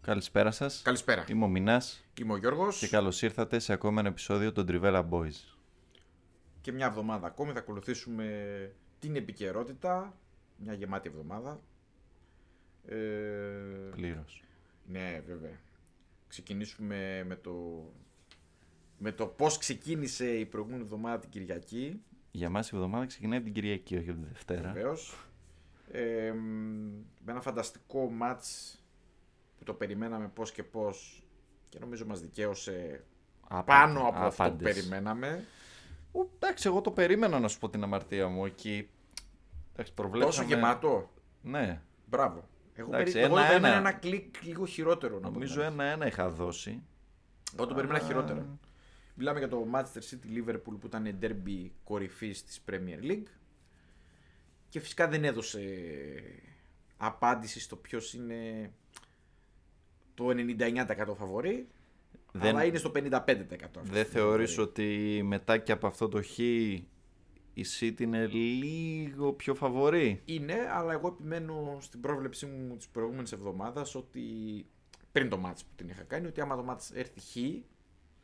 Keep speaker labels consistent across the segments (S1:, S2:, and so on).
S1: Καλησπέρα σας.
S2: Καλησπέρα.
S1: Είμαι ο Μινάς
S2: Είμαι ο Γιώργος.
S1: και καλώς ήρθατε σε ακόμα ένα επεισόδιο των Trivella Boys.
S2: Και μια εβδομάδα ακόμη θα ακολουθήσουμε την επικαιρότητα. Μια γεμάτη εβδομάδα. Ε,
S1: Πλήρως.
S2: ναι, βέβαια. Ξεκινήσουμε με το, με το πώς ξεκίνησε η προηγούμενη εβδομάδα την Κυριακή.
S1: Για μας η εβδομάδα ξεκινάει από την Κυριακή, όχι από τη Δευτέρα.
S2: Βεβαίως. Ε, μ, με ένα φανταστικό μάτς που το περιμέναμε πώς και πώς και νομίζω μας δικαίωσε
S1: Άπαντε,
S2: πάνω από αυτό που
S1: άπαντες.
S2: περιμέναμε.
S1: Ο, Εντάξει, εγώ το περίμενα να σου πω την αμαρτία μου εκεί. Εντάξει, προβλέψαμε...
S2: Τόσο γεμάτο.
S1: Ναι.
S2: Μπράβο. Εγώ,
S1: Εντάξει,
S2: περί... εγώ
S1: ένα-
S2: το περίμενα
S1: ένα.
S2: ένα κλικ λίγο χειρότερο. Να
S1: Νομίζω
S2: ένα.
S1: ένα-ένα είχα δώσει.
S2: Εγώ το περίμενα χειρότερο. Μιλάμε για το Manchester City Liverpool που ήταν derby κορυφής της Premier League. Και φυσικά δεν έδωσε απάντηση στο ποιος είναι το 99% φαβορή.
S1: Δεν-
S2: Αλλά είναι στο 55%. αυτός
S1: Δεν
S2: το
S1: θεωρείς
S2: φαβορί.
S1: ότι μετά και από αυτό το χ η City είναι λίγο πιο φαβορή.
S2: Είναι, αλλά εγώ επιμένω στην πρόβλεψή μου της προηγούμενης εβδομάδας ότι πριν το μάτς που την είχα κάνει, ότι άμα το μάτς έρθει χ,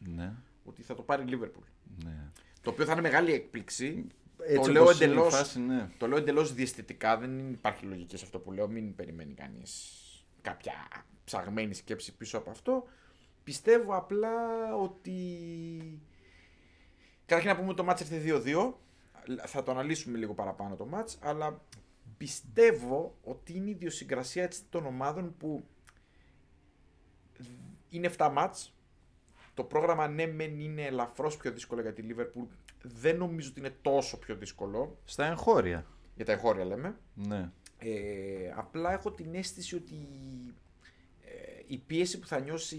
S1: Ναι,
S2: ότι θα το πάρει η Liverpool.
S1: ναι.
S2: Το οποίο θα είναι μεγάλη έκπληξη.
S1: όπως
S2: το, λέω
S1: είναι η
S2: εντελώς,
S1: φάση, ναι.
S2: το λέω εντελώς διαισθητικά. Δεν υπάρχει λογική σε αυτό που λέω. Μην περιμένει κανείς κάποια ψαγμένη σκέψη πίσω από αυτό. Πιστεύω απλά ότι. Καταρχήν να πούμε ότι το μάτς έρθε 2-2. Θα το αναλύσουμε λίγο παραπάνω το μάτς, αλλά πιστεύω ότι είναι η ιδιοσυγκρασία έτσι των ομάδων που είναι 7 μάτς. Το πρόγραμμα ναι μεν είναι ελαφρώς πιο δύσκολο για τη Λίβερπουλ. Δεν νομίζω ότι είναι τόσο πιο δύσκολο.
S1: Στα εγχώρια.
S2: Για τα εγχώρια λέμε.
S1: Ναι.
S2: Ε, απλά έχω την αίσθηση ότι ε, η πίεση που θα νιώσει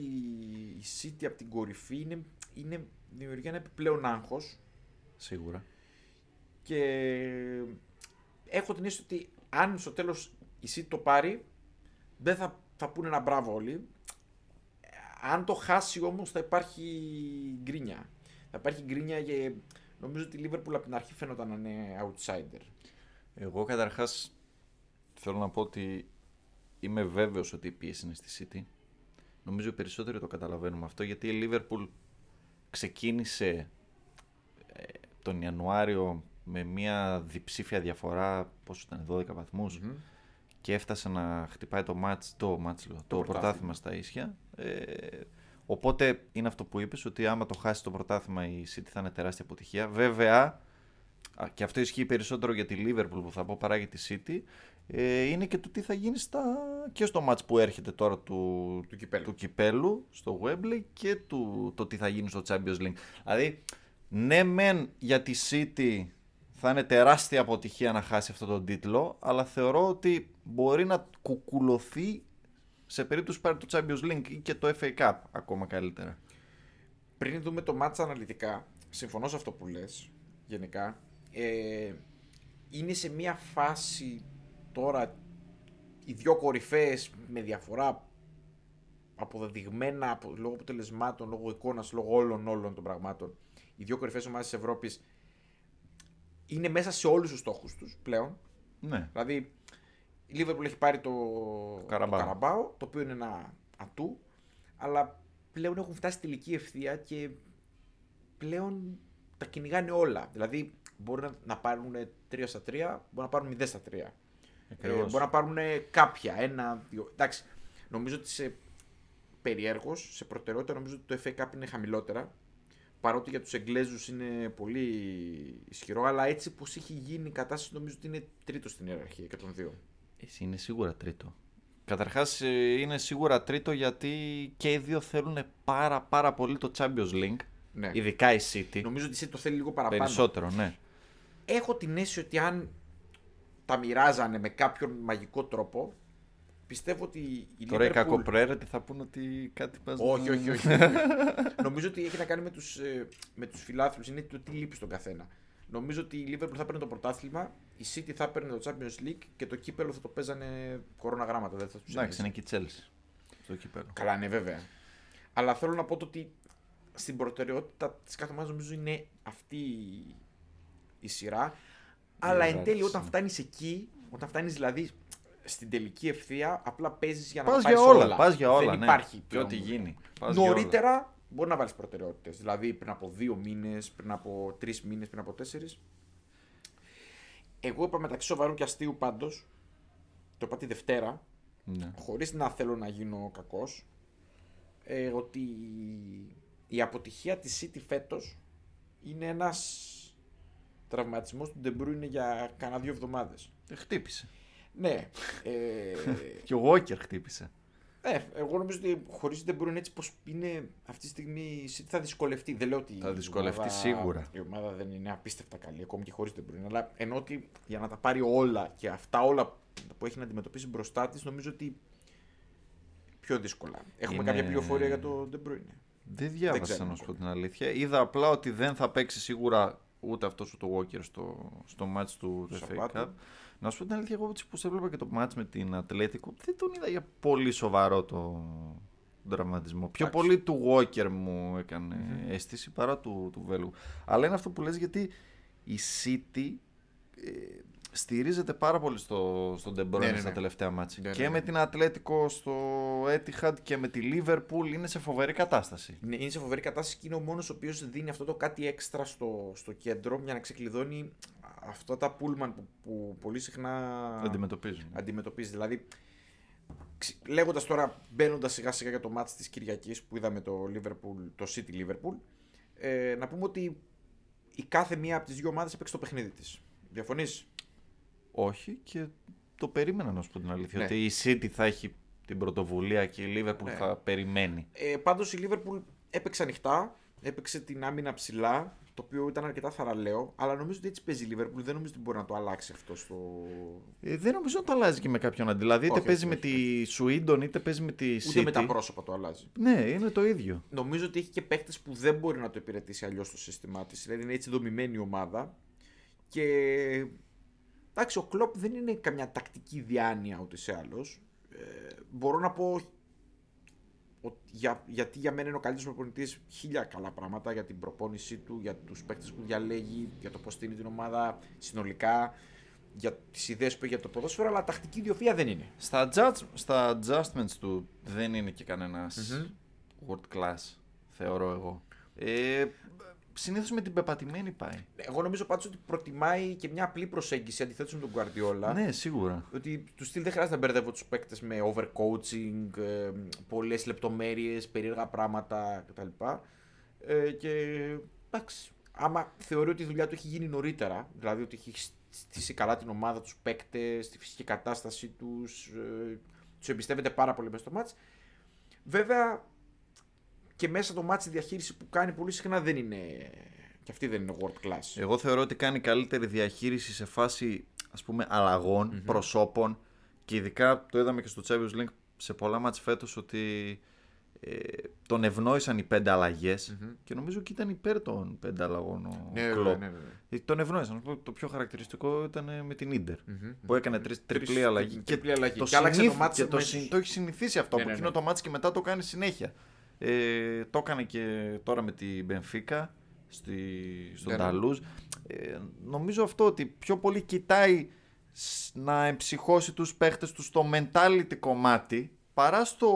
S2: η City από την κορυφή είναι, είναι δημιουργεί ένα επιπλέον άγχος
S1: Σίγουρα.
S2: και έχω την αίσθηση ότι αν στο τέλος η City το πάρει δεν θα, θα πούνε ένα μπράβο όλοι. Αν το χάσει όμως θα υπάρχει γκρίνια. Θα υπάρχει γκρίνια και νομίζω ότι η Liverpool από την αρχή φαίνονταν να είναι outsider.
S1: Εγώ καταρχάς θέλω να πω ότι είμαι βέβαιος ότι η πίεση είναι στη City. Νομίζω οι περισσότεροι το καταλαβαίνουμε αυτό γιατί η Liverpool ξεκίνησε ε, τον Ιανουάριο με μια διψήφια διαφορά, πόσο ήταν, 12 βαθμους και έφτασε να χτυπάει το μάτς, το, μάτς, λέω, το,
S2: πρωτάθλημα.
S1: πρωτάθλημα στα ίσια. Ε, οπότε είναι αυτό που είπες ότι άμα το χάσει το πρωτάθλημα η City θα είναι τεράστια αποτυχία. Βέβαια, α, και αυτό ισχύει περισσότερο για τη Liverpool που θα πω παρά για τη City, ε, είναι και το τι θα γίνει στα... και στο μάτς που έρχεται τώρα του,
S2: Του κυπέλλου.
S1: του κυπέλου στο Wembley και του, το τι θα γίνει στο Champions League. Δηλαδή, ναι μεν για τη City θα είναι τεράστια αποτυχία να χάσει αυτόν τον τίτλο, αλλά θεωρώ ότι μπορεί να κουκουλωθεί σε περίπτωση που πάρει το Champions League ή και το FA Cup ακόμα καλύτερα.
S2: πριν δούμε το μάτσα αναλυτικά, συμφωνώ σε αυτό που λες γενικά. Ε, είναι σε μια φάση τώρα οι δυο κορυφαίες με διαφορά αποδεδειγμένα απο- λόγω αποτελεσμάτων, λόγω εικόνας, λόγω όλων όλων των πραγμάτων. Οι δύο κορυφαίες ομάδες της Ευρώπης είναι μέσα σε όλους τους στόχους τους πλέον.
S1: Ναι,
S2: Δηλαδή, η Λίβερπουλ έχει πάρει το,
S1: Καραμπάο.
S2: το Καραμπάο, το οποίο είναι ένα ατού, αλλά πλέον έχουν φτάσει στη τελική ευθεία και πλέον τα κυνηγάνε όλα. Δηλαδή, μπορεί να, να πάρουν 3 στα 3, μπορεί να πάρουν 0 στα 3. Ε,
S1: ακριβώς.
S2: μπορεί να πάρουν κάποια, ένα, δύο. Εντάξει, νομίζω ότι σε περιέργως, σε προτεραιότητα, νομίζω ότι το FA Cup είναι χαμηλότερα. Παρότι για τους Εγγλέζους είναι πολύ ισχυρό, αλλά έτσι πως έχει γίνει η κατάσταση νομίζω ότι είναι τρίτο στην ιεραρχία και των δύο.
S1: Εσύ είναι σίγουρα τρίτο. Καταρχάς ε, είναι σίγουρα τρίτο γιατί και οι δύο θέλουν πάρα πάρα πολύ το Champions League.
S2: Ναι.
S1: Ειδικά η City.
S2: Νομίζω ότι εσύ το θέλει λίγο παραπάνω.
S1: Ε, Περισσότερο, ναι.
S2: Έχω την αίσθηση ότι αν τα μοιράζανε με κάποιον μαγικό τρόπο, πιστεύω ότι η
S1: Τώρα οι
S2: Liverpool-
S1: κακοπροαίρετοι θα πούνε ότι κάτι πας...
S2: Όχι,
S1: να-
S2: όχι, όχι. Νομίζω ότι έχει να κάνει με τους, ε, με τους φιλάθλους. Είναι το τι λείπει στον καθένα. Νομίζω ότι η Liverpool θα παίρνει το πρωτάθλημα, η City θα παίρνει το Champions League και το κύπελο θα το παίζανε κοροναγράμματα. Δεν θα τους
S1: Εντάξει,
S2: ένοιαζε.
S1: είναι και η Chelsea στο κύπελο.
S2: Καλά, ναι, βέβαια. Αλλά θέλω να πω το ότι στην προτεραιότητα της κάθε ομάδας νομίζω είναι αυτή η- η σειρά. Αλλά εν τέλει,
S1: διαδικασία.
S2: όταν φτάνεις εκεί, όταν φτάνεις δηλαδή στην τελική ευθεία, απλά παίζεις για να
S1: Πας
S2: τα
S1: για
S2: πάρεις
S1: όλα, πας για όλα,
S2: Δεν
S1: ναι.
S2: υπάρχει.
S1: Και
S2: πλέον.
S1: ό,τι γίνει. Πας για όλα.
S2: Νωρίτερα μπορεί να βάλεις προτεραιότητες. Δηλαδή πριν από δύο μήνες, πριν από τρεις μήνες, πριν από τέσσερις. Εγώ είπα μεταξύ σοβαρού και αστείου πάντως. Το είπα τη Δευτέρα,
S1: Ναι.
S2: χωρίς να θέλω να γίνω κακός, ε, ότι η αποτυχία της City φέτος είναι ένας τραυματισμός του De Bruyne για κανένα δύο εβδομάδες.
S1: Ε, Χτύπησε.
S2: Ναι, ε,
S1: Και ο Walker χτύπησε.
S2: ναι, εγώ νομίζω ότι χωρίς De Bruyne έτσι πως είναι αυτή τη στιγμή η City θα δυσκολευτεί. Δεν λέω ότι
S1: Θα
S2: η
S1: δυσκολευτεί
S2: ομάδα-
S1: σίγουρα.
S2: Η ομάδα δεν είναι απίστευτα καλή, ακόμη και χωρίς De Bruyne, αλλά ενώ ότι για να τα πάρει όλα και αυτά όλα που έχει να αντιμετωπίσει μπροστά της, νομίζω ότι πιο δύσκολα. Έχουμε
S1: Είναι-
S2: κάποια πληροφορία για το De Bruyne.
S1: Δεν διάβασα
S2: ξέρω
S1: να σου πω
S2: ακόμα.
S1: την αλήθεια. Είδα απλά ότι δεν θα παίξει σίγουρα ούτε αυτός ούτε ο Walker στο, στο μάτς του του FA Cup.
S2: Σαββάτου.
S1: Να σου πω την αλήθεια, εγώ έτσι πως έβλεπα και το μάτς με την Ατλέτικο, δεν τον είδα για πολύ σοβαρό το τον τραυματισμό. Πιο
S2: Εντάξει.
S1: πολύ του Walker μου έκανε αίσθηση παρά του, του Βέλγου. Αλλά είναι αυτό που λες γιατί η City ε, στηρίζεται πάρα πολύ στο, στον De Bruyne
S2: Ναι, ναι,
S1: στα
S2: ναι.
S1: τελευταία μάτς.
S2: Ναι, ναι,
S1: και
S2: ναι.
S1: με την Ατλέτικο στο Etihad και με τη Liverpool είναι σε φοβερή κατάσταση.
S2: Είναι, είναι σε φοβερή κατάσταση και είναι ο μόνος ο οποίος δίνει αυτό το κάτι έξτρα στο, στο κέντρο για να ξεκλειδώνει αυτά τα πούλμαν που, που πολύ συχνά
S1: αντιμετωπίζουν.
S2: αντιμετωπίζει. Δηλαδή, λέγοντας τώρα, μπαίνοντας σιγά σιγά για το μάτς της Κυριακής που είδαμε το, Liverpool, το City Liverpool, ε, να πούμε ότι η κάθε μία από τις δύο ομάδες έπαιξε το παιχνίδι της. Διαφωνείς?
S1: Όχι και το περίμενα να σου πω την αλήθεια.
S2: Ναι.
S1: Ότι η City θα έχει την πρωτοβουλία και η Liverpool
S2: Ναι.
S1: θα περιμένει.
S2: Ε, Πάντως η Liverpool έπαιξε ανοιχτά, έπαιξε την άμυνα ψηλά, το οποίο ήταν αρκετά θαραλέο, αλλά νομίζω ότι έτσι παίζει η Liverpool. Δεν νομίζω ότι μπορεί να το αλλάξει αυτό στο.
S1: Ε, δεν νομίζω να το αλλάζει και με κάποιον αντί. Δηλαδή είτε
S2: Όχι,
S1: παίζει
S2: όχι,
S1: με τη Swindon είτε παίζει με τη City.
S2: Ούτε με τα πρόσωπα το αλλάζει.
S1: Ναι, είναι το ίδιο.
S2: Νομίζω ότι έχει και παίχτε που δεν μπορεί να το υπηρετήσει αλλιώς το σύστημά της. Δηλαδή είναι έτσι δομημένη η ομάδα. Και. Εντάξει, ο Κλοπ δεν είναι καμιά τακτική διάνοια ούτε σε άλλο. Ε, μπορώ να πω ότι για, γιατί για μένα είναι ο καλύτερος προπονητής χίλια καλά πράγματα για την προπόνησή του, για τους παίκτες που διαλέγει, για το πώς στείνει την ομάδα συνολικά, για τις ιδέες που έχει για το ποδόσφαιρο, αλλά τακτική ιδιοφία δεν είναι.
S1: Στα, judge- στα adjustments του δεν είναι και κανενας world class, θεωρώ εγώ. Ε, Συνήθως με την πεπατημένη πάει.
S2: Εγώ νομίζω πάντως ότι προτιμάει και μια απλή προσέγγιση αντιθέτως με τον Guardiola.
S1: Ναι, σίγουρα.
S2: Ότι του στυλ δεν χρειάζεται να μπερδεύω τους παίκτες με overcoaching, ε, πολλές λεπτομέρειες, περίεργα πράγματα κτλ. Ε, και εντάξει, άμα θεωρεί ότι η δουλειά του έχει γίνει νωρίτερα, δηλαδή ότι έχει στήσει καλά την ομάδα, τους παίκτες, τη φυσική κατάστασή τους, ε, τους εμπιστεύεται πάρα πολύ μέσα στο μάτς. Βέβαια και μέσα το μάτς η διαχείριση που κάνει πολύ συχνά δεν είναι. και αυτή δεν είναι world class.
S1: Εγώ θεωρώ ότι κάνει καλύτερη διαχείριση σε φάση ας πούμε αλλαγών, προσώπων και ειδικά το είδαμε και στο Champions League σε πολλά μάτς φέτος ότι ε, τον ευνόησαν οι πέντε αλλαγές και νομίζω και ήταν υπέρ των πέντε αλλαγών ο
S2: Ναι,
S1: Klopp.
S2: ναι, ναι, ναι.
S1: Ε, Τον ευνόησαν. Να σου πω, Το πιο χαρακτηριστικό ήταν ε, με την Ίντερ που έκανε τρεις, τριπλή αλλαγή.
S2: τρι- τριπλή αλλαγή.
S1: Το,
S2: Και άλλαξε το
S1: συνήθι-
S2: μάτς
S1: και το,
S2: με-
S1: συν- το έχει συνηθίσει αυτό
S2: Ναι,
S1: από
S2: ναι,
S1: εκείνο
S2: ναι.
S1: το μάτς και μετά το κάνει συνέχεια. Ε, το έκανε και τώρα με τη Μπενφίκα στη, στον
S2: Ναι, ναι.
S1: Ταλούζ. Ε, νομίζω αυτό ότι πιο πολύ κοιτάει σ- να εμψυχώσει τους παίχτες του στο mentality κομμάτι παρά στο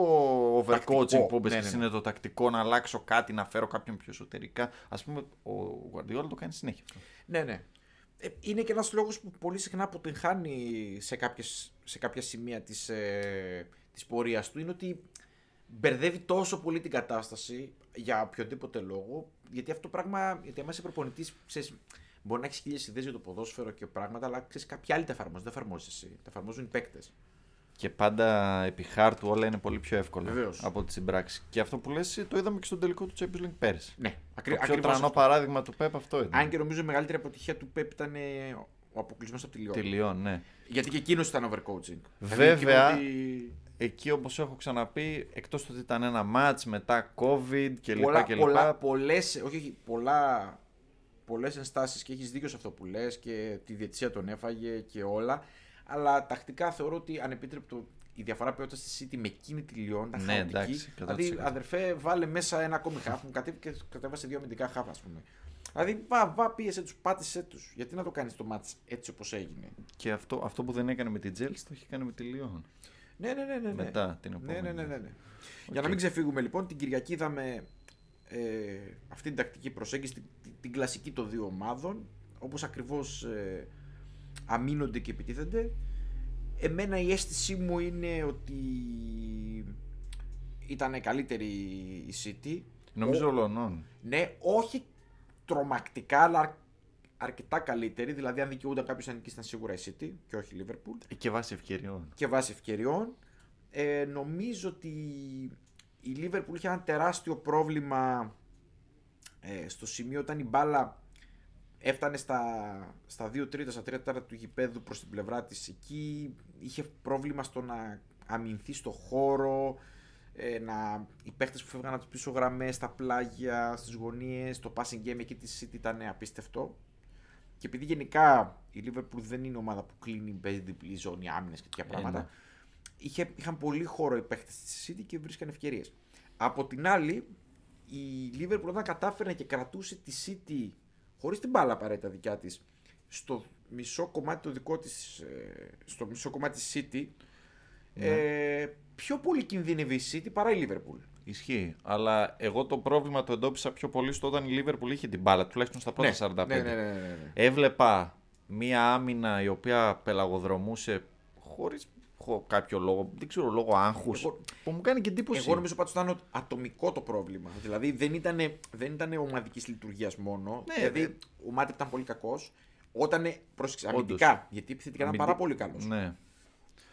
S1: overcoaching
S2: Τακτικό.
S1: που είπες
S2: Ναι,
S1: και
S2: ναι,
S1: εσύ
S2: ναι.
S1: είναι το τακτικό να αλλάξω κάτι, να φέρω κάποιον πιο εσωτερικά. Ας πούμε ο Guardiola το κάνει συνέχεια. αυτό.
S2: Ναι, ναι. Ε, Είναι και ένας λόγος που πολύ συχνά αποτυγχάνει σε, κάποιες, σε κάποια σημεία της, ε, της πορείας του είναι ότι μπερδεύει τόσο πολύ την κατάσταση για οποιοδήποτε λόγο γιατί αυτό το πράγμα, γιατί άμα είσαι προπονητής, ξέρεις, μπορεί να έχεις χίλιες ιδέες για το ποδόσφαιρο και πράγματα αλλά ξέρεις κάποιοι άλλοι τα εφαρμόζουν, δεν εφαρμόζεις εσύ, τα εφαρμόζουν οι παίκτες.
S1: Και πάντα επί χάρτου όλα είναι πολύ πιο εύκολα
S2: Βεβαίως.
S1: από τη συμπράξη. Και αυτό που λες το είδαμε και στον τελικό του Champions League πέρυσι.
S2: Ναι,
S1: το
S2: ακρι,
S1: πιο τρανό
S2: ακριβώς. αυτό.
S1: παράδειγμα του ΠΕΠ αυτό ήταν.
S2: Αν και νομίζω η μεγαλύτερη αποτυχία του Πέπ ήταν ε, ο αποκλεισμός από τη Λιόν.
S1: Τελειών, ναι.
S2: Γιατί και εκείνος ήταν overcoaching. Δηλαδή,
S1: Βέβαια,
S2: εκείνο ότι-
S1: Εκεί όπως έχω ξαναπεί, εκτός του ότι ήταν ένα μάτς μετά COVID και λοιπά
S2: πολλά,
S1: και λοιπά.
S2: πολλά, πολλές, όχι, όχι, πολλά, πολλές ενστάσεις και έχεις δίκιο σε αυτό που λες και τη διετησία τον έφαγε και όλα. Αλλά τακτικά θεωρώ ότι ανεπίτρεπτο η διαφορά ποιότητας στη City με εκείνη τη Λιόν ήταν
S1: Ναι,
S2: χαοτική.
S1: εντάξει, 100%.
S2: δηλαδή, αδερφέ, βάλε μέσα ένα ακόμη χάφ μου, κατέβη και κατέβασε δύο αμυντικά χάφ, ας πούμε. Δηλαδή, βα, βα πίεσε τους, πάτησε τους. Γιατί να το κάνεις το μάτς έτσι όπως έγινε.
S1: Και αυτό, αυτό που δεν έκανε με την Τζέλς το έχει κάνει με τη Λιόν.
S2: Ναι, ναι, ναι. ναι, ναι.
S1: Μετά την
S2: Ναι,
S1: επόμενη.
S2: ναι, ναι, ναι, ναι. Για να μην ξεφύγουμε λοιπόν, την Κυριακή είδαμε ε, αυτή την τακτική προσέγγιση, την, την κλασική των δύο ομάδων, όπως ακριβώς ε, αμήνονται και επιτίθενται. Εμένα η αίσθησή μου είναι ότι ήταν καλύτερη η City.
S1: Νομίζω ολονών.
S2: Ναι, όχι τρομακτικά, αλλά αρ- αρκετά καλύτερη. Δηλαδή, αν δικαιούνταν κάποιος να νικήσει, ήταν σίγουρα η City και όχι η Liverpool
S1: Ε, Και βάσει ευκαιριών.
S2: και βάσει ευκαιριών. Ε, νομίζω ότι η Λίβερπουλ είχε ένα τεράστιο πρόβλημα ε, στο σημείο όταν η μπάλα έφτανε στα, στα 2 τρίτα, στα 3 τέταρτα του γηπέδου προς την πλευρά της. Εκεί είχε πρόβλημα στο να αμυνθεί στο χώρο, ε, να, οι παίχτες που φεύγαν από τις πίσω γραμμές, στα πλάγια, στις γωνίες, το passing game εκεί της City ήταν απίστευτο. Και επειδή γενικά η Liverpool δεν είναι ομάδα που κλείνει, παίζει διπλή ζώνη άμυνες και τέτοια
S1: Ε,
S2: πράγματα,
S1: ναι.
S2: είχε, είχαν πολύ χώρο οι παίχτες της City και βρίσκαν ευκαιρίες. Από την άλλη, η Liverpool όταν κατάφερε και κρατούσε τη City χωρίς την μπάλα απαραίτητα δικιά της στο μισό κομμάτι το δικό της, ε, στο μισό κομμάτι της City,
S1: Ναι.
S2: ε, πιο πολύ κινδύνευε η City παρά η Liverpool.
S1: Ισχύει. Αλλά εγώ το πρόβλημα το εντόπισα πιο πολύ στο όταν η Λίβερπουλ είχε την μπάλα, τουλάχιστον στα πρώτα 45.
S2: Ναι, ναι, ναι, ναι, ναι.
S1: Έβλεπα μία άμυνα η οποία πελαγοδρομούσε χωρίς χω- κάποιο λόγο, δεν ξέρω, λόγω άγχους,
S2: Εγώ-
S1: που μου κάνει και εντύπωση.
S2: Εγώ νομίζω πάντως ήταν ατομικό το πρόβλημα. Δηλαδή δεν ήταν, δεν ήτανε ομαδικής λειτουργίας μόνο.
S1: Ναι,
S2: δηλαδή
S1: ναι.
S2: ο Μάτιπ ήταν πολύ κακός. Όταν ε, πρόσεξε
S1: Όντως.
S2: αμυντικά, γιατί επιθετικά ήταν
S1: Αμυντικ-
S2: πάρα πολύ καλός.
S1: Ναι.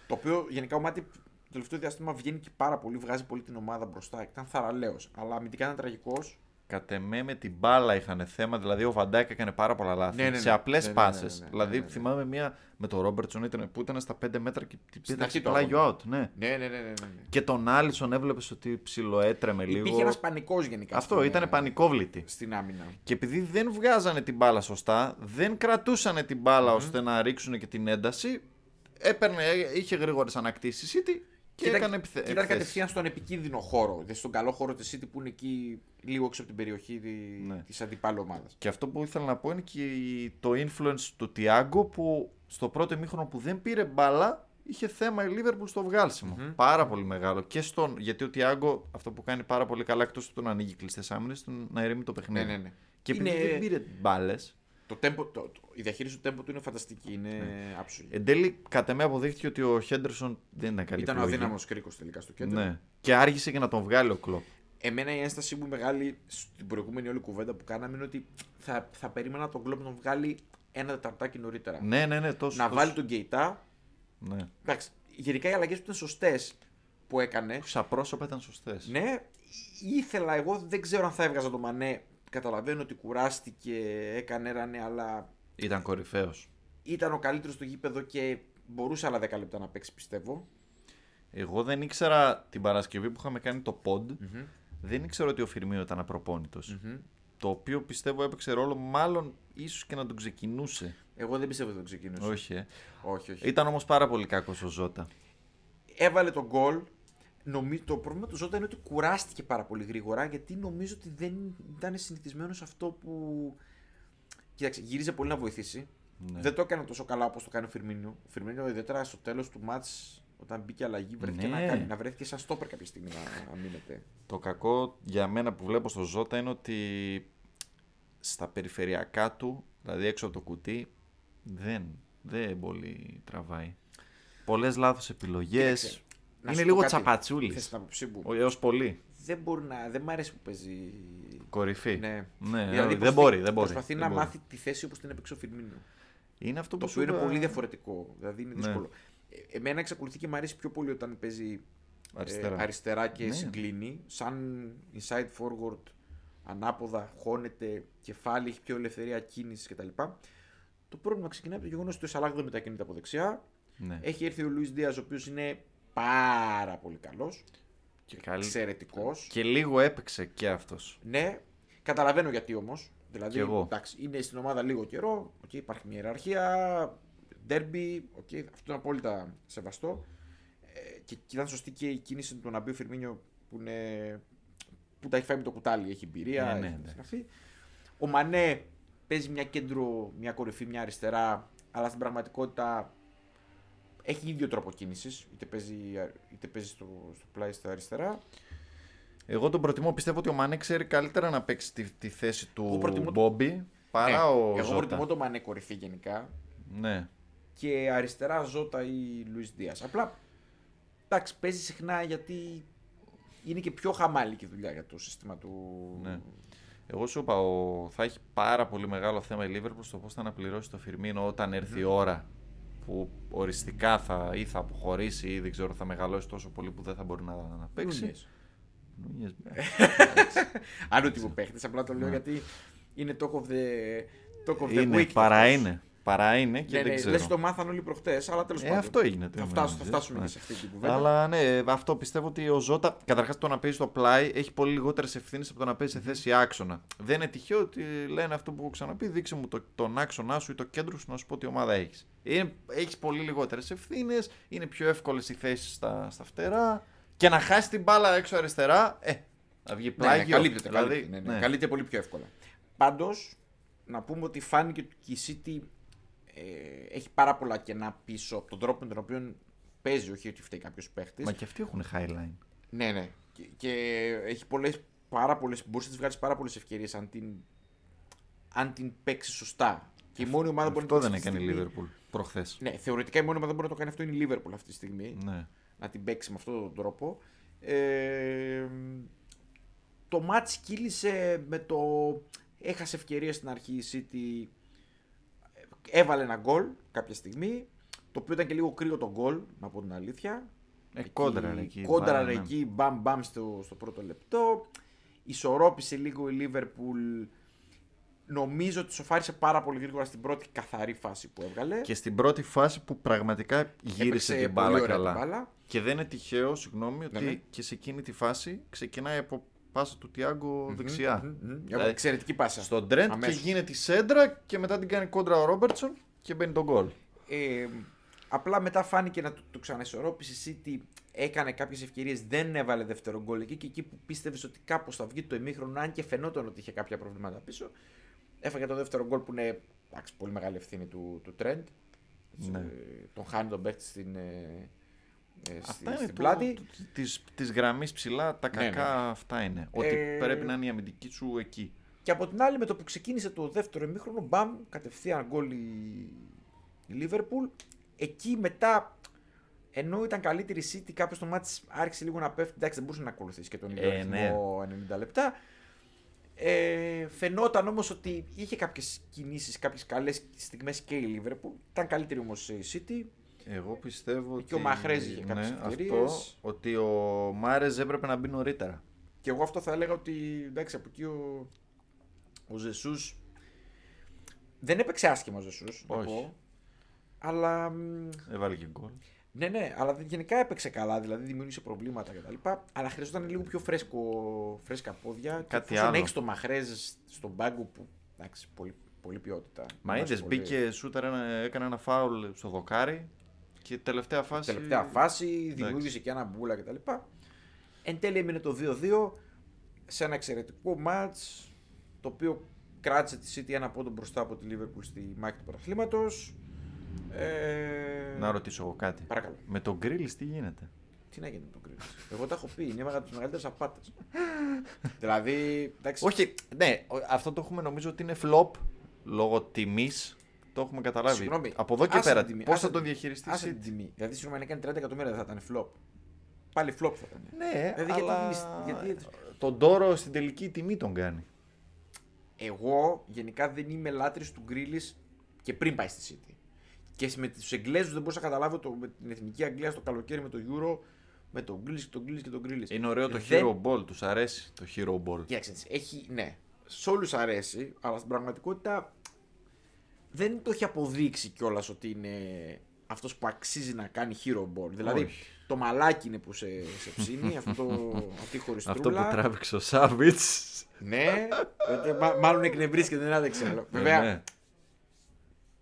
S2: Το οποίο γενικά ο Μάτιπ το τελευταίο διάστημα βγαίνει και πάρα πολύ, βγάζει πολύ την ομάδα μπροστά. Ήταν θαραλέος, αλλά αμυντικά ήταν τραγικός.
S1: Κατ' εμέ με την μπάλα είχαν θέμα, δηλαδή ο Βαντάκ έκανε πάρα πολλά λάθη
S2: Ναι, ναι, ναι.
S1: σε απλές
S2: Ναι, ναι, ναι, ναι,
S1: πάσες.
S2: ναι, ναι,
S1: δηλαδή
S2: ναι, ναι.
S1: θυμάμαι μία με τον Ρόμπερτσον ήταν, που ήταν στα 5 μέτρα και την
S2: αρχή
S1: πέταξε
S2: του
S1: πλάγιο
S2: αγώνα.
S1: out. Ναι.
S2: Ναι, ναι, ναι. ναι, ναι.
S1: Και τον Άλισον έβλεπες ότι ψιλοέτρεμε λίγο.
S2: Υπήρχε ένας πανικός γενικά.
S1: Αυτό
S2: στην,
S1: ήταν
S2: ε,
S1: πανικόβλητη.
S2: Στην άμυνα.
S1: Και επειδή δεν βγάζανε την μπάλα σωστά, δεν κρατούσαν την μπάλα ώστε να ρίξουν και την ένταση, έπαιρνε, είχε γρήγορες ανακτήσεις η City και
S2: Κοίτα-
S1: έκανε επιθε...
S2: κοίτα
S1: επιθέσεις.
S2: κατευθείαν στον επικίνδυνο χώρο. Δηλαδή στον καλό χώρο της City που είναι εκεί λίγο έξω από την περιοχή
S1: Ναι.
S2: της αντιπάλου ομάδας.
S1: Και αυτό που ήθελα να πω είναι και η- το influence του Τιάγκο που στο πρώτο ημίχρονο που δεν πήρε μπάλα είχε θέμα η Λίβερπουλ στο βγαλσιμο Πάρα πολύ μεγάλο. Και στον, γιατί ο Τιάγκο αυτό που κάνει πάρα πολύ καλά εκτός του να ανοίγει κλειστές άμυνες, του να ηρεμεί το παιχνίδι.
S2: Ναι, ναι, ναι.
S1: Και επειδή
S2: Είναι-
S1: δεν πήρε μπάλες,
S2: Το tempo, το, το- η διαχείριση του τέμπου του είναι φανταστική. Είναι
S1: Ναι.
S2: άψογη.
S1: εν τέλει κατά με αποδείχθηκε ότι ο Χέντερσον δεν ήταν καλή
S2: Ήταν ο
S1: επιλογή.
S2: αδύναμο κρίκο τελικά στο κέντρο.
S1: Ναι. Και άργησε και να τον βγάλει ο Κλοπ.
S2: Εμένα η ένσταση μου μεγάλη στην προηγούμενη όλη κουβέντα που κάναμε είναι ότι θα, θα περίμενα τον κλόπ να τον βγάλει ένα τεταρτάκι νωρίτερα.
S1: Ναι, ναι, ναι, τόσο.
S2: να
S1: τόσο.
S2: βάλει τον Γκέιτα.
S1: Ναι.
S2: Εντάξει, γενικά οι αλλαγές που ήταν σωστές που έκανε.
S1: Σαν πρόσωπα ήταν σωστές.
S2: Ναι, ήθελα εγώ, δεν ξέρω αν θα έβγαζα τον Μανέ. Καταλαβαίνω ότι κουράστηκε, έκανε έρανε, αλλά
S1: Ήταν κορυφαίος.
S2: ήταν ο καλύτερος στο γήπεδο και μπορούσε άλλα 10 λεπτά να παίξει, πιστεύω.
S1: Εγώ δεν ήξερα την Παρασκευή που είχαμε κάνει το pod. Δεν ήξερα ότι ο Φιρμίνο ήταν απροπόνητος. Το οποίο πιστεύω έπαιξε ρόλο, μάλλον ίσως και να τον ξεκινούσε.
S2: Εγώ δεν πιστεύω ότι τον ξεκίνησε.
S1: Όχι. ε.
S2: όχι. όχι.
S1: Ήταν όμως πάρα πολύ κακός ο Ζώτα.
S2: Έβαλε τον γκολ. Νομι... Το πρόβλημα του Ζώτα είναι ότι κουράστηκε πάρα πολύ γρήγορα γιατί νομίζω ότι δεν ήταν συνηθισμένος σε αυτό που. Κοίταξε, γύριζε πολύ να βοηθήσει.
S1: Ναι.
S2: Δεν το έκανε τόσο καλά όπως το κάνει ο Φιρμίνιο. Ο Φιρμίνιο, ιδιαίτερα στο τέλος του μάτ, όταν μπήκε αλλαγή, βρέθηκε
S1: Ναι.
S2: να, κάνει, να βρέθηκε σαν στόπερ κάποια στιγμή να, να μείνεται.
S1: Το κακό για μένα που βλέπω στο Ζώτα είναι ότι στα περιφερειακά του, δηλαδή έξω από το κουτί, δεν, δεν πολύ τραβάει. Πολλές λάθος επιλογές.
S2: Κοίταξε, Να
S1: Είναι
S2: σου πω
S1: λίγο
S2: κάτι.
S1: τσαπατσούλης.
S2: Θες την άποψή μου.
S1: Έως πολύ.
S2: Δεν μπορεί να. Δεν μ' αρέσει που παίζει.
S1: Κορυφή.
S2: Ναι.
S1: ναι δεν
S2: Δηλαδή, προσπα-
S1: μπορεί. Δεν μπορεί.
S2: Προσπαθεί
S1: δεν
S2: να
S1: μπορεί.
S2: μάθει τη θέση όπως την έπαιξε ο Φιρμίνιο.
S1: Είναι αυτό
S2: Το
S1: που
S2: οποίο
S1: σου
S2: είναι
S1: είπα
S2: πολύ διαφορετικό. Δηλαδή είναι
S1: Ναι.
S2: δύσκολο. Ε, εμένα εξακολουθεί και μου αρέσει πιο πολύ όταν παίζει ε,
S1: Αριστερά.
S2: αριστερά και
S1: Ναι.
S2: συγκλίνει. Σαν inside forward, ανάποδα, χώνεται, κεφάλι, έχει πιο ελευθερία κίνησης κτλ. Το πρόβλημα ξεκινάει από το γεγονός ότι ο Σαλάχ δεν μετακινείται από δεξιά.
S1: Ναι.
S2: Έχει έρθει ο Λουίς Δίας, ο οποίος είναι πάρα πολύ καλός.
S1: Και, καλ...
S2: Εξαιρετικός.
S1: και λίγο έπαιξε και αυτός.
S2: Ναι, καταλαβαίνω γιατί όμως. Δηλαδή,
S1: Κι εγώ.
S2: εντάξει, είναι στην ομάδα λίγο καιρό. οκ, υπάρχει μια ιεραρχία. Ντέρμπι. οκ, αυτό είναι απόλυτα σεβαστό. Ε, και ήταν σωστή και η κίνηση του να μπει ο Φιρμίνιο που, είναι, που τα έχει φάει με το κουτάλι. Έχει εμπειρία.
S1: Ναι, ναι,
S2: έχει
S1: εντάξει.
S2: συναφή. Ο Μανέ παίζει μια κέντρο, μια κορυφή, μια αριστερά. Αλλά στην πραγματικότητα έχει ίδιο τρόπο κίνησης. Είτε παίζει, είτε παίζει στο, στο πλάι στα αριστερά.
S1: Εγώ τον προτιμώ. Πιστεύω ότι ο Μανέ ξέρει καλύτερα να παίξει τη, τη θέση
S2: Εγώ
S1: του
S2: προτιμώ-
S1: Μπόμπι παρά
S2: Ναι,
S1: ο
S2: Εγώ
S1: Ζώτα.
S2: προτιμώ το Μανέ κορυφή γενικά.
S1: Ναι.
S2: και αριστερά Ζώτα ή Λουίς Δίας. Απλά, εντάξει, παίζει συχνά γιατί είναι και πιο χαμάλη και η δουλειά για το σύστημα του.
S1: Ναι. Εγώ σου είπα, ο... θα έχει πάρα πολύ μεγάλο θέμα η Λίβερπουλ στο πώς θα αναπληρώσει το Φιρμίνο όταν έρθει η ώρα που οριστικά θα ή θα αποχωρήσει ή δεν ξέρω, θα μεγαλώσει τόσο πολύ που δεν θα μπορεί να, να παίξει.
S2: Νούνιες. Ε,
S1: Νούνιες, ναι.
S2: Άλλο τύπο παίχτης, απλά το λέω γιατί είναι talk of the, talk of the
S1: είναι,
S2: week.
S1: παρά
S2: αυτός.
S1: είναι. Παρά είναι και
S2: Ναι,
S1: δεν
S2: ναι,
S1: ξέρω.
S2: λες το μάθαν όλοι προχτές, αλλά τέλος
S1: Ε,
S2: πάντων.
S1: αυτό έγινε το
S2: Θα,
S1: email,
S2: φτάσω, θα
S1: ναι.
S2: φτάσουμε
S1: Ναι.
S2: και σε αυτή την κουβέντα.
S1: Αλλά ναι, αυτό πιστεύω ότι ο Ζώτα, καταρχάς το να παίζει στο πλάι, έχει πολύ λιγότερες ευθύνες από το να παίζει σε θέση άξονα. Δεν είναι τυχαίο ότι λένε αυτό που έχω ξαναπεί: δείξε μου το, τον άξονά σου ή το κέντρο σου να σου πω τι ομάδα έχεις. Έχεις πολύ λιγότερες ευθύνες, είναι πιο εύκολες οι θέσεις στα, στα φτερά και να χάσεις την μπάλα έξω αριστερά, ε, θα βγει
S2: Ναι,
S1: πλάγιο.
S2: ναι, καλύπτεται,
S1: δηλαδή,
S2: καλύπτεται, ναι, ναι,
S1: ναι.
S2: καλύπτεται πολύ πιο εύκολα. Πάντως, να πούμε ότι φάνηκε ότι η City ε, έχει πάρα πολλά κενά πίσω από τον τρόπο με τον οποίο παίζει, όχι ότι φταίει κάποιος παίχτης.
S1: Μα και αυτοί έχουν highline.
S2: Ναι, ναι. Και, και έχει πολλές, πάρα πολλές, μπορείς να της βγάλεις πάρα πολλές ευκαιρίες αν την, αν την παίξεις σωστά. Και η μόνη ομάδα που μπορεί να
S1: Αυτό δεν
S2: το παίξεις
S1: έκανε η
S2: αυτή τη στιγμή-
S1: Liverpool προχθές.
S2: Ναι, θεωρητικά η μόνη ομάδα που μπορεί να το κάνει αυτό είναι η Liverpool αυτή τη στιγμή
S1: Ναι.
S2: να την παίξει με αυτόν τον τρόπο. Ε, το μάτς κύλησε με το έχασε ευκαιρίες στην αρχή η City, έβαλε ένα γκολ κάποια στιγμή, το οποίο ήταν και λίγο κρύο το γκολ, να πω την αλήθεια.
S1: Ε, κόντραρε εκεί,
S2: Κόντραρε
S1: βάλε, ναι.
S2: εκεί, μπαμ μπαμ στο, στο πρώτο λεπτό. Ισορρόπησε λίγο η Λίβερπουλ. Νομίζω ότι σοφάρισε πάρα πολύ γρήγορα στην πρώτη καθαρή φάση που έβγαλε.
S1: Και στην πρώτη φάση που πραγματικά γύρισε
S2: Έπαιξε
S1: την
S2: πολύ
S1: μπάλα
S2: ωραία
S1: καλά.
S2: την μπάλα.
S1: Και δεν είναι τυχαίο, συγγνώμη, ότι
S2: ναι.
S1: και σε εκείνη τη φάση ξεκινάει από πάσα του τιαγκο δεξιά.
S2: Μμμ,
S1: Δηλαδή,
S2: Ε, Εξαιρετική πάσα.
S1: στον Τρέντ και
S2: Αμέσως.
S1: γίνεται η σέντρα και μετά την κάνει κόντρα ο Ρόμπερτσον και μπαίνει τον γκολ.
S2: Ε, απλά μετά φάνηκε να το, το ξαναισορρόπησες. Η City έκανε κάποιες ευκαιρίες, δεν έβαλε δεύτερο γκολ εκεί και εκεί που πίστευες ότι κάπως θα βγει το ημίχρονο, αν και φαινόταν ότι είχε κάποια προβλήματα πίσω. Έφαγε το δεύτερο γκολ που είναι εντάξει, πολύ μεγάλη ευθύνη του, του Trent. Ε, τον χάνει τον παίχτη στην, ε, ε, στη-
S1: Αυτά είναι
S2: στην
S1: το,
S2: πλάτη.
S1: το- της, της γραμμής ψηλά, τα
S2: Ναι, Ε,
S1: κακά αυτά είναι. Ότι πρέπει να είναι η αμυντική σου εκεί.
S2: Και από την άλλη, με το που ξεκίνησε το δεύτερο ημίχρονο, μπαμ, κατευθείαν γκολ η- η Λίβερπουλ. Εκεί μετά, ενώ ήταν καλύτερη η City, κάποιος το μάτι άρχισε λίγο να πέφτει. Εντάξει, δεν μπορούσε να ακολουθήσει και τον ίδιο
S1: Ε, ναι.
S2: αριθμό 90 λεπτά. Ε, φαινόταν όμως ότι είχε κάποιες κινήσεις, κάποιες καλές στιγμές και η Λίβερπουλ. Ήταν καλύτερη όμως η City.
S1: Εγώ πιστεύω
S2: Και ο Μαχρέζ είχε κάποιες
S1: Ναι, αυτό,
S2: ευκαιρίες.
S1: ότι ο Μάρες έπρεπε να μπει νωρίτερα.
S2: Και εγώ αυτό θα έλεγα ότι εντάξει, από εκεί ο, ο Ζεσούς. Δεν έπαιξε άσχημα ο Ζεσούς, να
S1: Όχι.
S2: πω. Αλλά. μ,
S1: Έβαλε και γκολ.
S2: Ναι, ναι, αλλά δεν- γενικά έπαιξε καλά, δηλαδή δημιούργησε προβλήματα κτλ. Αλλά χρειαζόταν λίγο πιο φρέσκο, φρέσκα πόδια. και
S1: Κάτι
S2: εφόσον
S1: άλλο.
S2: έχεις το Μαχρέζ στον πάγκο που. Εντάξει, πολύ, πολύ ποιότητα.
S1: Μα
S2: Εντάξει,
S1: είδες,
S2: πολύ-
S1: μπήκε, σούταρε, ένα- έκανε ένα φάουλ στο δοκάρι και τελευταία φάση.
S2: Τελευταία φάση, δημιούργησε και ένα μπουλα κτλ. Εν τέλει έμεινε το 2-2 σε ένα εξαιρετικό μάτς το οποίο κράτησε τη City ένα πόντο μπροστά από τη Liverpool στη μάχη του πρωταθλήματος. Ε...
S1: Να ρωτήσω εγώ κάτι.
S2: Παρακαλώ.
S1: Με τον Γκρίλι τι γίνεται.
S2: Τι να γίνει με τον Grealish. Εγώ τα έχω πει, είναι από τους μεγαλύτερους απάτες. δηλαδή, εντάξει.
S1: Όχι, ναι, ο- αυτό το έχουμε νομίζω ότι είναι flop λόγω τιμής. Το έχουμε καταλάβει.
S2: συγγνώμη,
S1: Από εδώ και
S2: άσε
S1: πέρα,
S2: την τιμή,
S1: πώς
S2: άσε
S1: θα τον
S2: την-
S1: διαχειριστείς.
S2: άσε
S1: εσύ.
S2: την τιμή. Δηλαδή, συγγνώμη, αν έκανε 30 εκατομμύρια δεν θα ήταν flop. Πάλι flop θα ήταν.
S1: Ναι,
S2: Δηλαδή, γιατί
S1: αλλά...
S2: μιλήσεις- γιατί-
S1: τον τόρο στην τελική τιμή τον κάνει.
S2: Εγώ γενικά δεν είμαι λάτρης του Γκρίλης και πριν πάει στη City. Και με τους Εγγλέζους δεν μπορούσα να καταλάβω το, με την εθνική Αγγλία στο καλοκαίρι με το Euro, με τον Γκρίλης και τον Γκρίλης και τον Γκρίλης.
S1: Είναι ωραίο το
S2: Ε, δεν...
S1: hero ball, τους αρέσει το hero ball.
S2: Κοίταξε, έχει, ναι, σε όλους αρέσει, αλλά στην πραγματικότητα δεν το έχει αποδείξει κιόλας ότι είναι αυτός που αξίζει να κάνει hero ball. Δηλαδή
S1: Όχι.
S2: το μαλάκι είναι που σε, σε ψήνει, αυτό το, αυτή η
S1: Αυτό
S2: χωριστρούλα.
S1: που τράβηξε ο Σάβιτ.
S2: Ναι, ε, μα- μάλλον εκνευρίσκεται, δεν άντεξε. άλλο. Βέβαια,
S1: Ναι.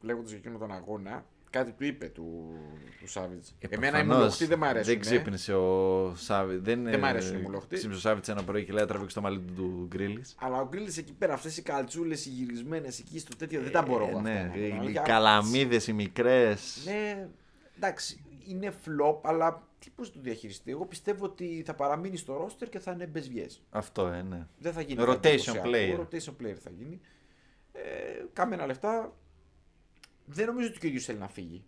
S2: λέγοντα για εκείνο τον αγώνα, κάτι του είπε του, του Σάβιτ.
S1: Ε,
S2: Εμένα οι
S1: προφανώς
S2: μολοχτοί δεν μ' αρέσουν. ε.
S1: Δεν ξύπνησε ο Σάβιτ. Δεν,
S2: Δεν μ' αρέσουν
S1: ε,
S2: οι μουλοχτοί.
S1: Ξύπνησε ο Σάβιτ ένα πρωί και λέει τραβήξε το μαλλί του, του γκρίλι.
S2: Αλλά ο Γκρίλης εκεί πέρα, αυτές οι καλτσούλες, οι γυρισμένες εκεί στο τέτοιο, δεν τα μπορώ. εγώ αυτά
S1: ναι,
S2: να κάνω.
S1: οι
S2: Για-
S1: καλαμίδες οι μικρές.
S2: Ναι, εντάξει, είναι φλόπ, αλλά τι πώ το διαχειριστεί. Εγώ πιστεύω ότι θα παραμείνει στο ρόστερ και θα είναι μπεσβιέ.
S1: Αυτό, ε, ναι.
S2: Δεν θα γίνει.
S1: Rotation
S2: κάτι εντυπωσιακό,
S1: player.
S2: Rotation player θα γίνει. Ε, κάμενα λεφτά. Δεν νομίζω ότι ο ίδιο θέλει να φύγει.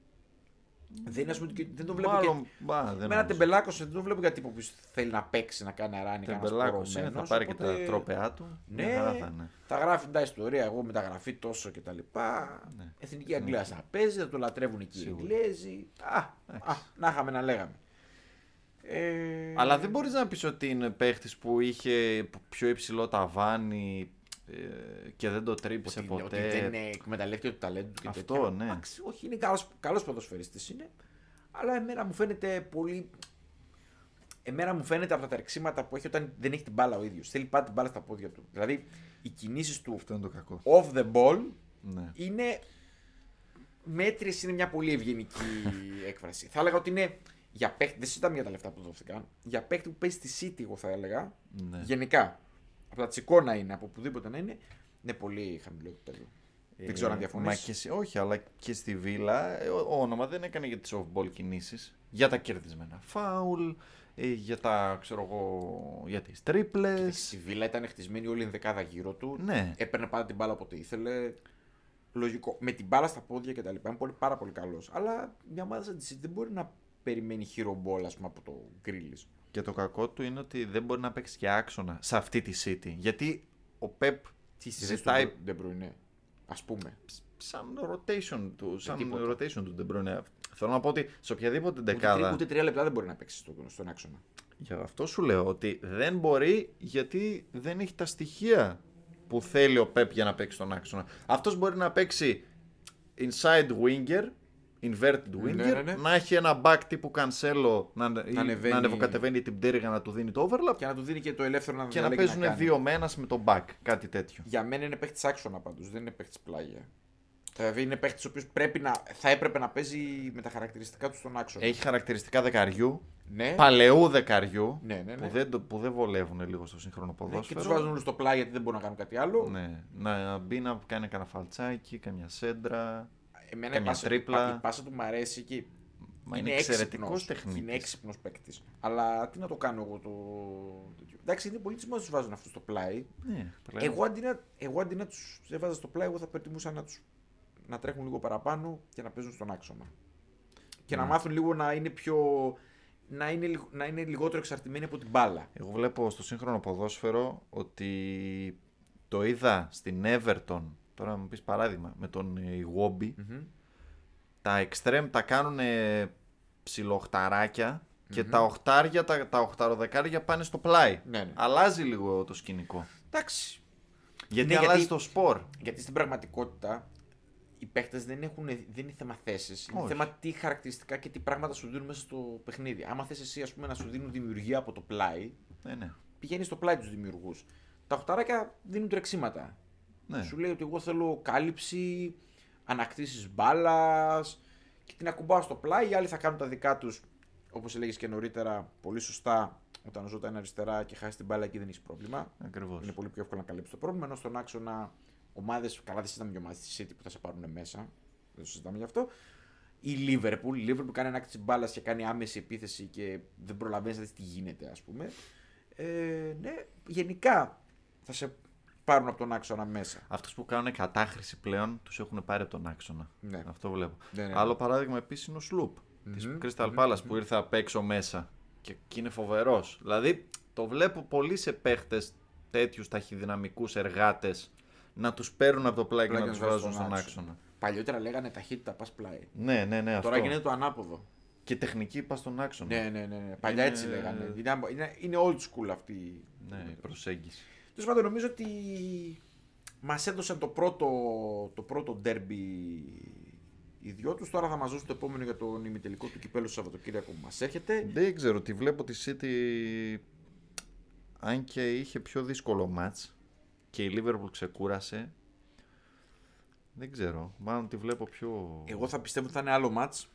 S2: Δεν, είναι, ας πούμε, ότι και- δεν τον βλέπω.
S1: Μάλλον.
S2: και...
S1: μπα, δεν
S2: Με ένα
S1: νομίζω.
S2: τεμπελάκος δεν τον βλέπω για τύπο που θέλει να παίξει, να κάνει αράνι. κανένας
S1: Τεμπελάκος είναι, ναι, θα
S2: πορωμένος,
S1: πάρει και
S2: οπότε-
S1: τα τρόπεά του.
S2: Ναι,
S1: Μια χαρά θα είναι.
S2: θα γράφει μια ιστορία, εγώ μεταγραφή τόσο και τα λοιπά. Εθνική Αγγλία θα παίζει, θα το λατρεύουν εκεί οι
S1: Ναι. Σίγουρα.
S2: Εγγλέζοι. Α, α, να είχαμε να λέγαμε. Ε,
S1: Αλλά δεν μπορείς να πεις ότι είναι παίχτης που είχε πιο υψηλό ταβάνι ε, και δεν το τρύπησε
S2: ότι,
S1: ποτέ.
S2: ότι δεν ε, εκμεταλλεύτηκε το ταλέντο του και
S1: Αυτό,
S2: τέτοια.
S1: ναι.
S2: Εντάξει, όχι, είναι καλός, καλός ποδοσφαιριστής είναι. Αλλά εμένα μου φαίνεται πολύ... Εμένα μου φαίνεται από τα τρεξίματα που έχει όταν δεν έχει την μπάλα ο ίδιος. Θέλει πάντα την μπάλα στα πόδια του. Δηλαδή, οι κινήσεις του
S1: Αυτό είναι το κακό.
S2: off the ball
S1: Ναι.
S2: είναι. Μέτρης είναι μια πολύ ευγενική έκφραση. Θα έλεγα ότι είναι για παίκτη. Δεν συζητάμε για τα λεφτά που δόθηκαν. Για παίκτη που παίζει στη City, εγώ θα έλεγα.
S1: Ναι.
S2: Γενικά. Από τα τσικώνα είναι, από οπουδήποτε να είναι. Είναι πολύ χαμηλό επίπεδο. Ε, δεν ξέρω αν
S1: Ε, Μα
S2: διαφωνείς.
S1: και σε- όχι, αλλά και στη Βίλα ε, ο, ο όνομα δεν έκανε για τις off-ball κινήσεις. Για τα κερδισμένα φάουλ, ε, για τα, ξέρω εγώ, για τις τρίπλες.
S2: Στη Βίλα ήταν χτισμένη όλη η δεκάδα γύρω του.
S1: Ναι.
S2: Έπαιρνε πάντα την μπάλα όποτε ήθελε. Λογικό. Με την μπάλα στα πόδια κτλ. Είναι πολύ, πάρα πολύ καλός. Αλλά μια ομάδα σαν τη City δεν μπορεί να περιμένει χειρομπόλα ας πούμε, από το γκρίλι.
S1: Και το κακό του είναι ότι δεν μπορεί να παίξει και άξονα σε αυτή τη City. Γιατί ο Πεπ ζητάει
S2: Δεν πρωινέ. Ας πούμε.
S1: σαν rotation του, σαν
S2: Ε, τίποτα.
S1: rotation του De Bruyne. Θέλω να πω ότι σε οποιαδήποτε
S2: Ούτε, τρία,
S1: δεκάδα.
S2: ούτε τρία λεπτά δεν μπορεί να παίξει στον, στον άξονα.
S1: Γι' αυτό σου λέω ότι δεν μπορεί γιατί δεν έχει τα στοιχεία που θέλει ο Πεπ για να παίξει τον άξονα. Αυτός μπορεί να παίξει inside winger, inverted winger,
S2: Ναι, ναι, ναι.
S1: να έχει ένα back τύπου Κανσέλο να, να,
S2: ανεβαίνει-
S1: να ανεβοκατεβαίνει την πτέρυγα να του δίνει το overlap
S2: Και να του δίνει και το ελεύθερο να
S1: και να
S2: διαλέγει
S1: παίζουν
S2: κάνει.
S1: δύο με ένας με τον back, κάτι τέτοιο.
S2: Για μένα είναι παίχτης άξονα πάντως, δεν είναι παίχτης πλάγια. Δηλαδή είναι παίχτης ο οποίος θα έπρεπε να παίζει με τα χαρακτηριστικά του στον άξονα.
S1: Έχει χαρακτηριστικά δεκαριού,
S2: ναι,
S1: παλαιού δεκαριού,
S2: Ναι, ναι, ναι.
S1: Που, δεν, το- που δεν βολεύουν λίγο στο σύγχρονο
S2: ναι, και
S1: ποδόσφαιρο.
S2: τους βάζουν όλους στο πλάγι γιατί δεν μπορούν να κάνουν κάτι άλλο.
S1: Ναι, να μπει να κάνει κανένα φαλτσάκι, καμιά σέντρα.
S2: Εμένα η
S1: Καμιά
S2: πάσα,
S1: τρίπλα.
S2: η πάσα του μου αρέσει εκεί.
S1: Μα είναι, εξαιρετικό
S2: έξυπνος. Είναι
S1: τεχνίτης.
S2: έξυπνος παίκτης. Αλλά τι να το κάνω εγώ το. τέτοιο. Εντάξει, είναι πολύ τη τους βάζουν αυτούς στο πλάι.
S1: Ναι, τα λέμε.
S2: Εγώ αντί, να, εγώ αντί να τους έβαζα στο πλάι, εγώ θα προτιμούσα να, τους, να τρέχουν λίγο παραπάνω και να παίζουν στον άξονα. Και να μάθουν λίγο να είναι πιο. Να είναι, λιγ- να είναι λιγότερο εξαρτημένοι από την μπάλα.
S1: Εγώ βλέπω στο σύγχρονο ποδόσφαιρο ότι το είδα στην Everton. Τώρα μου πεις παράδειγμα με τον Ιγόμπι. Τα extreme τα κάνουν ψιλοχταράκια και τα οχτάρια, τα, τα οχταροδεκάρια πάνε στο πλάι.
S2: Ναι, ναι.
S1: Αλλάζει λίγο το σκηνικό.
S2: Εντάξει.
S1: Γιατί
S2: γιατί-
S1: αλλάζει το σπορ.
S2: Γιατί στην πραγματικότητα οι παίχτε δεν, έχουν, δεν είναι θέμα θέσει. Είναι
S1: Όχι.
S2: θέμα τι χαρακτηριστικά και τι πράγματα σου δίνουν μέσα στο παιχνίδι. Άμα θες εσύ ας πούμε, να σου δίνουν δημιουργία από το πλάι,
S1: Ναι, ναι.
S2: πηγαίνεις στο πλάι τους δημιουργούς. Τα οχταράκια δίνουν τρεξίματα.
S1: ναι.
S2: Σου λέει ότι εγώ θέλω κάλυψη, ανακτήσεις μπάλας και την ακουμπάω στο πλάι. Οι άλλοι θα κάνουν τα δικά τους, όπως έλεγες και νωρίτερα, πολύ σωστά. Όταν ζω ένα αριστερά και χάσεις την μπάλα εκεί δεν έχεις πρόβλημα.
S1: Ακριβώς.
S2: Είναι πολύ πιο εύκολο να καλύψεις το πρόβλημα. Ενώ στον άξονα ομάδες, καλά δεν συζητάμε για ομάδες της City που θα σε πάρουν μέσα. Δεν το συζητάμε γι' αυτό. Η Liverpool. Η Liverpool κάνει ανάκτηση μπάλας και κάνει άμεση επίθεση και δεν προλαβαίνεις να δεις τι γίνεται, ας πούμε. Ε, ναι, γενικά θα σε πάρουν από τον άξονα μέσα.
S1: Αυτούς που κάνουν κατάχρηση πλέον τους έχουν πάρει από τον άξονα.
S2: Ναι.
S1: Αυτό βλέπω.
S2: Ναι, ναι.
S1: Άλλο παράδειγμα επίσης είναι ο Σλουπ της Crystal Palace που ήρθε απ' έξω μέσα και, και είναι φοβερός. Δηλαδή το βλέπω πολύ σε παίχτες τέτοιους ταχυδυναμικούς εργάτες να τους παίρνουν από το πλάι και
S2: Πλάι
S1: να
S2: και
S1: τους
S2: να τους
S1: βάζουν
S2: βάζουν
S1: στον
S2: στον
S1: άξονα.
S2: Παλιότερα λέγανε ταχύτητα, πας πλάι.
S1: Ναι, ναι, ναι. Αυτό.
S2: Τώρα γίνεται το ανάποδο.
S1: Και τεχνική πας στον άξονα.
S2: Ναι, ναι, ναι. ναι. Παλιά έτσι λέγανε. Είναι, άμπο- είναι, είναι old school αυτή. η-
S1: Ναι, η προσέγγιση.
S2: Τέλος πάντων, νομίζω ότι μας έδωσαν το πρώτο, το πρώτο derby Οι δυο τους τώρα θα μας δώσουν το επόμενο για τον ημιτελικό του κυπέλου του Σαββατοκύριακο που μας έρχεται.
S1: Δεν ξέρω, τη βλέπω τη City αν και είχε πιο δύσκολο μάτς και η Liverpool ξεκούρασε δεν ξέρω, μάλλον τη βλέπω πιο...
S2: Εγώ θα πιστεύω ότι θα είναι άλλο μάτς.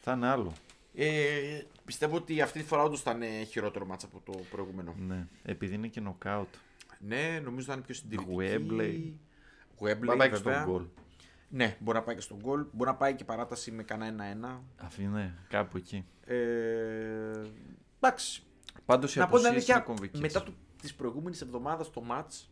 S1: Θα είναι άλλο.
S2: Ε, πιστεύω ότι αυτή τη φορά όντως θα είναι χειρότερο μάτς από το προηγούμενο.
S1: Ναι, επειδή είναι και νοκάουτ.
S2: Ναι, νομίζω θα είναι πιο συντηρητική.
S1: Γουέμπλεϊ. Μα
S2: Γουέμπλεϊ,
S1: πάει και
S2: βέβαια.
S1: στον γκολ.
S2: Ναι, μπορεί να πάει και στον γκολ. Μπορεί να πάει και παράταση με κανένα ένα-ένα.
S1: Αυτή ναι, κάπου εκεί.
S2: Ε, εντάξει.
S1: Πάντως οι
S2: να πω
S1: αποσίες
S2: την
S1: είναι
S2: αλήθεια,
S1: κομβικές.
S2: μετά το, της προηγούμενης εβδομάδας το μάτς,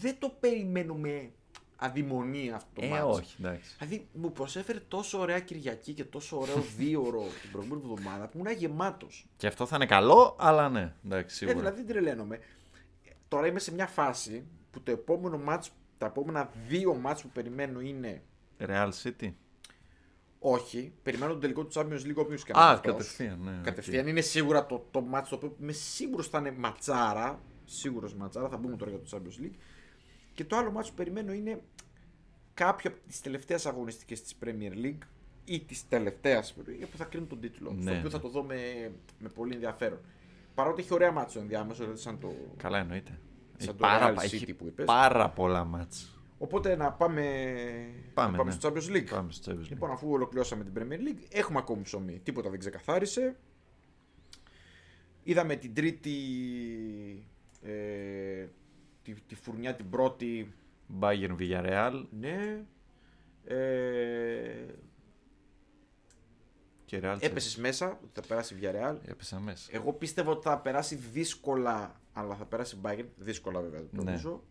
S2: δεν το περιμένουμε αδειμονία αυτό το
S1: Ε,
S2: μάτς.
S1: όχι, εντάξει.
S2: Δηλαδή μου προσέφερε τόσο ωραία Κυριακή και τόσο ωραίο δίωρο την προηγούμενη εβδομάδα που ήμουν γεμάτος.
S1: Και αυτό θα είναι καλό, αλλά ναι, εντάξει,
S2: Ε,
S1: σίγουρα.
S2: δηλαδή δεν τρελαίνομαι. Τώρα είμαι σε μια φάση που το επόμενο μάτς, τα επόμενα δύο μάτς που περιμένω είναι
S1: Real City.
S2: όχι. Περιμένω τον τελικό του Champions League όποιος και να είναι
S1: Α,
S2: αυτός.
S1: κατευθείαν, ναι. οκ.
S2: Κατευθείαν είναι σίγουρα το, το μάτς το οποίο είμαι σίγουρος θα είναι ματσάρα. Σίγουρος ματσάρα, θα μπούμε τώρα για το Champions League. Και το άλλο μάτς που περιμένω είναι κάποια από τις τελευταίες αγωνιστικές της Premier League ή της τελευταίας Premier League, που θα κρίνουν τον τίτλο.
S1: Ναι,
S2: στο οποίο
S1: ναι.
S2: θα το δω με, με πολύ ενδιαφέρον. Παρότι έχει ωραία μάτς το ενδιάμεσο, δηλαδή σαν το...
S1: Καλά εννοείται. Έχει
S2: το
S1: πάρα,
S2: Real
S1: πα-
S2: City
S1: έχει
S2: που είπες.
S1: πάρα πολλά μάτς.
S2: Οπότε να πάμε,
S1: Πάμε,
S2: να
S1: ναι.
S2: πάμε στο Champions League.
S1: Πάμε στο Champions League.
S2: Λοιπόν, αφού ολοκληρώσαμε την Premier League, έχουμε ακόμη ψωμί. Τίποτα δεν ξεκαθάρισε. Είδαμε την τρίτη. Ε, τη, τη φουρνιά την πρώτη.
S1: Bayern Villarreal
S2: Ναι. Ε,
S1: και Real Chelsea.
S2: έπεσες μέσα ότι θα περάσει η Villarreal.
S1: Έπεσα μέσα.
S2: Εγώ πίστευα ότι θα περάσει δύσκολα, αλλά θα περάσει η Bayern. Δύσκολα βέβαια, το
S1: Ναι.
S2: νομίζω.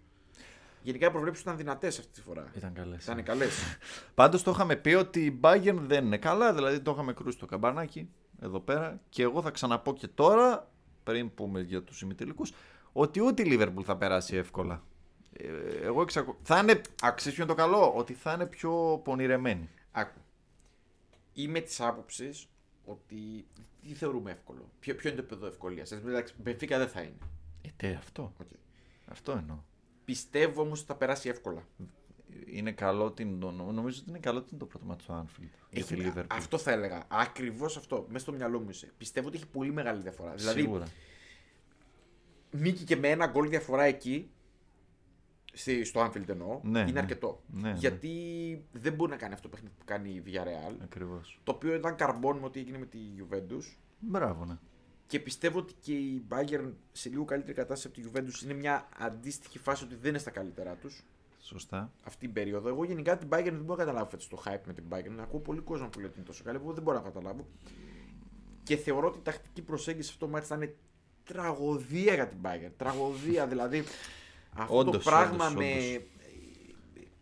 S2: Γενικά οι προβλέψεις ήταν δυνατές αυτή τη φορά.
S1: Ήταν καλές.
S2: Ήταν καλές.
S1: Πάντως το είχαμε πει ότι η Bayern δεν είναι καλά, δηλαδή το είχαμε κρούσει το καμπανάκι εδώ πέρα και εγώ θα ξαναπώ και τώρα, πριν πούμε για τους ημιτελικούς, ότι ούτε η Liverpool θα περάσει εύκολα. Ε, εγώ εξακολου... Θα είναι, αξίζει ποιο είναι το καλό, ότι θα είναι πιο πονηρεμένη.
S2: Άκου. Είμαι της άποψης ότι. Τι θεωρούμε εύκολο. Ποιο, ποιο είναι το επίπεδο ευκολίας. Εντάξει, Μπενφίκα δεν θα είναι.
S1: Ε, τε, αυτό.
S2: Okay.
S1: Αυτό εννοώ.
S2: Πιστεύω όμως ότι θα περάσει εύκολα.
S1: Είναι καλό την... νο- Νομίζω ότι είναι καλό την το πρώτο μάτι του Anfield. για τη
S2: Έχει-
S1: Liverpool.
S2: αυτό θα έλεγα. Ακριβώς αυτό. Μέσα στο μυαλό μου είσαι. Πιστεύω ότι έχει πολύ μεγάλη διαφορά.
S1: Σίγουρα.
S2: Δηλαδή, νίκη και με ένα γκολ διαφορά εκεί. στη- Στο Anfield εννοώ.
S1: Ναι,
S2: είναι
S1: ναι.
S2: αρκετό.
S1: Ναι, ναι.
S2: Γιατί δεν μπορεί να κάνει αυτό το παιχνίδι που κάνει η Villarreal.
S1: Ε. Ακριβώς.
S2: Το οποίο ήταν καρμπόν με ό,τι έγινε με τη Juventus.
S1: Μπράβο, ναι.
S2: Και πιστεύω ότι και η Bayern σε λίγο καλύτερη κατάσταση από τη Juventus είναι μια αντίστοιχη φάση ότι δεν είναι στα καλύτερά τους
S1: Σωστά.
S2: αυτή την περίοδο. Εγώ γενικά την Bayern δεν μπορώ να καταλάβω φέτος το hype με την Bayern. Ακούω πολύ κόσμο που λέει ότι είναι τόσο καλή. Εγώ δεν μπορώ να καταλάβω. Και θεωρώ ότι η τακτική προσέγγιση σε αυτό το μάτι θα είναι τραγωδία για την Bayern. Τραγωδία δηλαδή. Αυτό
S1: Όντως,
S2: το πράγμα
S1: όντως,
S2: με.
S1: όντως.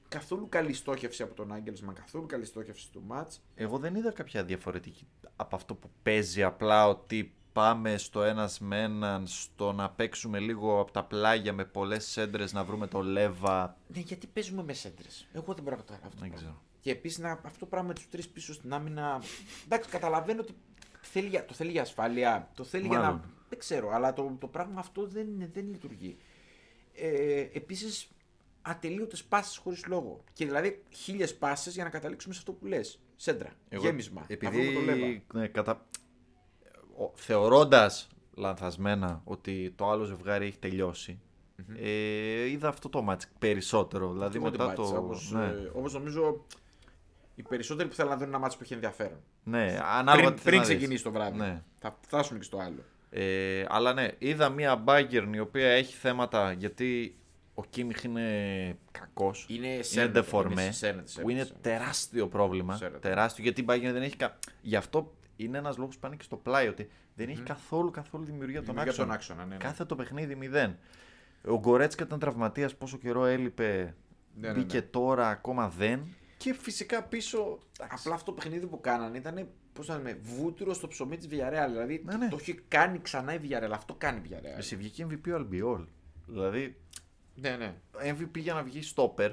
S2: Καθόλου καλή στόχευση από τον Άγγελσμαν, καθόλου καλή στόχευση του μάτ.
S1: Εγώ δεν είδα κάποια διαφορετική από αυτό που παίζει απλά ότι πάμε στο ένας με έναν, στο να παίξουμε λίγο από τα πλάγια με πολλές σέντρες να βρούμε το λέβα.
S2: Ναι, γιατί παίζουμε με σέντρες. Εγώ δεν μπορώ να καταλάβω. αυτό το
S1: Δεν
S2: πράγμα.
S1: ξέρω.
S2: Και επίσης αυτό το πράγμα με τους τρεις πίσω στην άμυνα. Εντάξει, καταλαβαίνω ότι θέλει, για- το θέλει για ασφάλεια, το θέλει για να.
S1: Μάλλον.
S2: Δεν ξέρω, αλλά το, το πράγμα αυτό δεν, είναι- δεν λειτουργεί. Ε, επίσης, ατελείωτες πάσει χωρίς λόγο. Και δηλαδή χίλιες πάσει για να καταλήξουμε σε αυτό που λες. Σέντρα. γέμισμα. Να βρούμε το λέβα.
S1: Επειδή ναι, κατα... ο- θεωρώντας λανθασμένα ότι το άλλο ζευγάρι έχει τελειώσει, ε, είδα αυτό το μάτς περισσότερο. Δηλαδή
S2: Εγώ την
S1: μετά το...
S2: πάτησα, Όπως,
S1: ναι.
S2: ε, όπως νομίζω οι περισσότεροι που θέλουν να δουν ένα μάτσο που έχει ενδιαφέρον.
S1: Ναι, ανάλογα
S2: πριν
S1: τι
S2: πριν
S1: θες να δεις.
S2: ξεκινήσει το βράδυ.
S1: Ναι.
S2: Θα φτάσουν και στο άλλο.
S1: Ε, αλλά ναι, είδα μία Bayern η οποία έχει θέματα γιατί ο Κίμιχ είναι κακός.
S2: Είναι
S1: είναι
S2: σέρνεται,
S1: ντεφορμέ.
S2: είναι σέρνεται,
S1: Που
S2: σέρνεται,
S1: είναι
S2: σέρνεται.
S1: τεράστιο πρόβλημα.
S2: Σέρνεται.
S1: Τεράστιο γιατί η Bayern δεν έχει. Κα... Γι' αυτό είναι ένας λόγος που πάνε και στο πλάι ότι δεν έχει καθόλου καθόλου δημιουργία, των
S2: Δημιουργία
S1: άξονα.
S2: των άξονα, ναι, ναι.
S1: Κάθε το παιχνίδι μηδέν. Ο Γκορέτσκα ήταν τραυματίας πόσο καιρό έλειπε.
S2: Ναι, ναι,
S1: μπήκε
S2: ναι. Ε.
S1: τώρα ακόμα δεν. Και φυσικά πίσω. εντάξει,
S2: Απλά αυτό το παιχνίδι που κάνανε ήταν πώς να λέμε, βούτυρο στο ψωμί της Villarreal. Δηλαδή
S1: Ναι, ναι.
S2: το έχει κάνει ξανά η Villarreal. Αυτό κάνει η Villarreal.
S1: Εσύ βγήκε MVP ο Αλμπιόλ. Δηλαδή
S2: Ναι, ναι.
S1: MVP για να βγει στόπερ,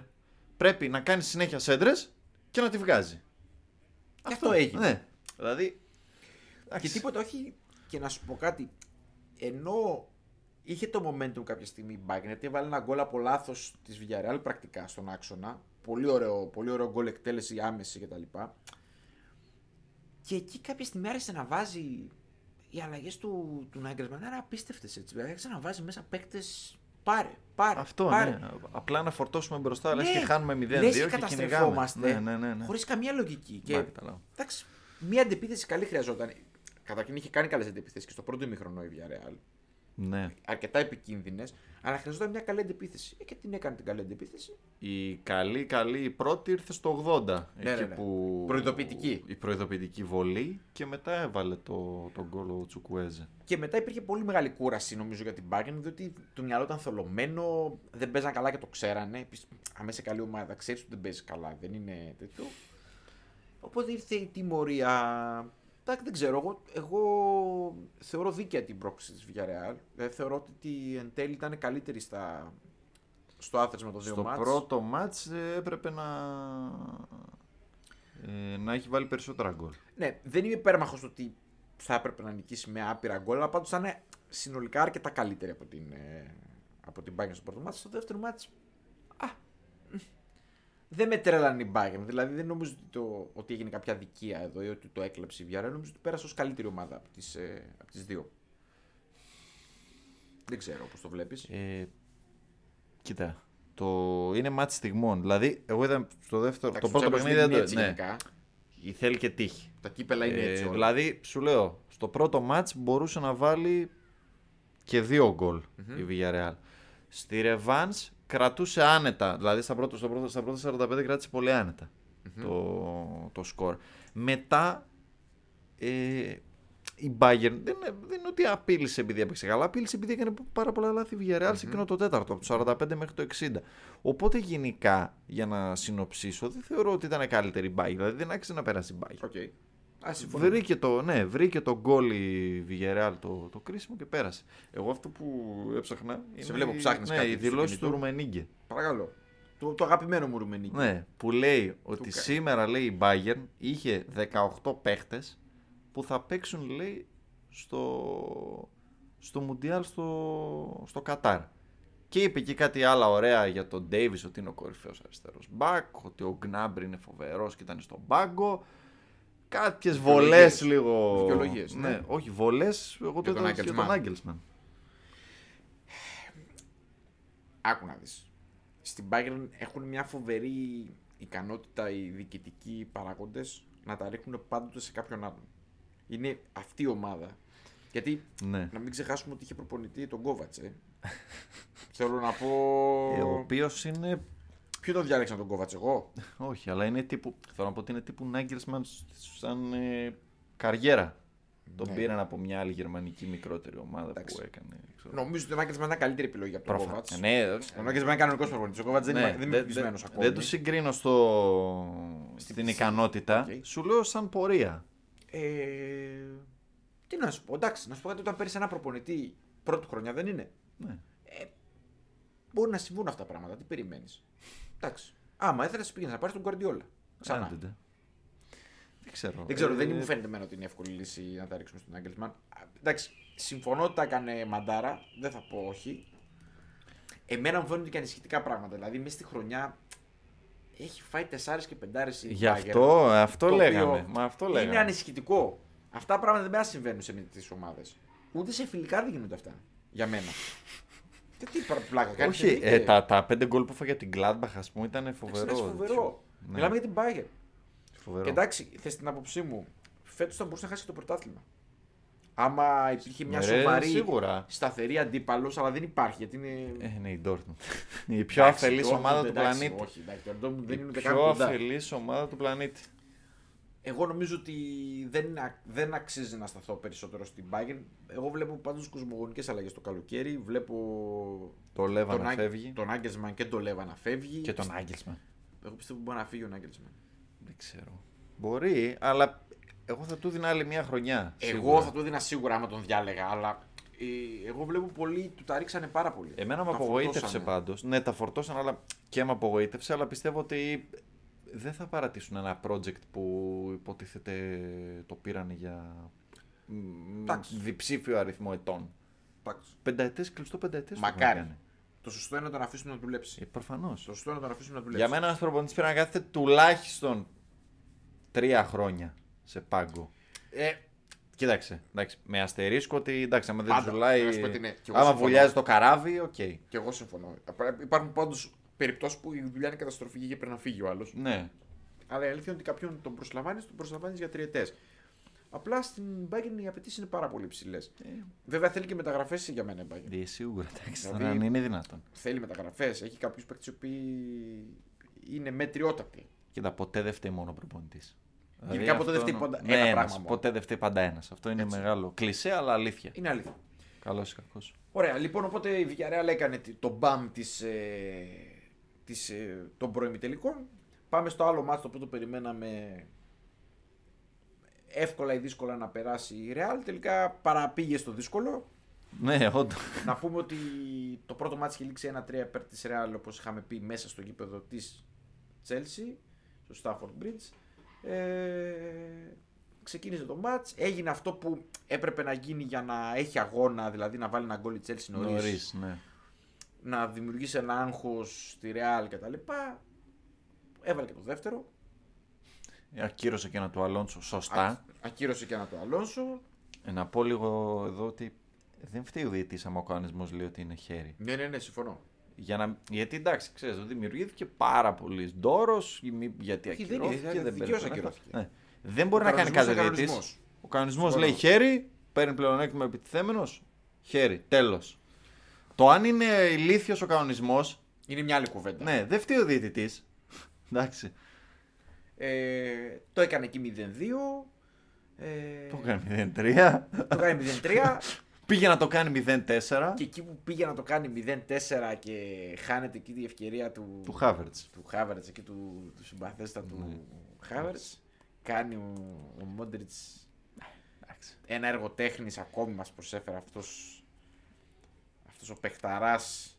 S1: πρέπει να κάνει συνέχεια σέντρες και να τη βγάζει.
S2: Και αυτό έγινε.
S1: Ναι. Δηλαδή.
S2: Και
S1: εντάξει,
S2: τίποτα, όχι. Και να σου πω κάτι. Ενώ Είχε το momentum κάποια στιγμή η Bayern γιατί έβαλε ένα γκολ από λάθος της Villarreal πρακτικά στον άξονα. Πολύ ωραίο, πολύ ωραίο γκολ εκτέλεση, άμεση κτλ. Και εκεί κάποια στιγμή άρχισε να βάζει οι αλλαγές του, του Νάγκελσμαν. Άρα απίστευτες έτσι. Δηλαδή, Άρχισε να βάζει μέσα παίκτες. Πάρε, πάρε.
S1: Αυτό,
S2: πάρε. Ναι.
S1: ναι. Απλά να φορτώσουμε μπροστά, λες και χάνουμε 0-2
S2: λες και
S1: και κυνηγάμε.
S2: καταστρεφόμαστε.
S1: Ναι, ναι, ναι. ναι.
S2: Χωρίς καμία λογική.
S1: Μα,
S2: Και,
S1: καταλάβω.
S2: εντάξει, μία αντεπίθεση καλή χρειαζόταν. Καταρχήν είχε κάνει καλές αντεπιθέσεις και στο πρώτο ημιχρονό η Villarreal.
S1: ναι.
S2: Αρκετά επικίνδυνες, αλλά χρειαζόταν μια καλή αντεπίθεση. Ε, και την έκανε την καλή αντεπίθεση.
S1: Η καλή, καλή η πρώτη ήρθε στο 80.
S2: Ναι,
S1: εκεί
S2: ναι, ναι.
S1: που...
S2: Προειδοποιητική.
S1: Η προειδοποιητική βολή και μετά έβαλε το, τον γκολ ο Τσουκουέζε.
S2: Και μετά υπήρχε πολύ μεγάλη κούραση νομίζω για την Bayern, διότι το μυαλό ήταν θολωμένο, δεν παίζαν καλά και το ξέρανε. Επίσης, Αν είσαι καλή ομάδα, ξέρεις ότι δεν παίζεις καλά, δεν είναι τέτοιο. Οπότε ήρθε η τιμωρία. Εντάξει, δεν ξέρω, εγώ, εγώ θεωρώ δίκαια την πρόκληση της Villarreal. Δηλαδή, θεωρώ ότι τη- εν τέλει ήταν καλύτερη στα, στο άθροισμα των δύο
S1: Στο
S2: μάτς.
S1: πρώτο μάτς ε, έπρεπε να... ε, να έχει βάλει περισσότερα γκολ.
S2: Ναι, δεν είμαι υπέρμαχος του ότι θα έπρεπε να νικήσει με άπειρα γκολ, αλλά πάντως ήταν συνολικά αρκετά καλύτερη από την, ε, από την Bayern στο πρώτο μάτι. Στο δεύτερο μάτι. Α. μ, Δεν με τρέλανε η Bayern. Δηλαδή δεν νομίζω ότι, το, ότι έγινε κάποια αδικία εδώ ή ότι το έκλεψε η Βιάρα. Νομίζω ότι πέρασε ως καλύτερη ομάδα από τις ε, απ' τις δύο. Δεν ξέρω πώς το βλέπεις.
S1: Ε, κοίτα, το... είναι μάτς στιγμών. Δηλαδή, εγώ είδα στο δεύτερο, το πρώτο παιχνίδι δεν το
S2: έτσι.
S1: ναι.
S2: γενικά.
S1: Ή Θέλει και τύχη.
S2: Τα κύπελα είναι
S1: Ε,
S2: έτσι. όλα.
S1: δηλαδή, σου λέω, στο πρώτο μάτς μπορούσε να βάλει και δύο γκολ η Villarreal. Στη Revans κρατούσε άνετα. Δηλαδή, στα πρώτα, στο πρώτο, στα πρώτα 45 κράτησε πολύ άνετα το, το σκορ. Μετά, ε, η Bayern δεν, δεν είναι ότι απείλησε επειδή έπαιξε καλά, απείλησε επειδή έκανε πάρα πολλά λάθη η Villarreal σε εκείνο το τέταρτο, από το 45 μέχρι το 60. Οπότε γενικά, για να συνοψίσω, δεν θεωρώ ότι ήταν καλύτερη η Bayern, δηλαδή δεν άξιζε να περάσει η Bayern.
S2: Οκ. Α, συμφωνώ.
S1: Βρήκε το, ναι, βρήκε το γκολ η Villarreal το, το κρίσιμο και πέρασε. Εγώ αυτό που έψαχνα. είναι
S2: βλέπω,
S1: η-
S2: ψάχνεις
S1: ναι,
S2: κάτι
S1: Οι
S2: στο
S1: δηλώσει
S2: κινητό.
S1: του Ρουμενίγκε.
S2: Παρακαλώ. Το, το αγαπημένο μου Ρουμενίκη.
S1: Ναι, που λέει ότι
S2: κα-
S1: σήμερα λέει η Bayern είχε 18 παίχτες που θα παίξουν λέει στο, στο Μουντιάλ στο, στο Κατάρ. Και είπε και κάτι άλλα ωραία για τον Ντέιβις ότι είναι ο κορυφαίος αριστερός μπακ, ότι ο Γκνάμπρι είναι φοβερός και ήταν στον πάγκο. Κάποιες βολές λίγο...
S2: Δικαιολογίες, ναι.
S1: όχι, βολές, εγώ το
S2: τον
S1: είδα και για τον
S2: Nagelsmann.
S1: Άγγελσμαν.
S2: Άκου να δεις. Στην Bayern έχουν μια φοβερή ικανότητα οι διοικητικοί παράγοντες να τα ρίχνουν πάντοτε σε κάποιον άλλον. Είναι αυτή η ομάδα. Γιατί
S1: Ναι.
S2: να μην ξεχάσουμε ότι είχε προπονητή τον Κόβατσε. Θέλω να πω.
S1: Ε, Ο οποίος είναι...
S2: Ποιο τον διάλεξα τον Κόβατσε, εγώ.
S1: Όχι, αλλά είναι τύπου... Θέλω να πω ότι είναι τύπου Νάγκελσμαν σαν ε, καριέρα. Τον
S2: Ναι.
S1: πήραν από μια άλλη γερμανική μικρότερη ομάδα
S2: Εντάξει.
S1: που έκανε. ξέρω.
S2: Νομίζω ότι ο Νάγκελσμαν ήταν καλύτερη επιλογή από τον
S1: Προφανώς.
S2: Κόβατς.
S1: Ναι,
S2: Ο Νάγκελσμαν είναι κανονικός προπονητής. Ο Κόβατς δεν,
S1: ναι,
S2: είμαι- δεν είμαι
S1: δεν-
S2: πεπισμένος
S1: δεν-
S2: ακόμη.
S1: Δεν τους συγκρίνω στο... στην ικανότητα.
S2: Οκ.
S1: Σου λέω σαν πορεία.
S2: Ε, τι να σου πω, εντάξει, να σου πω κάτι όταν παίρνει ένα προπονητή πρώτη χρονιά δεν είναι. Ε,
S1: Ναι.
S2: Μπορεί να συμβούν αυτά τα πράγματα, τι περιμένεις. Εντάξει. Άμα ήθελε, πήγαινε να πάρεις τον Guardiola. Ξανά.
S1: Άντε, ντε. Δεν ξέρω.
S2: Δεν ξέρω, δεν
S1: Ε,
S2: μου φαίνεται εμένα ότι είναι εύκολη λύση να τα ρίξουμε στον Άγγελσμαν. Α, Εντάξει, συμφωνώ ότι τα έκανε μαντάρα, δεν θα πω όχι. Εμένα μου φαίνονται και ανησυχητικά πράγματα. Δηλαδή, μέσα στη χρονιά έχει φάει 4 και 5 η
S1: Γι'
S2: Bayern,
S1: αυτό, ε, αυτό
S2: το
S1: λέγαμε.
S2: οποίο
S1: Μα αυτό
S2: Είναι
S1: λέγαμε.
S2: ανησυχητικό. Αυτά τα πράγματα δεν πρέπει να συμβαίνουν σε τις ομάδες. Ούτε σε φιλικά δεν γίνονται αυτά. Για μένα. Και τι πρα- πλάκα κάνει.
S1: Όχι, ε, τα, τα πέντε γκολ που έφαγε από την Gladbach, ας πούμε, ήταν φοβερό.
S2: φοβερό. φοβερό.
S1: Ναι.
S2: Μιλάμε για την Bayern.
S1: Φοβερό.
S2: Και εντάξει, θες την άποψή μου. Φέτος θα μπορούσε να χάσει και το πρωτάθλημα. Άμα υπήρχε μια
S1: Ναι, Ρε,
S2: σοβαρή
S1: σίγουρα.
S2: σταθερή αντίπαλος, αλλά δεν υπάρχει γιατί είναι.
S1: Ε, ναι, η Dortmund. η πιο αφελής ομάδα του πλανήτη.
S2: Όχι, εντάξει, το Dortmund δεν είναι ούτε
S1: η
S2: καν
S1: πιο
S2: κοντά.
S1: αφελής ομάδα του πλανήτη.
S2: Εγώ νομίζω ότι δεν, α- δεν αξίζει να σταθώ περισσότερο στην Bayern. Εγώ βλέπω πάντως κοσμογονικές αλλαγές το καλοκαίρι. Βλέπω
S1: Το Λέβα να
S2: Άγγ-
S1: φεύγει.
S2: τον Άγκελσμαν και τον Λέβα να φεύγει.
S1: Και τον Άγγελσμαν.
S2: Εγώ πιστεύω μπορεί να φύγει ο Άγκελσμαν.
S1: Δεν ξέρω. Μπορεί, αλλά εγώ θα του δίνω άλλη μια χρονιά.
S2: Εγώ
S1: σίγουρα.
S2: θα του έδινα σίγουρα άμα τον διάλεγα, αλλά ε, εγώ βλέπω πολύ, του τα ρίξανε πάρα πολύ.
S1: Εμένα με
S2: Τα
S1: απογοήτευσε
S2: φορτώσανε.
S1: πάντως. Ναι, τα φορτώσαν αλλά και με απογοήτευσε, αλλά πιστεύω ότι δεν θα παρατήσουν ένα project που υποτίθεται το πήραν για μ,
S2: Εντάξει.
S1: διψήφιο αριθμό ετών.
S2: Τάκτος.
S1: Πενταετές, κλειστό πενταετές.
S2: Μακάρι. Το σωστό είναι να τον αφήσουμε να
S1: Ε,
S2: δουλέψει.
S1: Προφανώς.
S2: Το σωστό είναι να τον αφήσουμε να δουλέψει.
S1: Για μένα ένα προπονητή πρέπει να κάθεται τουλάχιστον τρία χρόνια σε πάγκο.
S2: Ε,
S1: Κοίταξε. Εντάξει, με αστερίσκο ότι εντάξει, άμα δεν
S2: Πάντα,
S1: ζουλάει.
S2: να σου πω τι είναι. Κι εγώ
S1: Άμα
S2: συμφωνώ.
S1: βουλιάζει το καράβι, οκ. Ναι.
S2: και εγώ συμφωνώ. Υπάρχουν πάντως περιπτώσεις που η δουλειά είναι καταστροφική και πρέπει να φύγει ο άλλος.
S1: Ναι.
S2: Αλλά η αλήθεια είναι ότι κάποιον τον προσλαμβάνεις, τον προσλαμβάνεις για τριετές. Απλά στην Bayern οι απαιτήσεις είναι πάρα πολύ ψηλές. Βέβαια θέλει και μεταγραφές για μένα η Bayern.
S1: Ε, Σίγουρα, εντάξει.
S2: Δηλαδή-
S1: τώρα Αν είναι δυνατόν.
S2: Θέλει μεταγραφές. Έχει κάποιους παίκτες οι οποίοι είναι μετριότατοι.
S1: Κοίτα, ποτέ δεν φταίει μόνο ο Δηλαδή, προπονητή.
S2: ποτέ δεν φταίει πάντα ένα πράγμα μόνο.
S1: Ναι, Ποτέ δεν φταίει πάντα ένας. Αυτό είναι μεγάλο. Κλεισέ, αλλά αλήθεια.
S2: Είναι αλήθεια.
S1: Καλός ή κακός.
S2: Ωραία, λοιπόν, οπότε η Villarreal έκανε τη- το μπαμ της, ε, της, ε, των προημιτελικών. Πάμε στο άλλο μάτς το οποίο το περιμέναμε εύκολα ή δύσκολα να περάσει η Real. Τελικά παραπήγε στο δύσκολο.
S1: Ναι, όντως.
S2: να πούμε ότι το πρώτο μάτς είχε λήξει 1-3 υπέρ της Real όπως είχαμε πει μέσα στο γήπεδο της Chelsea στο Stafford Bridge. Ε, ξεκίνησε το μάτς, έγινε αυτό που έπρεπε να γίνει για να έχει αγώνα, δηλαδή να βάλει ένα γκολ η Chelsea νωρίς,
S1: Νωρίς, ναι.
S2: να δημιουργήσει ένα άγχος στη Real κτλ. Έβαλε και το δεύτερο,
S1: Ε, Ακύρωσε και ένα του Αλόνσο.
S2: Α,
S1: Σωστά.
S2: ακύρωσε και ένα το Αλόνσο.
S1: Ε, Να πω λίγο εδώ ότι δεν φταίει ο διαιτής άμα ο κανονισμός λέει ότι είναι χέρι.
S2: Ναι, ναι, ναι, συμφωνώ.
S1: Για να... Γιατί εντάξει, ξέρεις, δημιουργήθηκε πάρα πολύς ντόρος. Γιατί
S2: Όχι, δεν
S1: ακυρώθηκε.
S2: είναι, δεν
S1: δεν,
S2: δικαίως
S1: παίρνει
S2: ακυρώθηκε.
S1: πλεονέκτημα. Ναι. δεν μπορεί να κάνει κάτι ο διαιτή.
S2: κανονισμός είναι κανονισμός.
S1: Ο κανονισμός
S2: Συμφωνώ.
S1: λέει χέρι, παίρνει πλεονέκτημα επιτιθέμενος, χέρι. Τέλος. Το αν είναι ηλίθιος ο κανονισμός,
S2: Είναι μια άλλη κουβέντα.
S1: ναι, δεν φταίει ο διαιτητής. εντάξει,
S2: Ε, το έκανε εκεί 0-2. Ε,
S1: το κάνει 0-3.
S2: το κάνει 0-3.
S1: Πήγε να το κάνει 0-4
S2: και εκεί που πήγε να το κάνει 0-4 και χάνεται εκεί η ευκαιρία του,
S1: του Χάβερτς.
S2: του Χάβερτς, εκεί του, του συμπαθέστα του Χάβερτς, κάνει ο, ο Μόντριτς ένα έργο τέχνης ακόμη μας προσέφερε αυτός, αυτός ο παιχταράς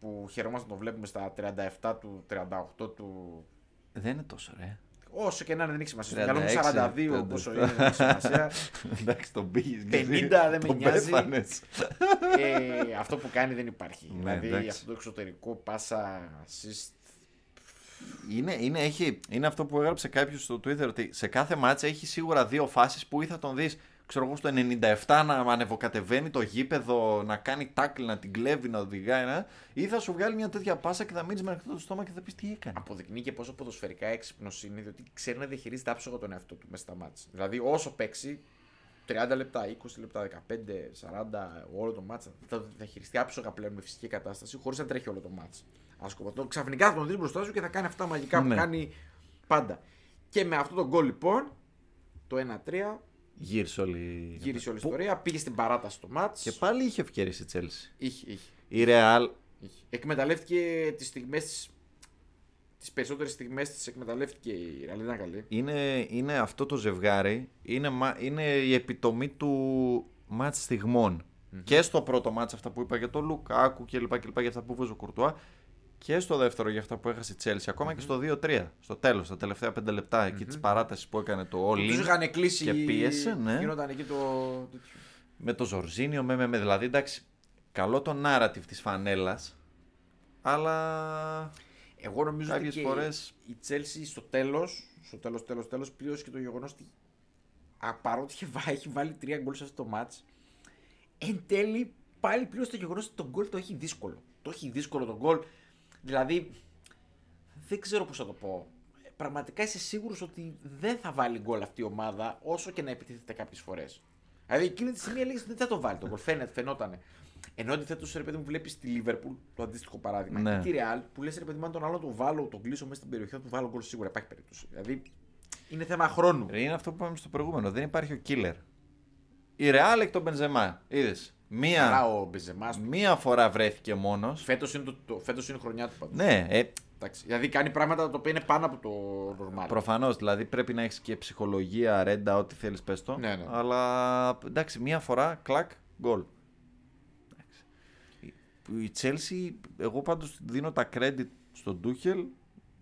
S2: που χαιρόμαστε να τον βλέπουμε στα 37 του, 38 του,
S1: Δεν είναι τόσο ρε.
S2: όσο και να είναι δεν έχει σημασία. Στο μυαλό μου 42
S1: 36,
S2: πόσο είναι δεν έχει σημασία.
S1: Εντάξει, τον πήγες.
S2: 50 δεν με νοιάζει.
S1: Πέθανες.
S2: ε, αυτό που κάνει δεν υπάρχει.
S1: Ναι,
S2: δηλαδή
S1: εντάξει.
S2: αυτό το εξωτερικό πάσα assist.
S1: Είναι, είναι, έχει, είναι αυτό που έγραψε κάποιος στο Twitter ότι σε κάθε μάτσα έχει σίγουρα δύο φάσεις που ή θα τον δεις. Ξέρω εγώ στο 97 να ανεβοκατεβαίνει το γήπεδο, να κάνει τάκλι, να την κλέβει, να οδηγάει. Να, ή θα σου βγάλει μια τέτοια πάσα και θα μείνεις με ανοιχτό το στόμα και θα πεις τι έκανε.
S2: Αποδεικνύει και πόσο ποδοσφαιρικά έξυπνος είναι, διότι ξέρει να διαχειρίζεται άψογα τον εαυτό του μέσα στα μάτς. Δηλαδή, όσο παίξει, 30 λεπτά, 20 λεπτά, 15, 40, όλο το μάτς, θα το διαχειριστεί άψογα πλέον με φυσική κατάσταση, χωρίς να τρέχει όλο το μάτς. Ασκοπατό. Ξαφνικά θα τον δει μπροστά σου και θα κάνει αυτά τα μαγικά
S1: Ναι.
S2: που κάνει πάντα. Και με αυτό τον γκολ λοιπόν, το 1-3,
S1: Γύρισε όλη.
S2: γύρισε όλη η
S1: Που-
S2: ιστορία, πήγε στην παράταση το μάτς.
S1: Και πάλι είχε ευκαιρίες η Chelsea.
S2: Είχε, είχε.
S1: Η Real
S2: Είχε. Εκμεταλλεύτηκε τις στιγμές της. Τις περισσότερες στιγμές της εκμεταλλεύτηκε η Ραλή. Ήταν καλή.
S1: είναι, είναι αυτό το ζευγάρι, είναι, μα- είναι η επιτομή του μάτς στιγμών. Και στο πρώτο μάτς αυτά που είπα για τον Λουκάκου και λοιπά και λοιπά για αυτά που βάζει ο Κουρτουά και στο δεύτερο για αυτά που έχασε η Chelsea, ακομα και στο 2-3, στο τέλος, τα τελευταία 5 λεπτα εκεί της παράτασης που έκανε το all
S2: Τους
S1: in
S2: είχαν κλείσει.
S1: και πίεσε, ναι.
S2: Γινόταν εκεί το. τέτοιο.
S1: με το Ζορζίνιο, με, με, με, δηλαδή εντάξει, καλό το narrative της φανέλας, αλλά
S2: Εγώ νομίζω
S1: Κάποιες
S2: ότι και
S1: φορές-
S2: η Τσέλσι στο τέλος, στο τέλος, τέλος, τέλος, πλήρωσε και το γεγονός ότι α, παρότι είχε βά- έχει βάλει τρία γκολ σε αυτό το match, εν τέλει πάλι πλήρωσε το γεγονός ότι το γκολ το έχει δύσκολο. Το έχει δύσκολο το γκολ. Δηλαδή, δεν ξέρω πώς θα το πω. Ε, Πραγματικά είσαι σίγουρος ότι δεν θα βάλει γκολ αυτή η ομάδα όσο και να επιτίθεται κάποιες φορές. Δηλαδή, εκείνη τη στιγμή έλεγες ότι δεν θα το βάλει το γκολ. Φαίνεται, φαινότανε. Ενώ αντιθέτως, ρε παιδί μου, βλέπεις τη Λίβερπουλ, το αντίστοιχο παράδειγμα,
S1: Ναι.
S2: και τη Ρεάλ, που λες ρε παιδί μου, αν τον άλλο τον βάλω, τον κλείσω μέσα στην περιοχή, θα του βάλω γκολ σίγουρα. Υπάρχει περίπτωση. Δηλαδή, είναι θέμα χρόνου.
S1: Ρε, Είναι αυτό που είπαμε στο προηγούμενο. Δεν υπάρχει ο killer. Η Real έχει τον Μπενζεμά. Είδες.
S2: Καλά,
S1: Μία,
S2: ο Μπεζεμά.
S1: μία φορά βρέθηκε μόνος.
S2: Φέτος είναι, το, το, φέτος είναι η χρονιά του πάντως.
S1: Ναι, ε,
S2: Δηλαδή, κάνει πράγματα τα οποία είναι πάνω από το normal.
S1: προφανώς. Δηλαδή πρέπει να έχεις και ψυχολογία, ρέντα, ό,τι θέλεις, πες το.
S2: Ναι, ναι.
S1: Αλλά εντάξει, μία φορά κλακ, γκολ. Εντάξει. Η- Η Chelsea, εγώ πάντως δίνω τα credit στον Ντούχελ,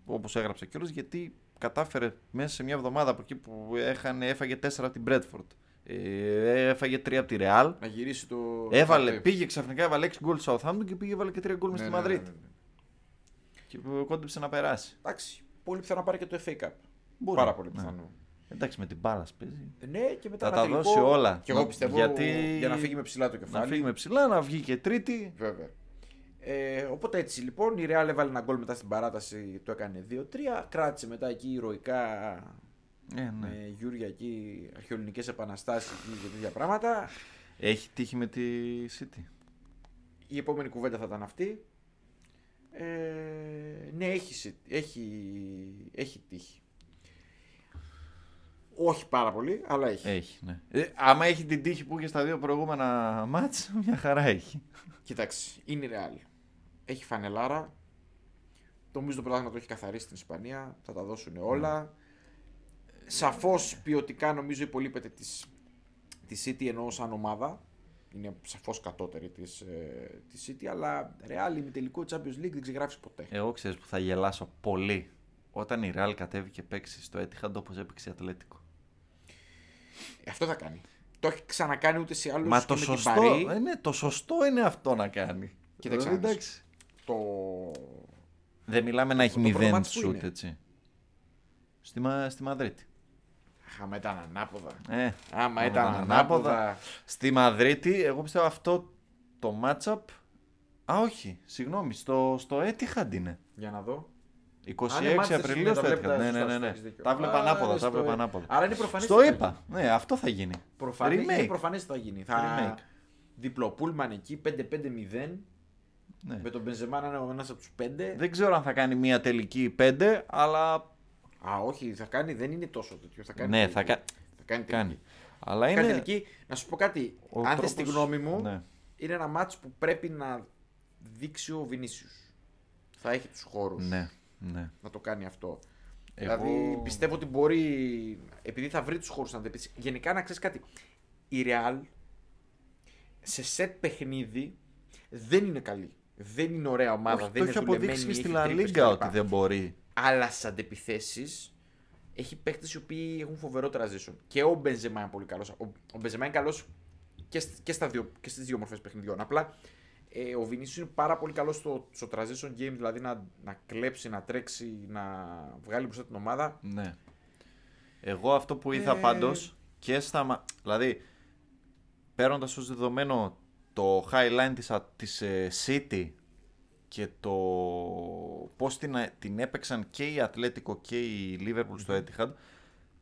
S1: όπω έγραψα κιόλα, γιατί κατάφερε μέσα σε μια εβδομάδα από εκεί που έχανε, έφαγε 4 από την Brentford. Ε, έφαγε 3 από τη Real.
S2: Να γυρίσει το.
S1: Έβαλε,
S2: Λουκάκου.
S1: πήγε ξαφνικά, έβαλε 6 γκολ στο Southampton και πήγε, έβαλε και 3 γκολ μες
S2: Ναι,
S1: στη
S2: ναι, ναι,
S1: Μαδρίτη.
S2: ναι, ναι.
S1: Και κόντεψε να περάσει.
S2: Εντάξει. Πολύ πιθανό να πάρει και το FA Cup.
S1: Μπορεί.
S2: Πάρα πολύ
S1: Ναι.
S2: πιθανό.
S1: Εντάξει, με την μπάλα παίζει.
S2: Ναι, και μετά
S1: Θα
S2: ένα
S1: τα
S2: τελικό.
S1: δώσει όλα.
S2: Και εγώ
S1: Να-
S2: πιστεύω
S1: γιατί-
S2: για να φύγει με ψηλά το
S1: Να
S2: κεφάλι.
S1: φύγει με ψηλά, να βγει και τρίτη.
S2: Βέβαια. Ε, οπότε έτσι λοιπόν η Real έβαλε ένα γκολ μετά στην παράταση, το έκανε 2-3. Κράτησε μετά εκεί ηρωικά
S1: Ε, ναι.
S2: με Γιούρια εκεί αρχαιολινικές επαναστάσεις εκεί και τέτοια πράγματα.
S1: Έχει τύχει με τη City.
S2: Η επόμενη κουβέντα θα ήταν αυτή. Ε, ναι, έχει, συ- έχει, έχει τύχη. Όχι πάρα πολύ, αλλά έχει.
S1: Έχει, ναι. Ε, άμα έχει την τύχη που είχε στα δύο προηγούμενα μάτς, μια χαρά έχει.
S2: Κοιτάξτε, είναι η Real. Έχει φανελάρα. Νομίζω το πρωτάθλημα το έχει καθαρίσει στην Ισπανία. Θα τα δώσουν όλα. Σαφώς ποιοτικά νομίζω υπολείπεται της της City ενώ σαν ομάδα. Είναι σαφώς κατώτερη της της City, αλλά Real με τελικό Champions League δεν ξεγράφεις ποτέ.
S1: Εγώ ξέρεις που θα γελάσω πολύ όταν η Real κατέβηκε και παίξει στο Etihad όπως έπαιξε η Ατλέτικο.
S2: Αυτό θα κάνει. Το έχει ξανακάνει ούτε σε άλλους
S1: Μα το
S2: με την
S1: σωστό,
S2: Παρή.
S1: ε, ναι, το σωστό είναι αυτό να κάνει.
S2: Κοίταξε
S1: Δηλαδή,
S2: να δεις.
S1: εντάξει.
S2: Το...
S1: Δεν μιλάμε να έχει
S2: πρώτο
S1: μηδέν
S2: μάτς που
S1: σουτ,
S2: είναι?
S1: έτσι. Στη, Μα- στη Μαδρίτη.
S2: Άμα ήταν ανάποδα.
S1: Ε,
S2: Άμα ήταν ανάποδα.
S1: Στη Μαδρίτη, εγώ πιστεύω αυτό το matchup. Α, όχι, συγγνώμη, στο, στο Etihad είναι.
S2: Για να δω.
S1: 26
S2: Α, ναι, μάλιστα,
S1: Απριλίου στο
S2: τα βλέπετε
S1: Etihad. Ναι, ναι,
S2: σωστά,
S1: ναι.
S2: σωστά,
S1: ναι.
S2: έχεις δίκιο.
S1: Τα βλέπα
S2: Α,
S1: ανάποδα.
S2: ρε,
S1: Τα
S2: στο
S1: βλέπα
S2: ε-
S1: ανάποδα.
S2: Άρα είναι προφανέ.
S1: Στο είπα. Ναι, αυτό θα γίνει.
S2: Προφανέ
S1: Remake.
S2: είναι προφανές ότι θα γίνει. Θα...
S1: Remake.
S2: Διπλό πούλμαν εκεί, 5-5-0.
S1: Ναι.
S2: Με τον Μπενζεμά να είναι ο ένας από τους 5.
S1: Δεν ξέρω αν θα κάνει μία τελική 5, αλλά.
S2: Α, όχι, θα κάνει, δεν είναι τόσο τέτοιο. Θα κάνει
S1: Ναι,
S2: τελική.
S1: θα κα-
S2: θα κάνει. τελική.
S1: κάνει. Αλλά
S2: Θα κάνει
S1: είναι.
S2: τελική. Να σου πω κάτι.
S1: ο
S2: Αν
S1: τρόπος-
S2: θες τη γνώμη μου,
S1: Ναι.
S2: είναι ένα μάτς που πρέπει να δείξει ο Βινίσιους. Θα έχει τους χώρους
S1: Ναι, ναι.
S2: να το κάνει αυτό.
S1: Εγώ-
S2: Δηλαδή πιστεύω ότι μπορεί, επειδή θα βρει τους χώρους να αντεπίσει. Γενικά να ξέρεις κάτι, η Real σε σετ παιχνίδι δεν είναι καλή. Δεν είναι ωραία ομάδα,
S1: Όχι,
S2: δεν
S1: το έχει
S2: είναι
S1: αποδείξει και
S2: δουλεμένη,
S1: στη
S2: έχει
S1: La
S2: τρύπες
S1: Liga
S2: κλπ.
S1: ότι δεν μπορεί.
S2: Αλλά στι αντεπιθέσει έχει παίχτε οι οποίοι έχουν φοβερό transition. Και ο Μπενζεμά είναι πολύ καλός. Ο, ο Μπενζεμά είναι καλός και, σ- και, στα δύο, και στις δύο μορφές παιχνιδιών. Απλά ε, ο Βινίσιο είναι πάρα πολύ καλός στο, στο transition game, δηλαδή να, να κλέψει, να τρέξει, να βγάλει μπροστά την ομάδα.
S1: Ναι. Εγώ αυτό που είδα
S2: Ε.
S1: πάντως και στα. μα- Δηλαδή, παίρνοντας ως δεδομένο το highline της, α- της ε, City και το πώς την, α- την έπαιξαν και η Ατλέτικο και η Liverpool στο Etihad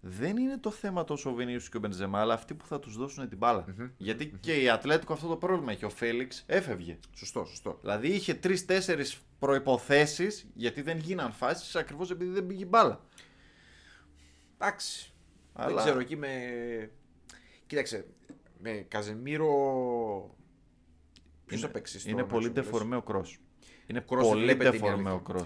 S1: δεν είναι το θέμα τόσο ο Βινίσιους και ο Μπενζεμά αλλά αυτοί που θα τους δώσουν την μπαλα γιατί και η Ατλέτικο αυτό το πρόβλημα είχε ο Φέλιξ έφευγε
S2: Σωστό, σωστό.
S1: Δηλαδή είχε τρει-τέσσερι προποθέσει γιατί δεν γίναν φάσεις ακριβώς επειδή δεν πήγε μπάλα.
S2: Εντάξει. Δεν
S1: Αλλά-
S2: ξέρω, εκεί με. Κοίταξε, με Καζεμίρο. Ποιος θα παίξει. στον
S1: είναι πολύ
S2: άξονα, λες?
S1: ντεφορμέ ο κρό. Είναι
S2: Kroos δεν
S1: πολύ
S2: βλέπετε, είναι
S1: ντεφορμέ ο
S2: αλήθεια.
S1: κρό.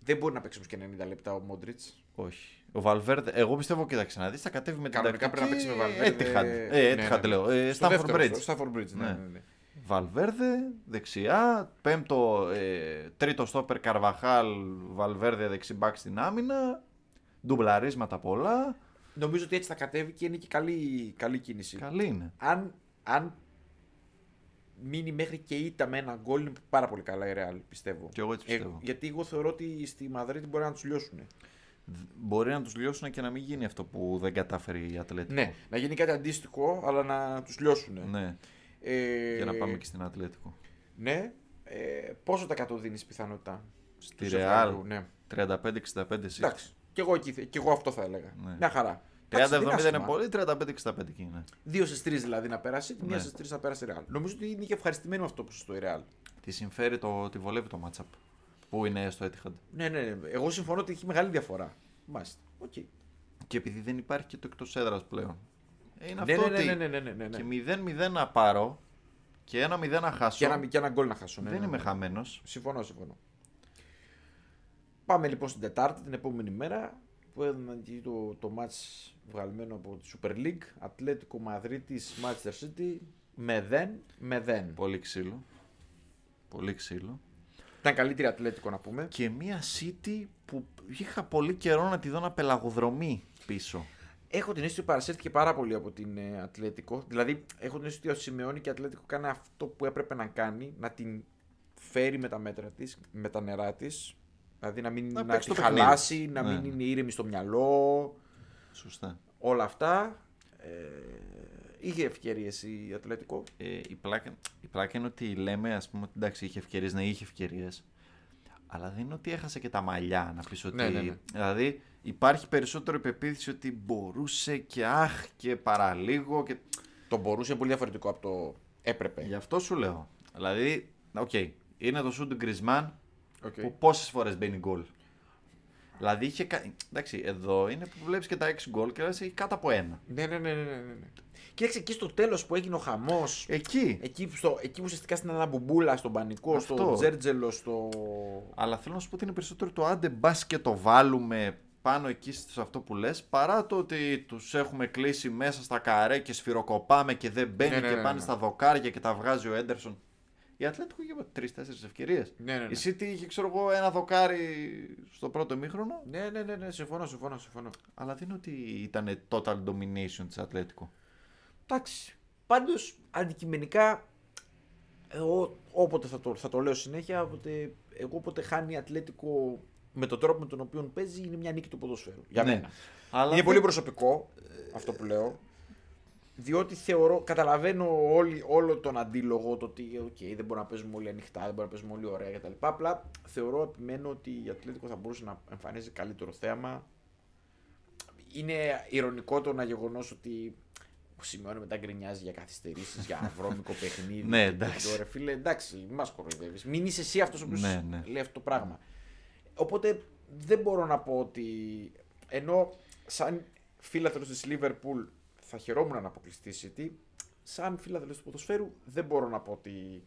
S2: Δεν μπορεί να παίξει όμως και 90 λεπτά ο Μόντριτ.
S1: Όχι. Ο Βαλβέρδε, εγώ πιστεύω, κοίταξε να δεις, θα κατέβει με την
S2: Κανονικά
S1: τακτική.
S2: πρέπει να παίξει με Βαλβέρδε.
S1: Etihad. Ε, Etihad λέω. Ε,
S2: Ναι, Στο
S1: Stamford
S2: δεύτερο,
S1: Bridge.
S2: στο Stamford Bridge, ναι,
S1: Ναι.
S2: ναι, ναι.
S1: Βαλβέρδε δεξιά, πέμπτο, ε, τρίτο στόπερ Καρβαχάλ, Βαλβέρδε δεξιμπάκ στην άμυνα, ντουμπλαρίσματα πολλά.
S2: Νομίζω ότι έτσι θα κατέβει και είναι και καλή, καλή κίνηση.
S1: Καλή είναι.
S2: Αν, αν μείνει μέχρι και ήττα με ένα γκολ είναι πάρα πολύ καλά η Real, πιστεύω. Ε,
S1: Κι εγώ έτσι πιστεύω.
S2: γιατί εγώ θεωρώ ότι στη Μαδρίτη μπορεί να τους λιώσουν.
S1: Μπορεί να τους λιώσουν και να μην γίνει αυτό που δεν κατάφερε η Ατλέτικο.
S2: Ναι, να γίνει κάτι αντίστοιχο, αλλά να τους λιώσουν.
S1: Ναι,
S2: Ε,
S1: για να πάμε και στην Ατλέτικο.
S2: Ναι. Ε, πόσο τα 100 δίνεις πιθανότητα
S1: Στη
S2: στους
S1: Ρεάλ
S2: Ευρωπαίους, Ναι.
S1: 35-65
S2: Εντάξει. Και εγώ, εκεί- κι εγώ αυτό θα έλεγα.
S1: Ναι.
S2: Μια χαρά. Εντάξει, δεν
S1: 30-70 είναι
S2: άσχημα.
S1: πολύ, 35-65 εκεί είναι.
S2: Δύο στι τρεις δηλαδή να πέρασει, μία
S1: Ναι.
S2: στι τρεις να πέρασε η Real. Νομίζω ότι είναι και ευχαριστημένο με αυτό που στο η Real.
S1: Τη συμφέρει το ότι βολεύει το matchup που είναι στο Etihad.
S2: Ναι, ναι, ναι. Εγώ συμφωνώ ότι έχει μεγάλη διαφορά. Μάλιστα. Οκ.
S1: Και επειδή δεν υπάρχει και το εκτός έδρας πλέον. Ε, Είναι
S2: Ναι,
S1: αυτό
S2: ναι,
S1: ότι
S2: ναι, ναι, ναι, ναι, ναι, ναι.
S1: και 0-0 να πάρω και 1-0 να χάσω.
S2: Και ένα, και ένα γκολ να χάσω. ναι,
S1: Δεν
S2: ναι,
S1: είμαι
S2: ναι.
S1: χαμένος.
S2: Συμφωνώ, συμφωνώ. Πάμε λοιπόν στην Τετάρτη, την επόμενη μέρα, που έδιναν και το, το μάτς βγαλμένο από τη Super League. Ατλέτικο Μαδρίτης, Manchester City, με δεν, με δεν.
S1: Πολύ ξύλο. Πολύ ξύλο.
S2: Ήταν καλύτερη Ατλέτικο να πούμε.
S1: Και μια City που είχα πολύ καιρό να τη δω να πελαγοδρομεί πίσω.
S2: Έχω την αίσθηση ότι παρασύρθηκε πάρα πολύ από την ε, Ατλέτικο. Δηλαδή, έχω την αίσθηση ότι ο Σιμεώνη και η Ατλέτικο κάνει αυτό που έπρεπε να κάνει, να την φέρει με τα μέτρα της, με τα νερά της. Δηλαδή, να μην
S1: Να
S2: να
S1: παίξεις
S2: τη
S1: το παιχνίδι.
S2: χαλάσει, να
S1: Ναι,
S2: μην
S1: ναι.
S2: είναι ήρεμη στο μυαλό.
S1: Σωστά.
S2: Όλα αυτά. Ε, είχε ευκαιρίες η Ατλέτικο.
S1: Ε, η, πλάκα, η πλάκα είναι ότι λέμε, ας πούμε, ότι εντάξει, είχε ευκαιρίες, ναι, είχε ευκαιρίες. Αλλά δεν είναι ότι έχασε και τα μαλλιά να πεις ότι.
S2: Ναι, ναι, ναι.
S1: Δηλαδή υπάρχει περισσότερο υπεποίθηση ότι μπορούσε και αχ και παραλίγο. Και...
S2: Το μπορούσε είναι πολύ διαφορετικό από το έπρεπε.
S1: Γι' αυτό σου λέω. Δηλαδή, οκ, είναι το σου του Γκρισμάν
S2: Οκ.
S1: που πόσες φορές μπαίνει γκολ. Δηλαδή είχε. κα- Εντάξει, εδώ είναι που βλέπεις και τα 6 γκολ και λες έχει κάτω από ένα.
S2: Ναι, ναι, ναι, ναι, ναι, ναι. Κοίταξε εκεί στο τέλος που έγινε ο χαμός.
S1: Εκεί.
S2: Εκεί, που στο, εκεί που ουσιαστικά στην αναμπουμπούλα, στον πανικό, στο
S1: Αυτό.
S2: τζέρτζελο, στο.
S1: Αλλά θέλω να σου πω ότι είναι περισσότερο το άντε μπας και το βάλουμε πάνω εκεί σε αυτό που λες παρά το ότι τους έχουμε κλείσει μέσα στα καρέ και σφυροκοπάμε και δεν μπαίνει
S2: Ναι, ναι,
S1: και
S2: ναι,
S1: πάνε
S2: ναι.
S1: στα δοκάρια και τα βγάζει ο Έντερσον. Η Ατλέτικο είχε τρει-τέσσερι ευκαιρίες.
S2: Ναι, ναι, ναι.
S1: Η City είχε, ξέρω εγώ, ένα δοκάρι στο πρώτο μήχρονο,
S2: Ναι, ναι, ναι, ναι, συμφωνώ, συμφωνώ, συμφωνώ.
S1: αλλά δεν είναι ότι ήταν total domination της Ατλέτικο.
S2: Εντάξει. Πάντως, αντικειμενικά, εγώ όποτε θα το, θα το λέω συνέχεια, όποτε, εγώ όποτε χάνει η Ατλέτικο με τον τρόπο με τον οποίο παίζει, είναι μια νίκη του ποδοσφαίρου.
S1: Ναι.
S2: Για μένα.
S1: Αλλά
S2: είναι
S1: δεν-
S2: πολύ προσωπικό αυτό που λέω. Διότι θεωρώ, καταλαβαίνω όλοι, όλο τον αντίλογο το ότι οκ, δεν μπορούμε να παίζουμε όλοι ανοιχτά, δεν μπορούμε να παίζουμε όλοι ωραία κτλ. Απλά θεωρώ, επιμένω ότι η Ατλέτικο θα μπορούσε να εμφανίζει καλύτερο θέαμα. Είναι ηρωνικό το να γεγονός ότι ο Σιμεώνε μετά γκρινιάζει για καθυστερήσεις, για βρώμικο παιχνίδι.
S1: Ναι,
S2: και
S1: εντάξει.
S2: τέτοιο. Ρε φίλε, εντάξει, μας κοροϊδεύεις. Μην είσαι εσύ αυτός ο οποίος
S1: Ναι, ναι.
S2: λέει αυτό το πράγμα. Οπότε δεν μπορώ να πω ότι ενώ σαν φίλαθλος της Liverpool θα χαιρόμουν να αποκλειστεί η City, σαν φίλαθλος του ποδοσφαίρου δεν μπορώ να πω ότι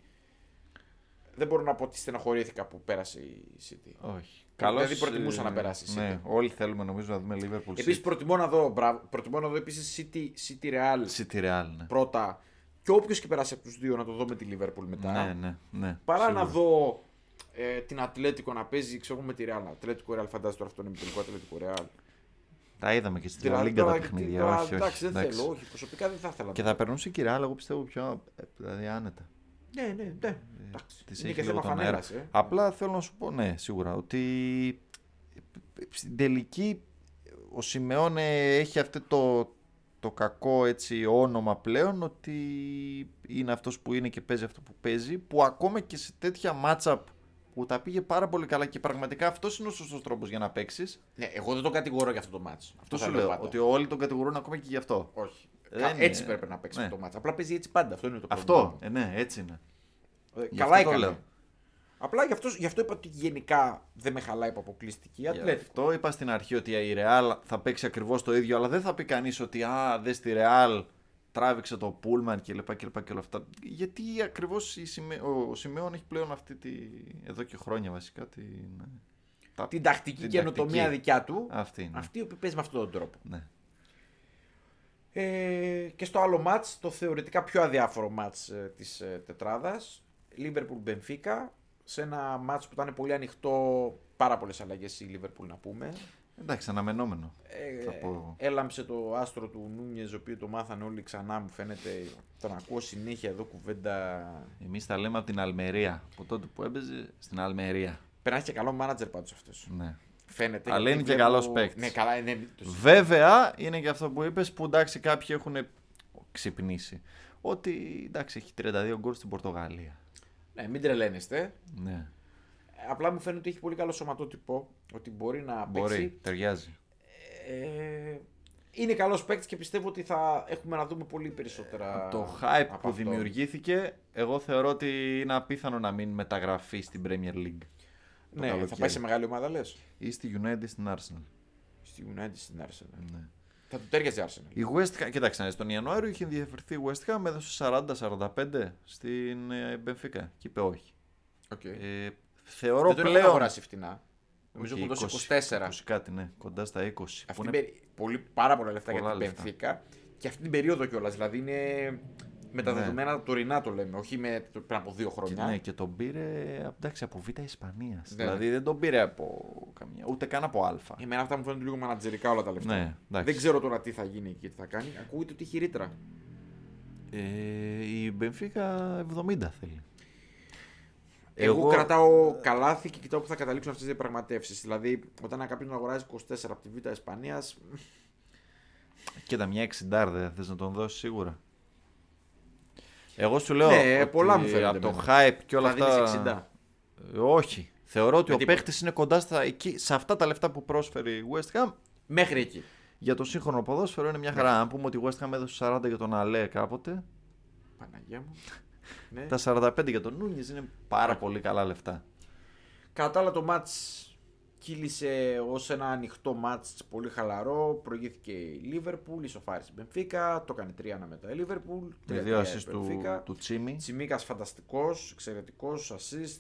S2: δεν μπορώ να πω ότι στεναχωρήθηκα που πέρασε η City.
S1: Όχι.
S2: Δηλαδή προτιμούσα να περάσει η City.
S1: Ναι, όλοι θέλουμε νομίζω να δούμε Liverpool
S2: Επίσης προτιμώ να δω, μπράβο, προτιμώ να δω επίσης City, City Real
S1: City. City Real, ναι.
S2: πρώτα και όποιος και περάσει από τους δύο να το δω με τη Liverpool μετά.
S1: Ναι, ναι, ναι.
S2: Παρά
S1: σίγουρα.
S2: να δω ε, την Ατλέτικο να παίζει, ξέρω εγώ, με τη Real. Ατλέτικο Real, φαντάζεσαι τώρα αυτό είναι με τελικό Ατλέτικο Real.
S1: Τα είδαμε και στην
S2: Δηλαδή,
S1: Λίγκα τα
S2: τώρα,
S1: παιχνίδια.
S2: τώρα,
S1: όχι, όχι,
S2: εντάξει, δεν
S1: εντάξει.
S2: θέλω. Όχι, προσωπικά δεν θα ήθελα.
S1: Και θα περνούσε και η Real, εγώ πιστεύω πιο ε, δηλαδή, άνετα.
S2: Ναι, ναι, ναι. Εντάξει.
S1: Της
S2: Είναι
S1: έχει
S2: και
S1: λίγο
S2: θέμα
S1: τον αέρα.
S2: φανέρας, ε.
S1: Απλά θέλω να σου πω, ναι, σίγουρα, ότι στην τελική ο Σιμεώνε έχει αυτό το, το κακό έτσι, όνομα πλέον ότι είναι αυτός που είναι και παίζει αυτό που παίζει που ακόμα και σε τέτοια matchup που τα πήγε πάρα πολύ καλά και πραγματικά αυτός είναι ο σωστός τρόπος για να παίξεις
S2: Ναι, εγώ δεν τον κατηγορώ για αυτό το μάτσο.
S1: αυτό σου λέω, ότι όλοι τον κατηγορούν ακόμα και γι' αυτό.
S2: Όχι.
S1: Δεν
S2: Κα-
S1: είναι-
S2: Έτσι πρέπει να παίξει
S1: ναι.
S2: αυτό το μάτσο. Απλά παίζει έτσι πάντα. Αυτό είναι το πρόβλημά
S1: Αυτό,
S2: μου.
S1: ε, ναι, έτσι είναι.
S2: Ε,
S1: Γι'
S2: Καλά
S1: αυτό το
S2: έκανε.
S1: λέω.
S2: Απλά γι' αυτός, γι αυτό είπα ότι γενικά δεν με χαλάει που αποκλείστηκε η
S1: Γι'
S2: Ατλέτικο.
S1: αυτό είπα στην αρχή ότι η Ρεάλ θα παίξει ακριβώς το ίδιο, αλλά δεν θα πει κανείς ότι Α, δες τη Ρεάλ τράβηξε το Πούλμαν και λοιπά και λοιπά και όλα αυτά. Γιατί ακριβώς Σιμε... ο Σιμεών έχει πλέον αυτή τη. εδώ και χρόνια βασικά την. τα-
S2: Την τακτική
S1: την
S2: καινοτομία
S1: τακτική.
S2: δικιά του.
S1: Αυτή είναι.
S2: Αυτή η οποία παίζει με αυτόν τον τρόπο.
S1: Ναι.
S2: Ε, και στο άλλο μάτς, το θεωρητικά πιο αδιάφορο μάτς ε, της ε, τετράδας, Liverpool-Benfica, σε ένα μάτς που ήταν πολύ ανοιχτό, πάρα πολλές αλλαγές η Liverpool να πούμε.
S1: Εντάξει, αναμενόμενο.
S2: Ε,
S1: θα πω εγώ.
S2: έλαμψε το άστρο του Νούνιες, ο οποίο το μάθανε όλοι ξανά μου φαίνεται, τον ακούω συνέχεια εδώ κουβέντα.
S1: Εμείς τα λέμε από την Αλμερία. Από τότε που έπαιζε στην Αλμερία.
S2: Περνάει και καλό μάνατζερ πάντως αυτός.
S1: Ναι.
S2: Φαίνεται.
S1: Αλλά
S2: γιατί
S1: είναι και
S2: βλέπω-
S1: καλός παίκτης.
S2: Ναι, καλά, ναι, το συζητάμε.
S1: Βέβαια, είναι και αυτό που είπες που εντάξει, κάποιοι έχουν ξυπνήσει. Ότι εντάξει, έχει 32 γκολ στην Πορτογαλία.
S2: ναι, μην τρελαίνεστε.
S1: Ναι.
S2: Απλά μου φαίνεται ότι έχει πολύ καλό σωματότυπο, ότι μπορεί να παίξει.
S1: Μπορεί, ταιριάζει.
S2: Ε, είναι καλός παίκτης και πιστεύω ότι θα έχουμε να δούμε πολύ περισσότερα.
S1: Ε, το hype
S2: από
S1: που
S2: αυτόν.
S1: δημιουργήθηκε, εγώ θεωρώ ότι είναι απίθανο να μην μεταγραφεί στην Premier League. το
S2: Ναι, θα
S1: καλοκαίρι.
S2: πάει σε μεγάλη ομάδα λες.
S1: Ή στη United στην Arsenal.
S2: Στη United στην Arsenal.
S1: Ναι. Ε,
S2: Θα του τέριαζε η Arsenal.
S1: Η West Ham, κοιτάξτε, να δεις, τον Ιανουάριο είχε ενδιαφερθεί η West Ham, έδωσε 40-45 στην ε, Benfica και είπε όχι.
S2: Okay.
S1: Ε, θεωρώ
S2: Δεν τον
S1: πλέον.
S2: είχαν αγοράσει φτηνά. Νομίζω
S1: Οκ,
S2: έχουν δώσει
S1: 20,
S2: 24.
S1: 20 κάτι, ναι, κοντά στα 20.
S2: Αυτή
S1: που
S2: την
S1: είναι-
S2: περί- πολύ, πάρα πολλά λεφτά για
S1: πολλά
S2: την
S1: λεφτά.
S2: Πενθήκα και αυτή την περίοδο κιόλας. Δηλαδή είναι Με τα
S1: Ναι.
S2: δεδομένα τωρινά το λέμε, όχι με το- πριν από δύο
S1: Και,
S2: χρόνια.
S1: ναι, και τον πήρε εντάξει, από Β' Ισπανίας.
S2: Ναι. Ε,
S1: Δηλαδή δεν τον πήρε από καμία. Ούτε καν από Α.
S2: Εμένα αυτά μου φαίνονται λίγο μανατζερικά όλα τα λεφτά.
S1: Ναι, εντάξει.
S2: Δεν ξέρω τώρα τι θα γίνει και τι θα κάνει. Ακούγεται ότι έχει ρήτρα.
S1: Ε, η Μπενφίκα 70 θέλει.
S2: Εγώ, κρατάω καλάθι και κοιτάω που θα καταλήξουν αυτές τι διαπραγματεύσεις. Δηλαδή, όταν ένα κάποιον αγοράζει 24 από τη Β' Ισπανίας,
S1: Κοίτα, μια εξιντάρδε θες να τον δώσεις σίγουρα. Εγώ σου λέω.
S2: Ναι,
S1: ότι
S2: πολλά μου φαίνονται
S1: Από το
S2: εμένα.
S1: hype και όλα
S2: θα
S1: αυτά. Ε,
S2: δίνει 60.
S1: Όχι. Θεωρώ ότι
S2: Με
S1: ο
S2: τίποτα.
S1: παίχτης είναι κοντά στα, εκεί, σε αυτά τα λεφτά που πρόσφερε η West Ham.
S2: Μέχρι εκεί.
S1: Για το σύγχρονο ποδόσφαιρο
S2: Ναι.
S1: είναι μια χαρά. Αν πούμε ότι η West Ham έδωσε 40 για τον Αλέ κάποτε,
S2: Παναγία μου. ναι.
S1: τα 45 για τον Νούνιες είναι πάρα πολύ καλά λεφτά.
S2: Κατά τα άλλα το μάτς κύλησε ως ένα ανοιχτό μάτς πολύ χαλαρό. Προηγήθηκε η Λίβερπουλ, ισοφάρισε η Μπενφίκα, το έκανε 3-1 μετά η Λίβερπουλ.
S1: Με
S2: 3-3
S1: δύο
S2: η
S1: assist του,
S2: Μπενφίκα.
S1: του Τσίμι,
S2: Τσιμίκας φανταστικός, εξαιρετικός, assist.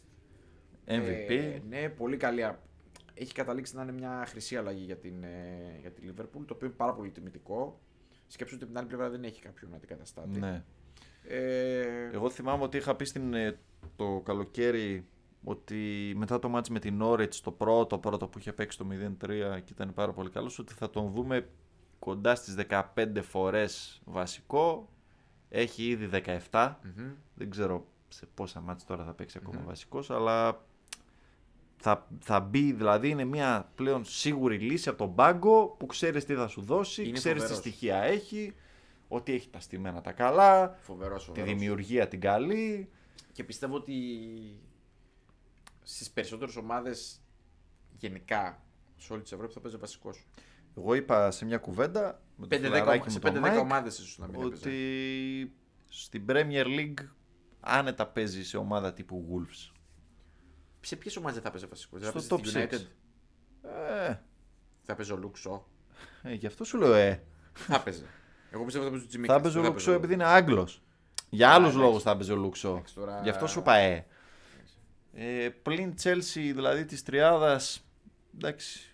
S1: MVP.
S2: Ε, ναι, πολύ καλή. α- Έχει καταλήξει να είναι μια χρυσή αλλαγή για, την, ε, για τη Λίβερπουλ, το οποίο είναι πάρα πολύ τιμητικό. Σκέψου ότι από την άλλη πλευρά δεν έχει κάποιον αντικαταστάτη.
S1: ναι.
S2: Ε,
S1: Εγώ θυμάμαι ότι είχα πει στην, ε, το καλοκαίρι ότι μετά το μάτς με την Norwich το πρώτο, πρώτο που είχε παίξει το 0-3 και ήταν πάρα πολύ καλός ότι θα τον δούμε κοντά στις 15 φορές βασικό έχει ήδη 17
S2: μμμ.
S1: δεν ξέρω σε πόσα μάτς τώρα θα παίξει ακόμα βασικός αλλά θα, θα μπει δηλαδή είναι μια πλέον σίγουρη λύση από τον πάγκο που ξέρεις τι θα σου δώσει
S2: Είναι
S1: ξέρεις τι
S2: φοβερός.
S1: στοιχεία έχει ότι έχει τα στημένα τα καλά
S2: Φοβερός, φοβερός.
S1: τη δημιουργία την καλή.
S2: Και πιστεύω ότι στις περισσότερες ομάδες γενικά σε όλη της Ευρώπης θα παίζει βασικός.
S1: Εγώ είπα σε μια κουβέντα με τον
S2: 5-10
S1: Φιλαράκη
S2: σε
S1: με τον
S2: 5-10
S1: Μάικ
S2: ομάδες ίσως να μην ότι...
S1: ότι στην Premier League άνετα παίζει σε ομάδα τύπου Wolves.
S2: Σε ποιες ομάδες θα παίζει βασικός. Θα παίζει
S1: Στο top
S2: στη
S1: 6.
S2: United.
S1: Ε,
S2: Θα παίζει ο Λούξο.
S1: ε, γι' αυτό σου λέω ε.
S2: θα παίζει. Εγώ πιστεύω θα παίζει ο Τζιμίκα.
S1: Θα παίζει ο Λουξό Ναι, επειδή είναι Άγγλος. Για άλλους
S2: εντάξει.
S1: λόγους θα παίζει ο Λουξό.
S2: Εντάξει, τώρα-
S1: Γι' αυτό σου είπα ε. ε πλην Chelsea δηλαδή της τριάδας, εντάξει,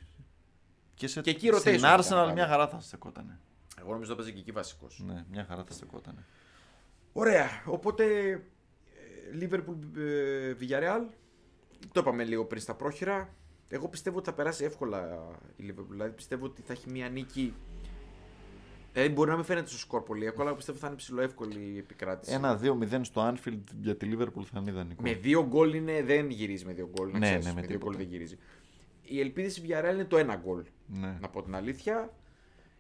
S1: και, σε,
S2: Και εκεί rotation
S1: στην
S2: ήταν
S1: Arsenal
S2: πάλι.
S1: μια χαρά θα στεκότανε.
S2: Εγώ νομίζω θα παίζει και εκεί βασικός.
S1: Ναι, μια χαρά θα στεκότανε.
S2: Mm. Ωραία. Οπότε Λίβερπουλ Villarreal. Το είπαμε λίγο πριν στα πρόχειρα. Εγώ πιστεύω ότι θα περάσει εύκολα η Liverpool. Δηλαδή πιστεύω ότι θα έχει μια νίκη. Δηλαδή μπορεί να μην φαίνεται στο σκορ πολύ εύκολα, αλλά πιστεύω θα είναι ψηλοεύκολη η επικράτηση.
S1: Ένα 2-0 στο Anfield για τη Liverpool θα είναι ιδανικό.
S2: Με δύο γκολ είναι, δεν γυρίζει με δύο γκολ. να
S1: Ναι,
S2: ξέρεις,
S1: ναι, με
S2: με δύο
S1: τίποτα.
S2: γκολ δεν γυρίζει. Η ελπίδα στη Villarreal είναι το ένα γκολ.
S1: Ναι.
S2: Να πω την αλήθεια.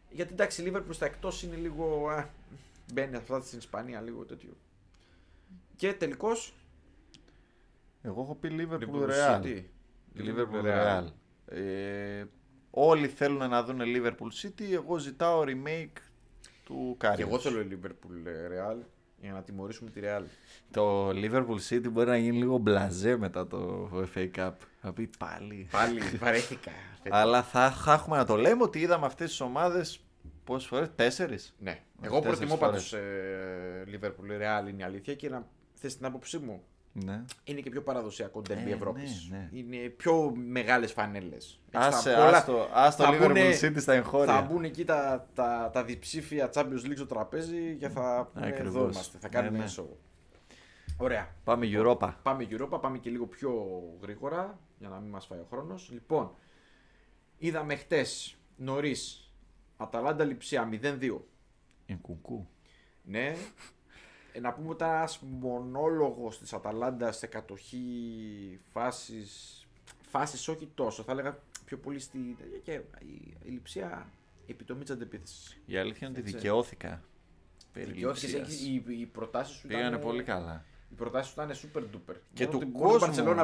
S2: Γιατί εντάξει, η Liverpool στα εκτός είναι λίγο. Α, μπαίνει αυτά στην Ισπανία λίγο τέτοιο. Και τελικώς
S1: Εγώ έχω πει Liverpool
S2: Liverpool
S1: Real.
S2: City.
S1: Liverpool Real. Ε, όλοι θέλουν να δουν Liverpool City. Εγώ ζητάω remake του Κάριου.
S2: Και εγώ θέλω Liverpool ε, Real για να τιμωρήσουμε τη Real.
S1: Το Liverpool City μπορεί να γίνει λίγο μπλαζέ μετά το FA Cup. Θα πει πάλι.
S2: Πάλι βαρέθηκα. φέτος.
S1: Αλλά θα, θα έχουμε να το λέμε ότι είδαμε αυτές τις ομάδες πόσες φορές, τέσσερις.
S2: ναι. Εγώ
S1: τέσσερις
S2: προτιμώ
S1: φορές.
S2: πάντω ε, Liverpool Real είναι η αλήθεια και να θες την άποψή μου.
S1: Ναι.
S2: Είναι και πιο παραδοσιακό ντέρμπι
S1: Ε,
S2: Ευρώπης.
S1: ναι, ναι.
S2: Είναι πιο μεγάλες φανέλες.
S1: Άσε,
S2: πολλά-
S1: ας το, ας το
S2: θα
S1: Liverpool
S2: μπουνε-
S1: City στα εγχώρια.
S2: Θα μπουν εκεί τα, τα, τα διψήφια Champions League στο τραπέζι και θα πούνε
S1: Ακριβώς.
S2: εδώ είμαστε. Θα κάνουμε
S1: Ναι, ναι.
S2: ένα show. Ωραία.
S1: Πάμε Europa.
S2: Πάμε Europa, πάμε και λίγο πιο γρήγορα για να μην μας φάει ο χρόνος. Λοιπόν, είδαμε χτες νωρίς Αταλάντα Λιψία 0-2.
S1: Εγκουκού.
S2: Ναι. Ε, να πούμε ότι ένας μονόλογος της Αταλάντας σε κατοχή φάσης. Φάσει όχι τόσο, θα έλεγα πιο πολύ στη. και η, η λειψία επιτομή της αντεπίθεσης.
S1: Η αλήθεια είναι ότι
S2: Έτσι.
S1: δικαιώθηκα. Περί λειψίας.
S2: Οι, οι προτάσεις σου
S1: Πήγανε
S2: ήταν.
S1: πολύ καλά.
S2: Οι προτάσεις σου ήταν super duper.
S1: Και του,
S2: Μπαρσελόνα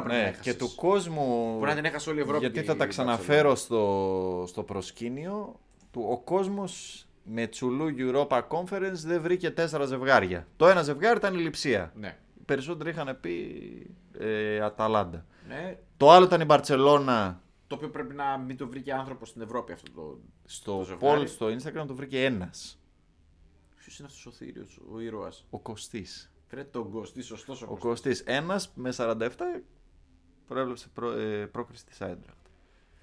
S1: κόσμου,
S2: πρέπει
S1: ναι,
S2: να έχασες.
S1: και του κόσμου.
S2: Μπορεί να την έχασε όλη η Ευρώπη.
S1: Γιατί
S2: η
S1: θα τα
S2: Μπαρσελόνα.
S1: ξαναφέρω στο, στο προσκήνιο. Του, ο κόσμος με τσουλού Europa Conference δεν βρήκε τέσσερα ζευγάρια. Το ένα ζευγάρι ήταν η λειψία.
S2: Ναι.
S1: Οι περισσότεροι είχαν πει ε, Αταλάντα.
S2: ναι.
S1: Το άλλο ήταν η Μπαρσελόνα
S2: Το οποίο πρέπει να μην το βρει και άνθρωπος στην Ευρώπη αυτό το.
S1: στο
S2: ζευγάρι.
S1: poll στο Instagram το βρήκε ένας.
S2: Ποιος είναι αυτός ο θήριος, ο ήρωας.
S1: Ο Κωστής.
S2: Φρε τον Κωστή, σωστός ο
S1: Ο
S2: Κωστής.
S1: Κωστής ένας με 47 προέβλεψε προ, ε, πρόκριση της Άιντραχτ.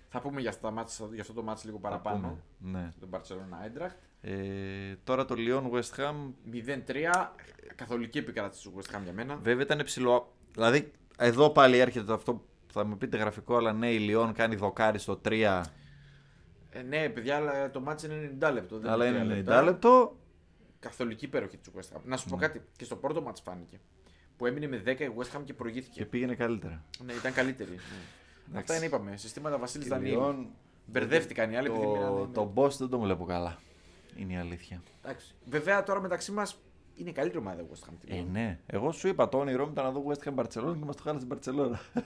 S2: Θα πούμε για, αυτά τα μάτς, για αυτό το μάτς λίγο παραπάνω.
S1: Πούμε. Ναι.
S2: Τον Barcelona Έντραχτ.
S1: Ε, τώρα το Λιόν West Ham
S2: 0-3. Καθολική επικράτηση του West Ham για μένα.
S1: βέβαια ήταν ψηλό. Δηλαδή εδώ πάλι έρχεται το αυτό που θα μου πείτε γραφικό, αλλά ναι, η Λιόν κάνει δοκάρι στο 3,
S2: Ε, ναι, παιδιά, αλλά το μάτς είναι 90 λεπτό. δεν
S1: αλλά
S2: τρία
S1: είναι
S2: λεπτά.
S1: 90 λεπτό. Ναι.
S2: Καθολική υπέροχη του West Ham. Να σου πω κάτι. Και στο πρώτο μάτς φάνηκε. Που έμεινε με 10 η West Ham και
S1: Και
S2: προηγήθηκε.
S1: πήγαινε καλύτερα.
S2: Ναι, ήταν καλύτερη. Ναι. Αυτά είναι, είπαμε. Συστήματα Βασίλης
S1: Η
S2: Δανείων.
S1: Λιόν,
S2: Μπερδεύτηκαν οι άλλοι. επειδή
S1: το,
S2: μείνανε-
S1: το boss δεν το βλέπω καλά. Είναι η αλήθεια.
S2: Εντάξει. Βέβαια τώρα μεταξύ μας είναι η καλύτερη ομάδα η West Ham.
S1: Ε, ναι. Εγώ σου είπα το όνειρό μου ήταν να δω West Ham Barcelona και μα το χάλασε η Barcelona.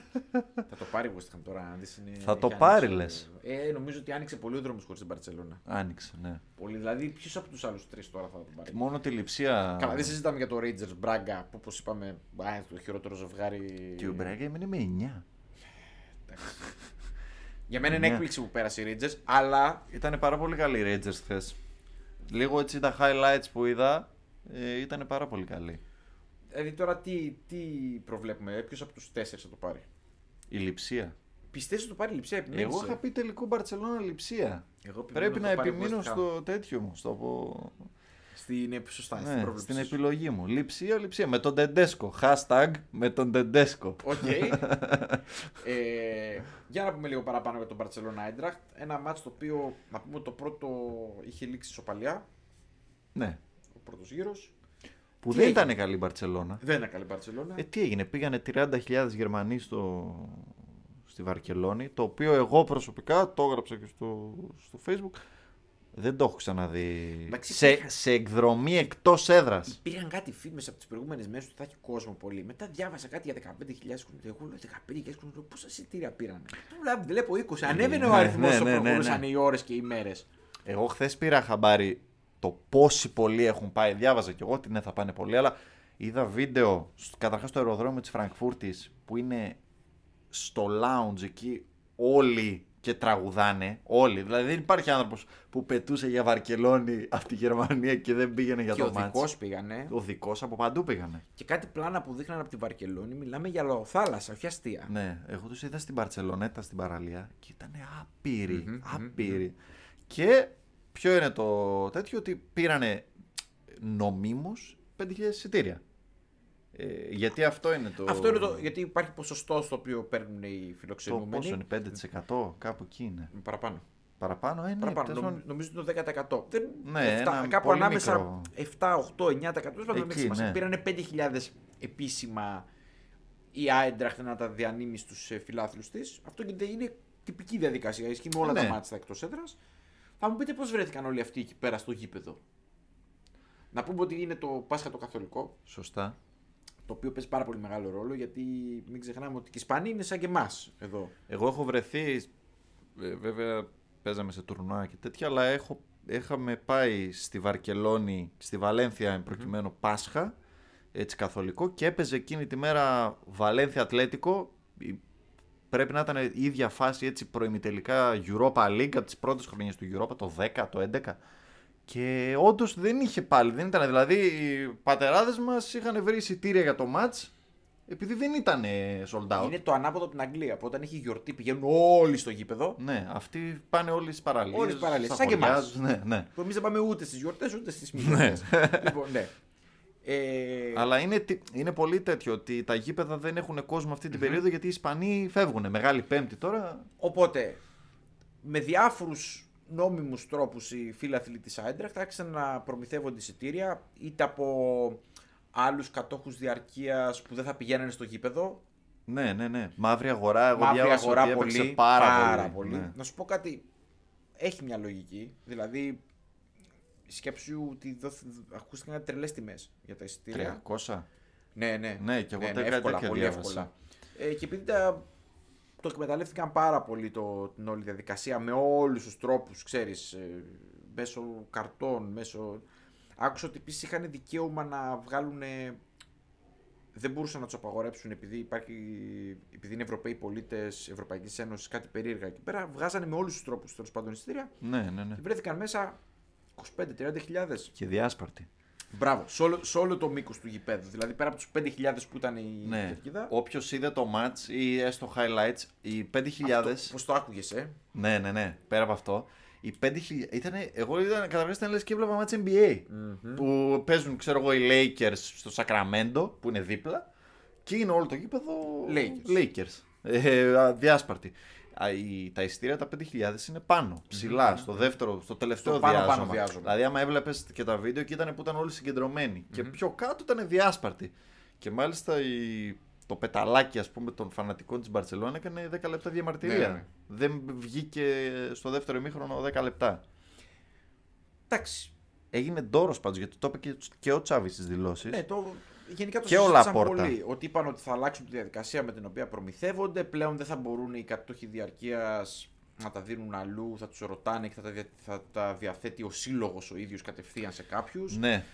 S2: Θα το πάρει η West Ham τώρα. Αν δεις, είναι...
S1: Θα το
S2: έχει
S1: πάρει,
S2: ανοίξει- Ε, νομίζω ότι άνοιξε πολύ ο δρόμος χωρίς την Παρσελώνα.
S1: Άνοιξε, ναι.
S2: Πολύ. Δηλαδή, ποιος από τους άλλους τρεις τώρα θα τον πάρει.
S1: Μόνο τη λειψία.
S2: Καλά, δεν συζητάμε για το Rangers Μπράγκα που όπως είπαμε α, το χειρότερο ζευγάρι.
S1: Και ο Μπράγκα έμεινε με 9.
S2: Για μένα είναι
S1: Ναι.
S2: έκπληξη που πέρασε η Rangers, αλλά
S1: Ήταν πάρα πολύ καλή η Rangers χθες. Λίγο έτσι τα highlights που είδα ε, ήταν πάρα πολύ καλή.
S2: δηλαδή τώρα τι, τι προβλέπουμε, ποιος από τους τέσσερις θα το πάρει.
S1: Η λειψία.
S2: Πιστεύεις ότι το πάρει η λυψία, επιμένεις,
S1: Εγώ
S2: ε?
S1: είχα πει τελικό Μπαρσελόνα λειψία.
S2: Εγώ επιμένω
S1: Πρέπει
S2: θα
S1: να
S2: το πάρει
S1: επιμείνω
S2: West Ham.
S1: στο τέτοιο μου. Στο... απο-
S2: Στην, ε, σωστά,
S1: Ναι,
S2: στην πρόβλεψη.
S1: στην
S2: σου.
S1: επιλογή μου. Λειψία, λειψία. Με τον Τεντέσκο. Hashtag με τον Τεντέσκο.
S2: Οκ. ε, για να πούμε λίγο παραπάνω για τον Barcelona Eintracht. Ένα μάτς το οποίο, να πούμε το πρώτο είχε λήξει σοπαλιά,
S1: Ναι.
S2: ο πρώτος γύρος.
S1: Που
S2: Τι
S1: δεν
S2: έγινε?
S1: ήταν καλή η Μπαρσελόνα.
S2: Δεν ήταν καλή η Barcelona.
S1: Ε, τι έγινε, πήγανε 30.000 Γερμανοί στο... στη Βαρκελόνη, το οποίο εγώ προσωπικά το έγραψα και στο, στο facebook, δεν το έχω ξαναδεί
S2: Εντάξει,
S1: σε,
S2: υπήρχαν-
S1: σε εκδρομή εκτός έδρας.
S2: Υπήρχαν κάτι φήμες από τις προηγούμενες μέρες ότι θα έχει κόσμο πολύ. Μετά διάβασα κάτι για 15.000 κουνητέ. Εγώ λέω 15.000 κουνητέ. Πόσα εισιτήρια πήρανε. Τώρα βλέπω 20. Ανέβαινε ο
S1: ναι,
S2: αριθμός
S1: ναι,
S2: όσο
S1: ναι, ναι, ναι.
S2: προχωρούσαν οι ώρες και οι μέρες.
S1: Εγώ χθες πήρα χαμπάρι το πόσοι πολλοί έχουν πάει. Διάβαζα κι εγώ ότι ναι, θα πάνε πολλοί, αλλά είδα βίντεο σ- καταρχάς στο αεροδρόμιο της Φραγκφούρτης που είναι στο lounge εκεί όλοι και τραγουδάνε. Όλοι. Δηλαδή δεν υπάρχει άνθρωπος που πετούσε για Βαρκελόνη από τη Γερμανία και δεν πήγαινε για
S2: και
S1: το
S2: ο
S1: μάτσο.
S2: δικός πήγανε.
S1: Ο δικός από παντού πήγανε.
S2: Και κάτι πλάνα που δείχναν από τη Βαρκελόνη. Μιλάμε για λαοθάλασσα, όχι αστεία.
S1: Ναι, εγώ τους είδα στην Παρσελονέτα στην παραλία και ήταν άπειροι. άπειροι. Και ποιο είναι το τέτοιο, ότι πήρανε νομίμως 5.000 εισιτήρια. Ε, γιατί αυτό είναι το.
S2: Αυτό είναι το. Γιατί υπάρχει ποσοστό στο οποίο παίρνουν οι
S1: το
S2: φιλοξενούμενοι.
S1: πόσο είναι, 5% κάπου εκεί είναι.
S2: Παραπάνω.
S1: Παραπάνω, ε, ναι,
S2: Παραπάνω.
S1: τέλος πάντων,
S2: Νομ- νομίζω ότι είναι το 10%. Δεν...
S1: Ναι,
S2: εφτά-
S1: ένα
S2: κάπου
S1: πολύ
S2: ανάμεσα
S1: μικρό.
S2: 7-8-9%. τέλος πάντων,
S1: Εκεί,
S2: έχει σημασία.
S1: ναι.
S2: Πήρανε 5.000 επίσημα η Άιντραχτ να τα διανύμει στους φιλάθλους της. Αυτό γίνεται- είναι τυπική διαδικασία. Ισχύει με όλα
S1: Ναι.
S2: τα μάτια εκτός έδρας. Θα μου πείτε πώς βρέθηκαν όλοι αυτοί εκεί πέρα στο γήπεδο. Να πούμε ότι είναι το Πάσχα το Καθολικό,
S1: Σωστά.
S2: το οποίο παίζει πάρα πολύ μεγάλο ρόλο γιατί μην ξεχνάμε ότι και οι Ισπανοί είναι σαν και εμάς εδώ.
S1: Εγώ έχω βρεθεί, ε, βέβαια παίζαμε σε τουρνουά και τέτοια, αλλά έχω, έχαμε πάει στη Βαρκελόνη, στη Βαλένθια εν προκειμένου Πάσχα, έτσι καθολικό και έπαιζε εκείνη τη μέρα Βαλένθια Ατλέτικο, Η- πρέπει να ήταν η ίδια φάση έτσι προημιτελικά Europa League από τις πρώτες χρονιές του Europa, το 10, το 11 και όντως δεν είχε πάλι, δεν ήταν δηλαδή οι πατεράδες μας είχαν βρει εισιτήρια για το μάτς επειδή δεν ήταν sold out.
S2: Είναι το ανάποδο από την Αγγλία. Που όταν έχει γιορτή πηγαίνουν όλοι στο γήπεδο.
S1: Ναι, αυτοί πάνε όλοι στις παραλίες.
S2: Όλες στις παραλίες, σαν και εμάς.
S1: Ναι, ναι.
S2: Που εμείς δεν πάμε ούτε στις γιορτές ούτε στις μη γιορτές. λοιπόν, ναι. Ε,
S1: Αλλά είναι, τι- είναι πολύ τέτοιο ότι τα γήπεδα δεν έχουν κόσμο αυτή την περίοδο γιατί οι Ισπανοί φεύγουν. Μεγάλη Πέμπτη τώρα.
S2: Οπότε, με διάφορους νόμιμους τρόπους οι φίλαθλοι της Άιντραχτ άρχισαν να προμηθεύονται εισιτήρια είτε από άλλους κατόχους διαρκείας που δεν θα πηγαίνανε στο γήπεδο.
S1: Ναι, ναι, ναι. Μαύρη αγορά. Εγώ
S2: Μαύρη
S1: διάβασα
S2: αγορά
S1: ότι έπαιξε
S2: πολύ.
S1: πάρα,
S2: πολύ.
S1: Ναι.
S2: Να σου πω κάτι. Έχει μια λογική. Δηλαδή, σκέψου ότι δόθη- ακούστηκαν τρελές τιμές για τα εισιτήρια.
S1: 300.
S2: Ναι, ναι.
S1: Ναι, και εγώ
S2: ναι,
S1: τα έκανα
S2: εύκολα,
S1: τέτοια
S2: πολύ
S1: διάβασα.
S2: εύκολα. Ε, και επειδή τα... το εκμεταλλεύτηκαν πάρα πολύ το, την όλη διαδικασία με όλους τους τρόπους, ξέρεις, ε, μέσω καρτών, μέσω... Άκουσα ότι επίσης είχαν δικαίωμα να βγάλουν... Δεν μπορούσαν να τους απαγορέψουν επειδή, υπάρχει, επειδή είναι Ευρωπαίοι πολίτες Ευρωπαϊκής Ένωσης, κάτι περίεργα εκεί πέρα. Βγάζανε με όλους τους τρόπους τέλος πάντων εισιτήρια
S1: Ναι, ναι, ναι.
S2: και βρέθηκαν μέσα 25-30 χιλιάδες.
S1: Και διάσπαρτη.
S2: Μπράβο, σε όλο, σε όλο το μήκος του γηπέδου. Δηλαδή πέρα από τους 5.000 που ήταν η
S1: Ναι.
S2: κερκίδα.
S1: Όποιος είδε το match ή έστω highlights, οι 5.000.
S2: Πώς το άκουγες, ε.
S1: Ναι, ναι, ναι. Πέρα από αυτό. Οι 5.000. Ήτανε, εγώ ήταν καταρχάς ήταν λες και έβλεπα μάτς NBA. Που παίζουν, ξέρω εγώ, οι Lakers στο Sacramento που είναι δίπλα. Και είναι όλο το γήπεδο
S2: Lakers.
S1: Lakers. Ε, α, διάσπαρτη. Α, η- τα εισιτήρια τα 5.000 είναι πάνω, ψηλά, στο δεύτερο, στο τελευταίο
S2: Στο πάνω, πάνω
S1: διάζωμα.
S2: διάζωμα.
S1: Δηλαδή, άμα έβλεπες και τα βίντεο και ήταν που ήταν όλοι συγκεντρωμένοι. Και πιο κάτω ήταν διάσπαρτη. Και μάλιστα η, το πεταλάκι, ας πούμε, των φανατικών της Μπαρσελόνα έκανε 10 λεπτά διαμαρτυρία.
S2: Ναι, ναι.
S1: Δεν βγήκε στο δεύτερο ημίχρονο 10 λεπτά.
S2: Εντάξει.
S1: Έγινε ντόρος πάντως γιατί το είπε και, και ο Τσάβης στις δηλώσεις.
S2: Ναι, το, γενικά το
S1: Και ο
S2: συζήτησαν
S1: Λαπόρτα.
S2: πολύ. Ότι είπαν ότι θα αλλάξουν τη διαδικασία με την οποία προμηθεύονται. Πλέον δεν θα μπορούν οι κατόχοι διαρκείας να τα δίνουν αλλού, θα τους ρωτάνε και θα τα, δια- θα τα διαθέτει ο σύλλογος ο ίδιος κατευθείαν σε κάποιους.
S1: ναι.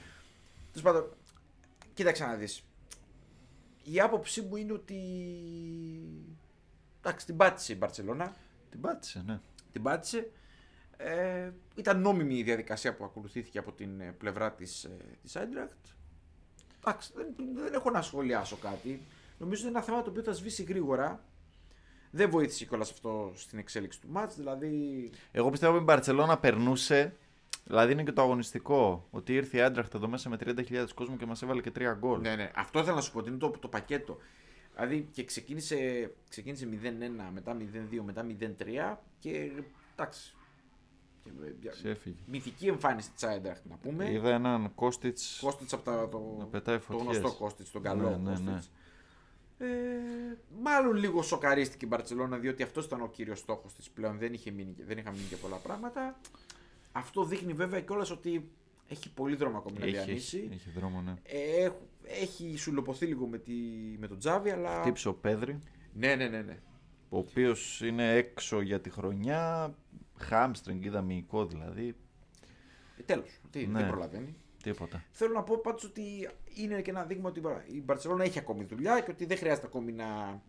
S2: Τέλος πάντων, κοίταξε να δεις. Η άποψή μου είναι ότι. Εντάξει, την πάτησε η Μπαρσελόνα.
S1: Την πάτησε, ναι.
S2: Την πάτησε. Ε, ήταν νόμιμη η διαδικασία που ακολουθήθηκε από την ε, πλευρά της, ε, της Άιντρακτ. Εντάξει, δεν, δεν έχω να σχολιάσω κάτι. Νομίζω είναι ένα θέμα το οποίο θα σβήσει γρήγορα. Δεν βοήθησε κιόλας αυτό στην εξέλιξη του μάτς, δηλαδή...
S1: Εγώ πιστεύω ότι η Μπαρσελόνα περνούσε. Δηλαδή είναι και το αγωνιστικό. Ότι ήρθε η Άντραχτ εδώ μέσα με 30.000 κόσμο και μας έβαλε και 3 γκολ.
S2: Ναι, ναι, αυτό ήθελα να σου πω, ότι είναι το, το πακέτο. Δηλαδή και ξεκίνησε, ξεκίνησε 0-1, μετά 0-2, μετά 0-3 και εντάξει. Και, ε, μια-
S1: Ξέφυγε.
S2: Μυθική εμφάνιση της Άιντραχτ να πούμε.
S1: Είδα έναν Κώστιτ.
S2: Κώστιτς από τα, το,
S1: Να πετάει
S2: το
S1: φωτιές.
S2: γνωστό Κώστιτς, τον καλό
S1: Ναι, ναι,
S2: Κώστιτς. Ε, μάλλον λίγο σοκαρίστηκε η Μπαρτσελώνα διότι αυτός ήταν ο κύριος στόχος της πλέον. Δεν, είχε μείνει, και- δεν είχαν μείνει και πολλά πράγματα. Αυτό δείχνει βέβαια κιόλας ότι έχει πολύ δρόμο ακόμη να
S1: Έχει,
S2: διανύσει.
S1: έχει, έχει δρόμο, ναι.
S2: Ε, έχ- έχει σουλοπωθεί λίγο με, τη, με τον Τζάβι, αλλά.
S1: Χτύψε ο Πέδρη,
S2: Ναι, ναι, ναι. ναι.
S1: ο οποίος είναι έξω για τη χρονιά. Χάμστρινγκ, είδαμε υλικό δηλαδή.
S2: Ε, Τέλος. Τι,
S1: Ναι.
S2: Δεν προλαβαίνει.
S1: Τίποτα.
S2: Θέλω να πω πάντως ότι είναι και ένα δείγμα ότι η Μπαρσελόνα έχει ακόμη δουλειά και ότι δεν χρειάζεται ακόμη να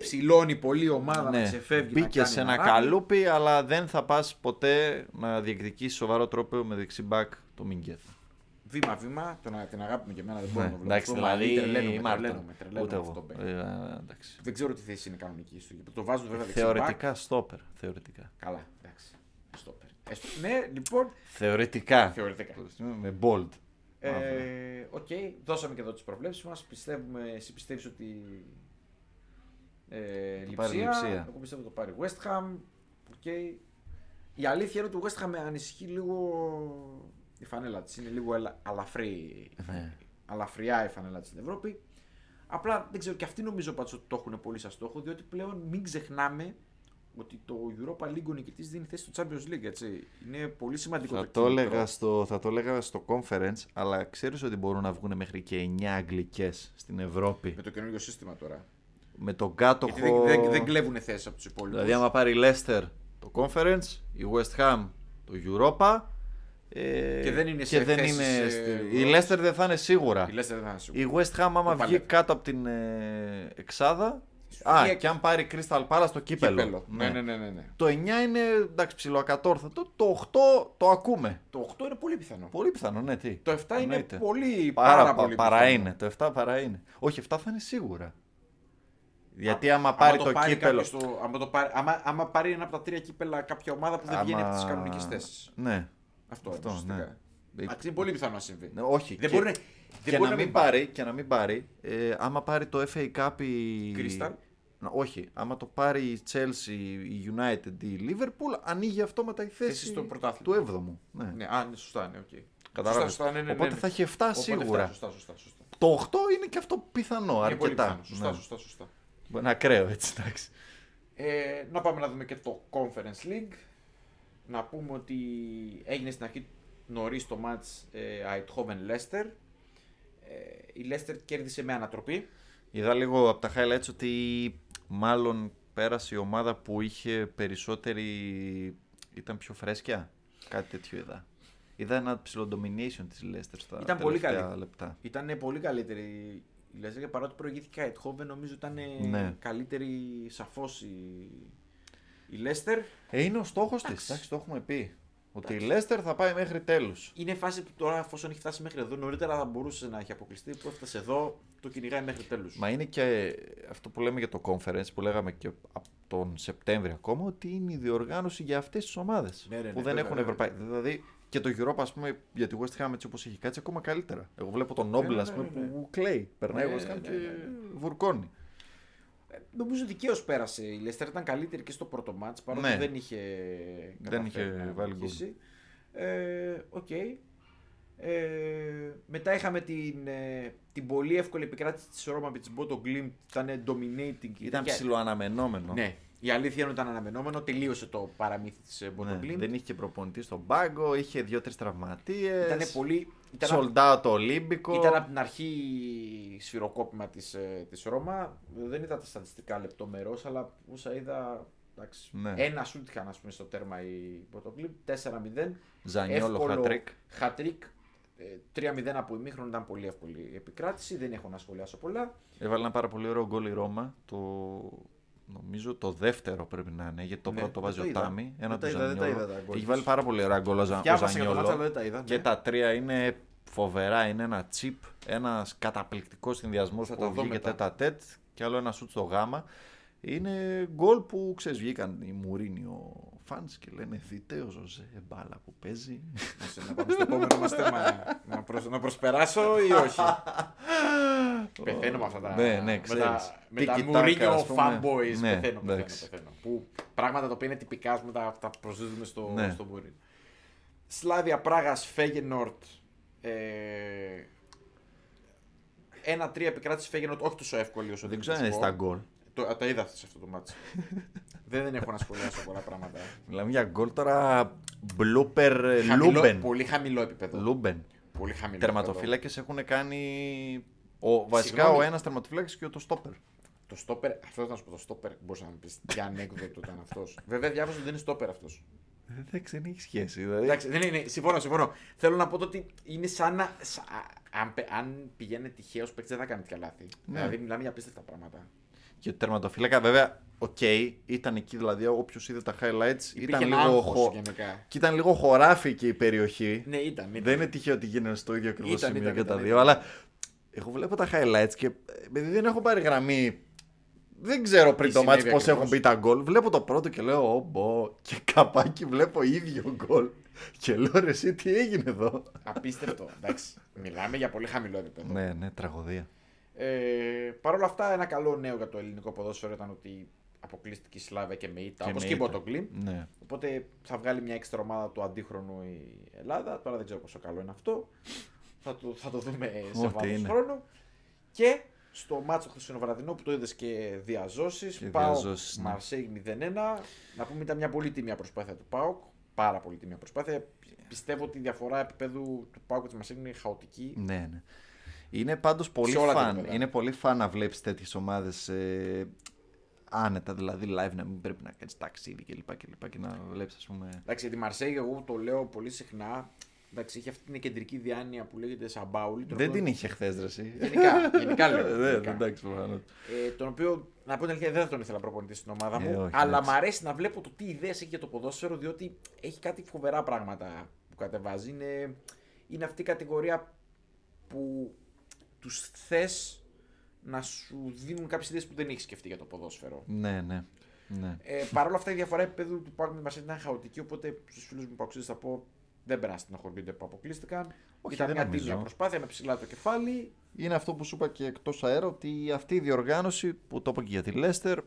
S2: ψηλώνει πολύ η ομάδα να ξεφεύγει. να
S1: Ναι. μπήκε
S2: κάνει
S1: σε ένα
S2: να ράβει.
S1: καλούπι, αλλά δεν θα πας ποτέ να διεκδικήσεις σοβαρό τρόπο με δεξί μπακ το Μιγκέθ.
S2: Βήμα-βήμα, το να την αγάπη και εμένα δεν μπορώ Ναι, να το βλέπω.
S1: εντάξει, δηλαδή.
S2: τρελαίνουμε,
S1: Μάρτον.
S2: τρελαίνουμε, τρελαίνουμε
S1: Ούτε
S2: με αυτό
S1: εγώ.
S2: το
S1: Ε, α, εντάξει.
S2: Δεν ξέρω τι θέση είναι κανονική στο γήπεδο. Το βάζουν βέβαια δεξιά.
S1: Θεωρητικά στόπερ. Θεωρητικά.
S2: Καλά, εντάξει. Στόπερ. Έστω- Ναι, λοιπόν,
S1: Θεωρητικά.
S2: θεωρητικά.
S1: Με bold. Μαύρο.
S2: Ε, Οκ, δώσαμε και εδώ τις προβλέψεις μας. Πιστεύουμε, εσύ πιστεύεις ότι ε,
S1: Το πάρει
S2: λειψία.
S1: λειψία.
S2: Εγώ πιστεύω το πάρει West Ham. Okay. Η αλήθεια είναι ότι το West Ham με ανησυχεί λίγο η φανέλα της. Είναι λίγο ελα- αλαφρύ,
S1: Ναι.
S2: αλαφριά η φανέλα της στην Ευρώπη. Απλά δεν ξέρω και αυτοί νομίζω πάντως ότι το έχουν πολύ σαν στόχο, διότι πλέον μην ξεχνάμε ότι το Europa League ο νικητής δίνει θέση στο Champions League, έτσι. Είναι πολύ σημαντικό
S1: Θα το,
S2: κίνητρο.
S1: έλεγα στο, θα το έλεγα στο conference, αλλά ξέρεις ότι μπορούν να βγουν μέχρι και 9 αγγλικές στην Ευρώπη.
S2: Με το καινούργιο σύστημα τώρα.
S1: Με τον κάτοχο...
S2: Γιατί δεν, δεν, δεν κλέβουν θέσει από τους υπόλοιπους.
S1: Δηλαδή, άμα πάρει η Leicester το Conference, η West Ham το Europa. ε,
S2: Και δεν είναι σε
S1: δεν
S2: θέσεις,
S1: είναι
S2: ε,
S1: στη- Η
S2: Ευρώπης.
S1: Leicester δεν θα είναι σίγουρα.
S2: Η Leicester δεν θα είναι σίγουρη.
S1: Η West Ham, άμα βγει
S2: παλεύει.
S1: κάτω από την ε, εξάδα.
S2: Σφυγεία
S1: Α,
S2: και-
S1: και αν πάρει Crystal Palace το κύπελο.
S2: Κύπελλο. Ναι, ναι, ναι, ναι, ναι.
S1: Το 9 είναι εντάξει, ψηλοακατόρθωτο. Το 8 το ακούμε.
S2: Το 8 είναι πολύ πιθανό.
S1: Πολύ πιθανό, ναι, τι.
S2: Το 7 είναι
S1: Εννοείται.
S2: πολύ
S1: Πάρα,
S2: πάρα,
S1: πα-
S2: πολύ
S1: παρά
S2: πιθανό.
S1: είναι. Το 7 παρά είναι. Όχι, 7 θα είναι σίγουρα. Γιατί άμα πάρει το,
S2: πάρει
S1: κύπελο.
S2: κάποιος Το, άμα, το πάρει, άμα, άμα πάρει ένα από τα τρία κύπελα κάποια ομάδα που δεν βγαίνει
S1: Άμα-
S2: από τις κανονικές θέσεις.
S1: Ναι.
S2: Αυτό,
S1: Αυτό,
S2: είναι. ουσιαστικά.
S1: ναι.
S2: Εντάξει, είναι πολύ πιθανό να συμβεί.
S1: Ναι, όχι.
S2: Δεν
S1: και,
S2: μπορεί να-
S1: και
S2: δεν μπορεί
S1: να
S2: να
S1: μην
S2: μην
S1: πάρει, και να μην πάρει, ε, άμα πάρει το FA Cup η...
S2: Crystal.
S1: Να- όχι, άμα το πάρει η Chelsea, η United, η Liverpool, ανοίγει αυτόματα η θέση
S2: Θέση στο
S1: του
S2: πρωτάθλημα.
S1: 7ου. Ναι.
S2: Ναι, α, ναι, σωστά, ναι, οκ.
S1: Κατάλαβες.
S2: Σωστά, σωστά, ναι, ναι, ναι,
S1: Οπότε
S2: ναι.
S1: θα έχει 7
S2: Οπότε εφτά,
S1: σίγουρα.
S2: Σωστά, σωστά, σωστά.
S1: Το 8 είναι και αυτό πιθανό,
S2: Είναι πολύ
S1: αρκετά.
S2: πιθανό. Σωστά,
S1: Ναι.
S2: σωστά, σωστά.
S1: Είναι ακραίο έτσι, εντάξει.
S2: Ε, να πάμε να δούμε και το Conference League. Να πούμε ότι έγινε στην αρχή νωρίς το match ε, Eindhoven Leicester. Ε, η Leicester κέρδισε με ανατροπή.
S1: Είδα λίγο από τα highlights ότι μάλλον πέρασε η ομάδα που είχε περισσότερη. ήταν πιο φρέσκια. Κάτι τέτοιο είδα. Είδα ένα ψηλό domination της Leicester στα
S2: Ήταν πολύ
S1: τελευταία
S2: καλή.
S1: λεπτά.
S2: Ήταν πολύ καλύτερη η Leicester και παρότι προηγήθηκε η Eindhoven νομίζω ήταν ε,
S1: Ναι.
S2: καλύτερη σαφώς η, η Leicester.
S1: Ε, είναι ο στόχος της.
S2: Εντάξει.
S1: Εντάξει, το έχουμε πει. Ότι η Λέστερ θα πάει μέχρι τέλους.
S2: Είναι φάση που τώρα, εφόσον έχει φτάσει μέχρι εδώ, νωρίτερα θα μπορούσε να έχει αποκλειστεί. Που έφτασε εδώ, το κυνηγάει μέχρι τέλους.
S1: Μα είναι και αυτό που λέμε για το conference που λέγαμε και από τον Σεπτέμβριο ακόμα ότι είναι η διοργάνωση για αυτές τις ομάδες
S2: Ναι, ναι, ναι,
S1: που δεν
S2: βέβαια,
S1: έχουν
S2: βέβαια.
S1: ευρωπαϊκή. Δηλαδή και το Europa, ας πούμε, για τη West Ham έτσι όπως έχει κάτσει, ακόμα καλύτερα. Εγώ βλέπω τον Νόμπλ, α πούμε, που κλαίει. Περνάει
S2: Ναι,
S1: West Ham
S2: ναι,
S1: και
S2: ναι, ναι.
S1: βουρκώνει.
S2: Νομίζω δικαίως πέρασε η Λέστερ. Ήταν καλύτερη και στο πρώτο μάτ. Παρότι
S1: Ναι.
S2: δεν είχε. καταφέρει
S1: είχε
S2: να
S1: βάλει γκολ.
S2: νικήσει. Ε, Οκ. Ε, μετά είχαμε την, ε, την πολύ εύκολη επικράτηση της Ρώμα με την Μπότο Γκλιμ. Ήταν dominating.
S1: Ήταν
S2: Και-
S1: ψηλοαναμενόμενο.
S2: Ναι. Η αλήθεια είναι ότι ήταν αναμενόμενο. Τελείωσε το παραμύθι ε, τη Μπότο
S1: Ναι,
S2: Γκλιμ.
S1: δεν είχε και προπονητή στον πάγκο, είχε δύο-τρει τραυματίες.
S2: Ήταν πολύ. Ήταν
S1: Sold out το Ολύμπικο.
S2: Ήταν από την αρχή σφυροκόπημα της, ε, της Ρώμα. Δεν είδα τα στατιστικά λεπτομερώς, αλλά όσα είδα... Εντάξει,
S1: Ναι.
S2: Ένα σουτ είχαν ας πούμε, στο τέρμα η Πορτοκλίπ, 4-0.
S1: Ζανιόλο hat-trick.
S2: Χατρίκ. 3-0 ε, από ημίχρονο ήταν πολύ εύκολη η επικράτηση. Δεν έχω να σχολιάσω πολλά.
S1: Έβαλε ένα πάρα πολύ ωραίο γκολ η Ρώμα. Το... Νομίζω το δεύτερο πρέπει να είναι, γιατί το
S2: Ναι,
S1: πρώτο
S2: δεν
S1: βάζει
S2: το
S1: ο
S2: είδα.
S1: Τάμι.
S2: Δεν
S1: Ένα
S2: τα
S1: του
S2: είδα, δεν τα
S1: Ζανιόλο.
S2: είδα τα γκολ
S1: Έχει
S2: της.
S1: βάλει πάρα πολύ ωραία γκολ ο Ζα- ο
S2: Διάβασα για το μάτς, αλλά
S1: Ζανιόλο.
S2: δεν τα είδα.
S1: Και
S2: ναι.
S1: τα τρία είναι φοβερά. Είναι ένα τσιπ, ένας καταπληκτικός συνδυασμός
S2: Θα
S1: που
S2: τα δω
S1: βγήκε
S2: μετά.
S1: τέτα τέτ και άλλο ένα σουτ στο γάμα. Είναι γκολ που ξέρεις, βγήκαν οι Μουρίνιο φανς και λένε Δείτε ο Ζωζέ μπάλα που παίζει.
S2: Άσε, Να πάμε στο επόμενο μας θέμα. να, προσ- να προσπεράσω ή όχι. Πεθαίνω με αυτά τα.
S1: Ναι, ναι,
S2: Με
S1: ξέρεις.
S2: τα, με τα
S1: Tiki-taka,
S2: Μουρίνιο
S1: ας πούμε.
S2: fanboys.
S1: Ναι,
S2: πεθαίνω, πεθαίνω,
S1: εντάξει.
S2: πεθαίνω. Που πράγματα τα οποία είναι τυπικά, ας πούμε, τα, τα προσδίδουμε στο,
S1: Ναι.
S2: στο Μουρίνιο. Σλάβια Πράγας, Φέγενορτ. Ε, ένα-τρία επικράτησης Φέγενορτ, όχι τόσο εύκολη όσο
S1: Δεν
S2: το
S1: ξέρω αν είναι
S2: θετικό.
S1: στα γκολ.
S2: Το- α, Τα είδα σε αυτό το μάτσο. δεν, δεν έχω να σχολιάσω πολλά πράγματα.
S1: Μιλάμε για γκολ τώρα. Μπλούπερ
S2: Χαμηλό-
S1: Ε, Λούμπεν.
S2: Πολύ χαμηλό επίπεδο.
S1: Λούμπεν.
S2: Πολύ χαμηλό. επίπεδο.
S1: Τερματοφύλακες έχουν κάνει. Ο, βασικά
S2: Συγγνώμη.
S1: ο ένας τερματοφύλακας και ο το στόπερ.
S2: Το στόπερ, αυτό ήταν σου πω, το στόπερ. Μπορείς να μου πει τι ανέκδοτο ήταν αυτός. Βέβαια, διάβασα ότι δεν είναι στόπερ αυτός.
S1: Εντάξει, δεν έχει σχέση. Δηλαδή.
S2: Εντάξει, δεν είναι, συμφωνώ, συμφωνώ. Θέλω να πω το ότι είναι σαν να. σαν- αν, πε- αν πηγαίνει τυχαίο παίκτη, δεν θα κάνει τέτοια
S1: Ναι.
S2: λάθη. Δηλαδή, μιλάμε για απίστευτα πράγματα.
S1: Και ο τερματοφύλακα, βέβαια, οκ, ήταν εκεί δηλαδή. Όποιος είδε τα highlights, ήταν
S2: Υπήρχε ένα
S1: λίγο,
S2: άγχος
S1: χο...
S2: γενικά.
S1: και ήταν λίγο χωράφη και η περιοχή.
S2: Ναι, ήταν. ήταν.
S1: Δεν είναι τυχαίο ότι γίνανε στο ίδιο ακριβώς
S2: Ήταν,
S1: σημείο
S2: ήταν,
S1: και τα
S2: ήταν,
S1: δύο,
S2: ήταν.
S1: αλλά εγώ βλέπω τα highlights και επειδή δεν έχω πάρει γραμμή. Δεν ξέρω πριν
S2: Τι
S1: το μάτς
S2: συνέβη
S1: πώς
S2: ακριβώς.
S1: έχουν μπει τα γκολ. Βλέπω το πρώτο και λέω «Ωμπο» και καπάκι βλέπω ίδιο γκολ. Και λέω «Ρε εσύ τι έγινε εδώ».
S2: Απίστευτο. Εντάξει. Μιλάμε για πολύ χαμηλό επίπεδο.
S1: Ναι, ναι, τραγωδία.
S2: Ε, Παρ' όλα αυτά, ένα καλό νέο για το ελληνικό ποδόσφαιρο ήταν ότι αποκλείστηκε η Σλάβια και με ήττα. Όπω
S1: με
S2: και η
S1: ήττα.
S2: Μποτοκλίν.
S1: Ναι.
S2: Οπότε θα βγάλει μια έξτρα ομάδα του αντίχρονου η Ελλάδα. Τώρα δεν ξέρω πόσο καλό είναι αυτό. Θα το, θα το δούμε σε
S1: Ό,τι
S2: βάθος
S1: είναι.
S2: χρόνο. Και στο μάτσο χθεσινοβραδινό που το είδες και διαζώσεις.
S1: Και
S2: Πάοκ
S1: διαζώσεις, ναι.
S2: Μαρσέη 0-1. Να πούμε ήταν μια πολύ τίμια προσπάθεια του Πάοκ. Πάρα πολύ τίμια προσπάθεια. Πιστεύω ότι η διαφορά επίπεδου του Πάοκ και της Μαρσέη είναι χαοτική.
S1: Ναι, ναι. Είναι πάντως πολύ
S2: Σε όλα τα
S1: φαν.
S2: επίπεδα.
S1: Είναι πολύ φαν να βλέπεις τέτοιες ομάδες ε, άνετα, δηλαδή live να μην πρέπει να κάνεις ταξίδι κλπ. Και, λοιπά και, λοιπά και να βλέπεις ας πούμε...
S2: Εντάξει, για τη Μαρσέη, εγώ το λέω πολύ συχνά. Εντάξει, είχε αυτή την κεντρική διάνοια που λέγεται Σαμπάουλη. τον
S1: Δεν
S2: οποίο-
S1: την είχε χθες ρε εσύ.
S2: Γενικά, γενικά λέω.
S1: Ε, ναι,
S2: γενικά.
S1: εντάξει, προφανώς.
S2: Ε, τον οποίο, να πω την αλήθεια, δεν θα τον ήθελα προπονητή στην ομάδα μου.
S1: Ε, όχι,
S2: αλλά
S1: εντάξει.
S2: μου αρέσει να βλέπω το τι ιδέες έχει για το ποδόσφαιρο, διότι έχει κάτι φοβερά πράγματα που κατεβάζει. Είναι, είναι αυτή η κατηγορία που τους θες να σου δίνουν κάποιες ιδέες που δεν έχεις σκεφτεί για το ποδόσφαιρο.
S1: Ναι, ναι. ναι.
S2: Ε, Παρ' όλα αυτά, η διαφορά επίπεδου του Πάουκ με τη Μαρσέλη ήταν χαοτική. Οπότε στους φίλους μου Παουξίδε θα πω δεν περάσει να χορηγούνται που αποκλείστηκαν.
S1: Όχι,
S2: Ήταν
S1: δεν
S2: μια
S1: νομίζω.
S2: τίμια προσπάθεια με ψηλά το κεφάλι.
S1: Είναι αυτό που σου είπα και εκτός αέρα ότι αυτή η διοργάνωση που το είπα και για τη Λέστερ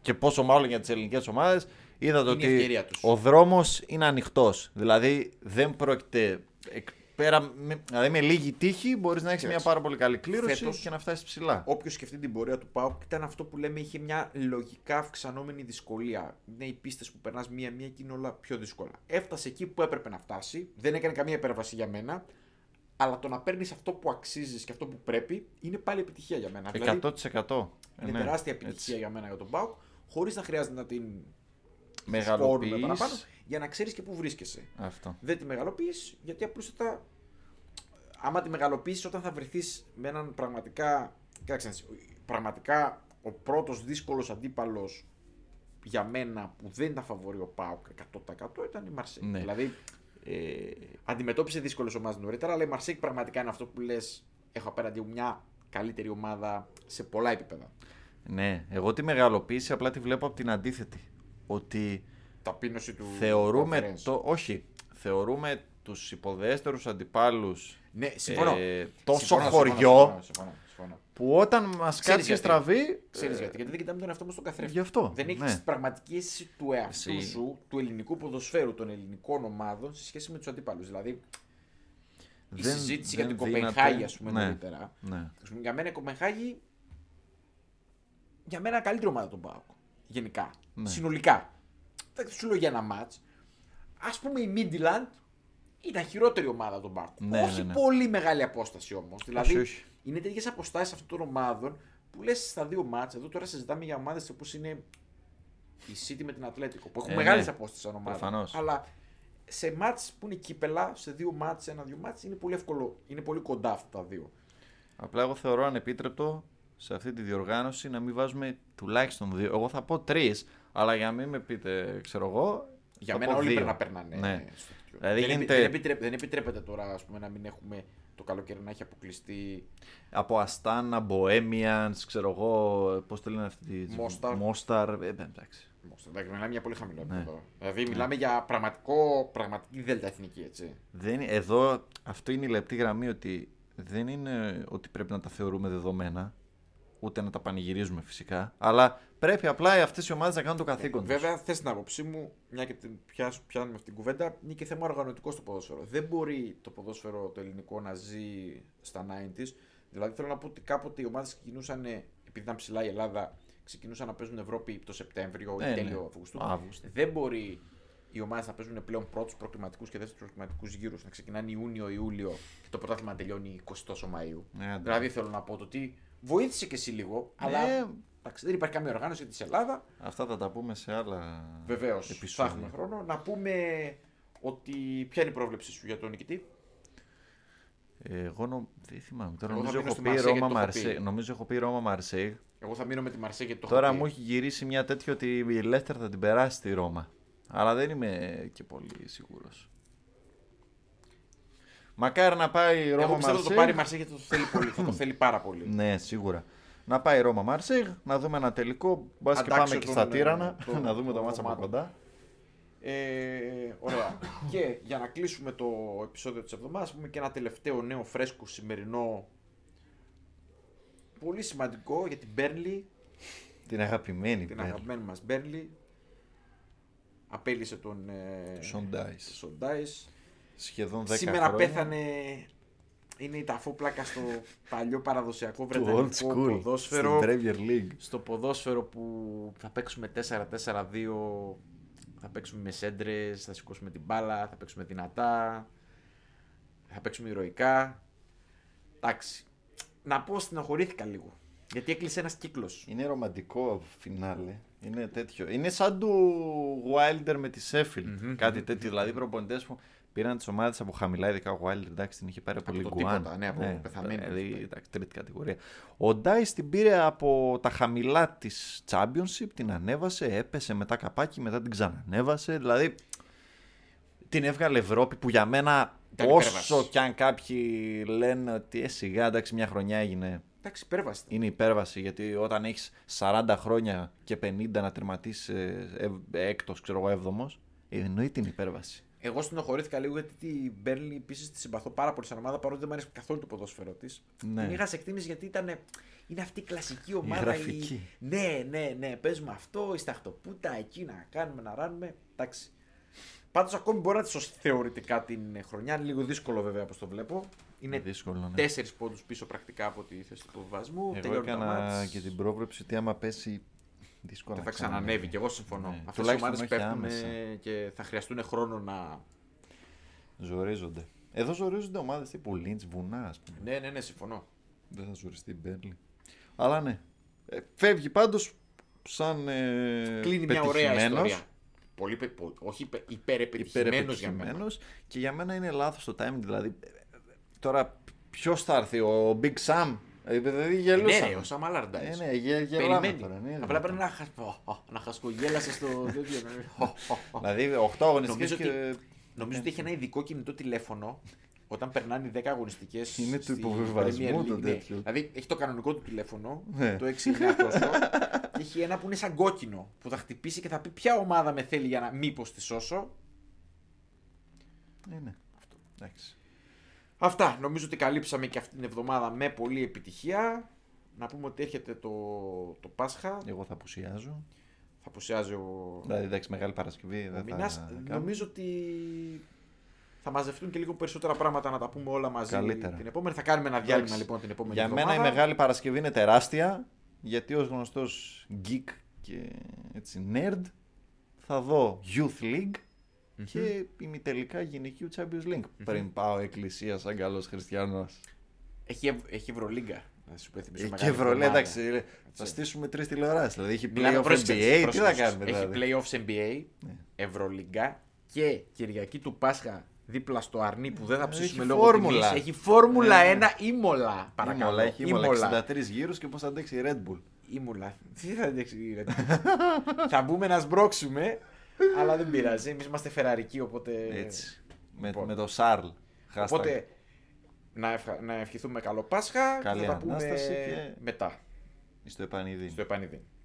S1: και πόσο μάλλον για τις ελληνικές ομάδες, είδατε
S2: η
S1: ότι
S2: ευκαιρία τους.
S1: ο δρόμος είναι ανοιχτός. Δηλαδή δεν πρόκειται. εκ- Πέρα, με, δηλαδή με λίγη τύχη μπορείς να έχεις μια
S2: Έτσι.
S1: πάρα πολύ καλή κλήρωση
S2: Φέτος-
S1: και να φτάσεις ψηλά.
S2: Όποιος σκεφτεί την πορεία του ΠΑΟΚ ήταν αυτό που λέμε είχε μια λογικά αυξανόμενη δυσκολία. Είναι οι πίστες που περνάς μία-μία και είναι όλα πιο δύσκολα. Έφτασε εκεί που έπρεπε να φτάσει, δεν έκανε καμία υπέρβαση για μένα, αλλά το να παίρνεις αυτό που αξίζεις και αυτό που πρέπει είναι πάλι επιτυχία για μένα. Δηλαδή,
S1: 100%. Ε,
S2: είναι
S1: ναι,
S2: τεράστια
S1: έτσι.
S2: επιτυχία για μένα για τον ΠΑΟΚ, χωρίς να χρειάζεται να την σκόρουμε
S1: Μεγαλοποιείς.
S2: παραπάνω, για να ξέρεις και πού βρίσκεσαι.
S1: Αυτό.
S2: Δεν τη μεγαλοποιείς, γιατί απλούστατα άμα τη μεγαλοποιήσεις όταν θα βρεθείς με έναν πραγματικά, κοίταξε να δεις, πραγματικά ο πρώτος δύσκολος αντίπαλος για μένα που δεν ήταν φαβορεί ο ΠΑΟΚ 100% ήταν η Μαρσέη.
S1: Ναι.
S2: Δηλαδή
S1: Ε,
S2: Αντιμετώπισε δύσκολες ομάδες νωρίτερα, αλλά η Μαρσέικ πραγματικά είναι αυτό που λες: Έχω απέναντί μου μια καλύτερη ομάδα σε πολλά επίπεδα.
S1: ναι, εγώ τη μεγαλοποίηση απλά τη βλέπω από την αντίθετη. Ότι
S2: Ταπείνωση του.
S1: θεωρούμε.
S2: conference.
S1: Το, όχι, θεωρούμε τους υποδέστερους αντιπάλους
S2: Ναι, συμφωνώ.
S1: ε, τόσο
S2: Συμφωνώ,
S1: χωριό
S2: Συμφωνώ, συμφωνώ, συμφωνώ.
S1: που όταν μας
S2: Ξέρεις
S1: κάτσει
S2: γιατί.
S1: στραβή.
S2: Ξέρεις
S1: ε,
S2: γιατί, γιατί δεν κοιτάμε τον εαυτό μας στον καθρέφτη.
S1: Γι' αυτό,
S2: Δεν έχεις
S1: ναι.
S2: την πραγματική αίσθηση του εαυτού
S1: Εσύ-
S2: σου, του ελληνικού ποδοσφαίρου, των ελληνικών ομάδων σε σχέση με τους αντίπαλου. Δηλαδή, η
S1: δεν-
S2: συζήτηση
S1: δεν
S2: για την
S1: δύναται-
S2: Κοπενχάγη, ας πούμε,
S1: ναι,
S2: νωρίτερα.
S1: ναι.
S2: Ας πούμε, Για μένα η Κοπενχάγη. Για μένα καλύτερη ομάδα τον Πάοκ. Γενικά.
S1: Ναι.
S2: Συνολικά. Δεν σου λέω για ένα μάτ. Ας πούμε η Midland ήταν χειρότερη ομάδα τον Πάοκ.
S1: Ναι,
S2: όχι
S1: ναι, ναι.
S2: πολύ μεγάλη απόσταση όμως. Δηλαδή
S1: όχι.
S2: είναι τέτοιες αποστάσεις αυτών των ομάδων που λες στα δύο μάτς, Εδώ τώρα συζητάμε για ομάδες όπως είναι η City με την Ατλέτικο. Που έχουν
S1: Ε,
S2: μεγάλες
S1: ναι.
S2: απόστασεις σαν ομάδα.
S1: Προφανώς.
S2: Αλλά σε μάτς που είναι κύπελα, σε δύο μάτς, σε ένα-δύο μάτς, είναι πολύ εύκολο. Είναι πολύ κοντά αυτά τα δύο.
S1: ε, Απλά εγώ θεωρώ ανεπίτρεπτο σε αυτή τη διοργάνωση να μην βάζουμε τουλάχιστον δύο. Εγώ θα πω τρεις, αλλά για να μην με πείτε, ξέρω εγώ.
S2: Για
S1: θα
S2: μένα
S1: πω
S2: όλοι
S1: δύο.
S2: πρέπει να περνάνε.
S1: Ναι.
S2: στο τέτοιο.
S1: Δηλαδή
S2: δεν,
S1: γίνεται-
S2: επι- δεν, επιτρέπ- δεν επιτρέπεται τώρα ας πούμε, να μην έχουμε το καλοκαίρι να έχει αποκλειστεί.
S1: Από Αστάνα, Bohemians, ξέρω εγώ. Πώς το λένε αυτή τη.
S2: Mostar.
S1: Μόσταρ. Ε, εντάξει.
S2: Εντάξει, μιλάμε για πολύ χαμηλό
S1: Ναι.
S2: επίπεδο. Δηλαδή μιλάμε για πραγματικό, πραγματική δέλτα εθνική, έτσι.
S1: Δεν, είναι- εδώ αυτό είναι η λεπτή γραμμή ότι δεν είναι ότι πρέπει να τα θεωρούμε δεδομένα, ούτε να τα πανηγυρίζουμε φυσικά, αλλά πρέπει απλά αυτές οι ομάδες να κάνουν το καθήκον τους.
S2: Βέβαια, θες την άποψή μου, μια και την πιάσ- πιάνουμε αυτή την κουβέντα, είναι και θέμα οργανωτικό στο ποδόσφαιρο. Δεν μπορεί το ποδόσφαιρο το ελληνικό να ζει στα 90s. Δηλαδή, θέλω να πω ότι κάποτε οι ομάδες ξεκινούσαν, ε, επειδή ήταν ψηλά η Ελλάδα, ξεκινούσαν να παίζουν Ευρώπη το Σεπτέμβριο ή
S1: Ε, ναι.
S2: τέλειο Αυγούστου.
S1: Αύγουστο.
S2: Δεν μπορεί οι ομάδες να παίζουν πλέον πρώτους προκληματικού και δεύτερους προκληματικού γύρους. Να ξεκινάνε Ιούνιο-Ιούλιο και το πρωτάθλημα να τελειώνει 20 Μαου.
S1: Ναι, ναι.
S2: δηλαδή, θέλω να πω το ότι βοήθησε και εσύ λίγο, αλλά εντάξει, δεν υπάρχει καμία οργάνωση για τη Ελλάδα.
S1: Αυτά θα τα πούμε σε άλλα
S2: Βεβαίως. Θα
S1: επεισόδια.
S2: έχουμε χρόνο. Να πούμε ότι ποια είναι η πρόβλεψή σου για τον νικητή.
S1: Ε, εγώ νο... δεν θυμάμαι. Τώρα
S2: Εγώ θα
S1: νομίζω
S2: μείνω
S1: έχω
S2: στη
S1: πει
S2: Μαρσέη,
S1: Ρώμα
S2: γιατί το έχω πει.
S1: Μαρσέη. Νομίζω έχω πει Ρώμα Μαρσέη.
S2: Εγώ θα μείνω με τη Μαρσέ γιατί το
S1: Τώρα
S2: έχω πει.
S1: μου έχει γυρίσει μια τέτοια ότι η Λέστερ θα την περάσει τη Ρώμα. Αλλά δεν είμαι και πολύ σίγουρος. Μακάρι να πάει η
S2: Εγώ
S1: Ρώμα
S2: πιστεύω ότι
S1: Μαρσέη.
S2: το πάρει η Μαρσέ γιατί το θέλει πολύ. θα το θέλει πάρα πολύ.
S1: Ναι, σίγουρα. Να πάει η Ρώμα Μαρσέη, να δούμε ένα τελικό. Μπας και
S2: Αντάξιο
S1: πάμε και
S2: τον,
S1: στα
S2: ε,
S1: Τύρανα,
S2: τον-
S1: να δούμε
S2: τον
S1: το μάτσα από
S2: ομάδο.
S1: κοντά.
S2: Ε, ωραία. και για να κλείσουμε το επεισόδιο της εβδομάδας, πούμε και ένα τελευταίο νέο φρέσκο σημερινό. Πολύ σημαντικό για την Μπέρνλι,
S1: Την αγαπημένη
S2: την
S1: Μπέρλι.
S2: αγαπημένη μας Μπέρνλι. Απέλυσε τον ε,
S1: Σοντάις.
S2: Σοντάις.
S1: Σχεδόν 10
S2: Σήμερα
S1: χρόνια.
S2: πέθανε. Είναι η ταφόπλακα στο παλιό παραδοσιακό
S1: του old
S2: βρετανικό
S1: school
S2: ποδόσφαιρο.
S1: στην Premier League.
S2: Στο ποδόσφαιρο που θα παίξουμε 4-4-2, θα παίξουμε με σέντρες, θα σηκώσουμε την μπάλα, θα παίξουμε δυνατά, θα παίξουμε ηρωικά. Εντάξει. Να πω στενοχωρήθηκα λίγο. Γιατί έκλεισε ένας κύκλος.
S1: Είναι ρομαντικό φινάλε. Είναι τέτοιο. Είναι σαν του Wilder με τη Sheffield. Κάτι τέτοιο. Δηλαδή, οι προπονητές που πήραν τις ομάδες από χαμηλά, ειδικά ο Wilder, εντάξει, την είχε πάρει από,
S2: Από το
S1: λίγο
S2: τίποτα, ναι, από πεθαμένη.
S1: Δηλαδή, εντάξει, τρίτη κατηγορία. Ο Ντάι την πήρε από τα χαμηλά της Championship, την ανέβασε, έπεσε μετά καπάκι, μετά την ξανανέβασε. Δηλαδή, την έβγαλε Ευρώπη που για μένα.
S2: Ήταν
S1: όσο
S2: υπέρβαση.
S1: κι αν κάποιοι λένε ότι ε, σιγά, εντάξει, μια χρονιά έγινε
S2: Εντάξει, υπέρβαση. ήταν.
S1: είναι υπέρβαση γιατί όταν έχεις 40 χρόνια και 50 να τερματίσεις έκτος, ξέρω εγώ, έβδομος, ε, εννοεί την υπέρβαση.
S2: Εγώ στενοχωρήθηκα λίγο γιατί την Μπέρνλι επίσης τη συμπαθώ πάρα πολύ σαν ομάδα παρότι δεν μου αρέσει καθόλου το ποδόσφαιρο της.
S1: Ναι.
S2: Την είχα σε εκτίμηση γιατί ήταν. Είναι αυτή η κλασική ομάδα.
S1: γραφική.
S2: Ναι, ναι, ναι. Παίζουμε αυτό, η σταχτοπούτα, εκεί να κάνουμε, να ράνουμε. Εντάξει. Πάντως ακόμη μπορεί να τη σώσει θεωρητικά την χρονιά. Είναι λίγο δύσκολο βέβαια όπως το βλέπω. Είναι
S1: δύσκολο, ναι.
S2: τέσσερις πόντους πίσω πρακτικά από τη θέση του υποβιβασμού.
S1: Εγώ
S2: Τελειώνει τα
S1: έκανα
S2: μάτς.
S1: και την πρόβλεψη ότι άμα πέσει δύσκολα
S2: Δεν θα ξανανεύει και εγώ συμφωνώ.
S1: Ναι.
S2: Αυτέ οι
S1: Τουλάχιστον
S2: ομάδε
S1: όχι
S2: πέφτουν
S1: άμεσα.
S2: και θα χρειαστούν χρόνο να.
S1: Ζορίζονται. Εδώ ζορίζονται ομάδες τύπου Λίντς, Βουνά, ας πούμε.
S2: Ναι, ναι, ναι, συμφωνώ.
S1: Δεν θα ζοριστεί η Μπέρλι. Αλλά ναι. Ε, φεύγει πάντως σαν ε,
S2: κλείνει μια ωραία
S1: πετυχημένος.
S2: ιστορία. Πολύ, πε- πο- όχι υπε- υπερεπετυχημένος για μένα.
S1: υπερεπιτυχημένος και για μένα είναι λάθος το timing. Δηλαδή, ε, ε, τώρα ποιος θα έρθει, ο Big Sam. Ε, Δηλαδή
S2: Ναι,
S1: γελούσαμε.
S2: ρε, ο Σαμ
S1: Ε,
S2: Αλαρντάις.
S1: ναι, γε- γελάμε
S2: Περιμένει.
S1: τώρα. ναι,
S2: Απλά
S1: ναι.
S2: πρέπει να, χα- να χασκογέλασες στο τέτοιο. ναι.
S1: Δηλαδή 8 αγωνιστικές
S2: Νομίζω
S1: και ναι.
S2: ότι Νομίζω ότι έχει ένα ειδικό κινητό τηλέφωνο όταν περνάνε οι 10 αγωνιστικές.
S1: Είναι του υποβιβασμού το τέτοιο.
S2: Δηλαδή έχει το κανονικό του τηλέφωνο,
S1: Ναι.
S2: το 6900, και έχει ένα που είναι σαν κόκκινο που θα χτυπήσει και θα πει ποια ομάδα με θέλει για να μήπως τη σώσω.
S1: Ναι, ναι. Αυτό. Εντάξει.
S2: Αυτά. Νομίζω ότι καλύψαμε και αυτή την εβδομάδα με πολλή επιτυχία. Να πούμε ότι έρχεται το, το Πάσχα.
S1: Εγώ θα απουσιάζω.
S2: Θα αποσιάζει ο,
S1: Δηλαδή, εντάξει, μεγάλη Παρασκευή.
S2: ο
S1: Δεν
S2: Μινάς.
S1: θα... κάνω.
S2: Νομίζω ότι θα μαζευτούν και λίγο περισσότερα πράγματα να τα πούμε όλα μαζί
S1: Καλύτερα.
S2: την επόμενη. Θα κάνουμε ένα διάλειμμα
S1: Εντάξει.
S2: λοιπόν την επόμενη
S1: Για
S2: εβδομάδα.
S1: μένα η Μεγάλη Παρασκευή είναι τεράστια, γιατί ως γνωστός geek και έτσι nerd θα δω Youth League και ημιτελικά γυναικείου Champions League πριν πάω εκκλησία σαν καλός χριστιανός.
S2: Έχει, ευ- έχει Ευρωλίγκα. Να σου υπενθυμίσω,
S1: Ε, Και
S2: μεγάλη
S1: Ευρωλέ,
S2: εβδομάδα.
S1: εντάξει, ρε, θα στήσουμε τρεις τηλεοράσεις, δηλαδή έχει
S2: Μιλάμε-
S1: playoff
S2: πρόσεξε,
S1: NBA, τι
S2: πρόσεξε.
S1: θα κάνουμε
S2: Έχει
S1: δηλαδή.
S2: playoffs NBA, Ευρωλίγκα και Κυριακή του Πάσχα δίπλα στο αρνί που δεν θα
S1: Ε, Έχει
S2: ψήσουμε λόγω
S1: φόρμουλα.
S2: τιμής. Έχει φόρμουλα
S1: Ναι.
S2: 1 ήμολα. Παρακαλώ.
S1: Ήμολα, έχει ήμολα, 63 γύρους και πώς θα αντέξει η Red Bull.
S2: Ήμουλα. Τι θα αντέξει ρε. θα μπούμε να σμπρώξουμε, αλλά δεν πειράζει. Εμείς είμαστε φεραρικοί, οπότε.
S1: Έτσι, με,
S2: λοιπόν.
S1: με το Σαρλ.
S2: Οπότε να, ευχα- να ευχηθούμε καλό Πάσχα.
S1: Καλή
S2: και θα τα πούμε
S1: Ανάσταση και-
S2: μετά
S1: Στο επανειδή.
S2: στο επανειδή.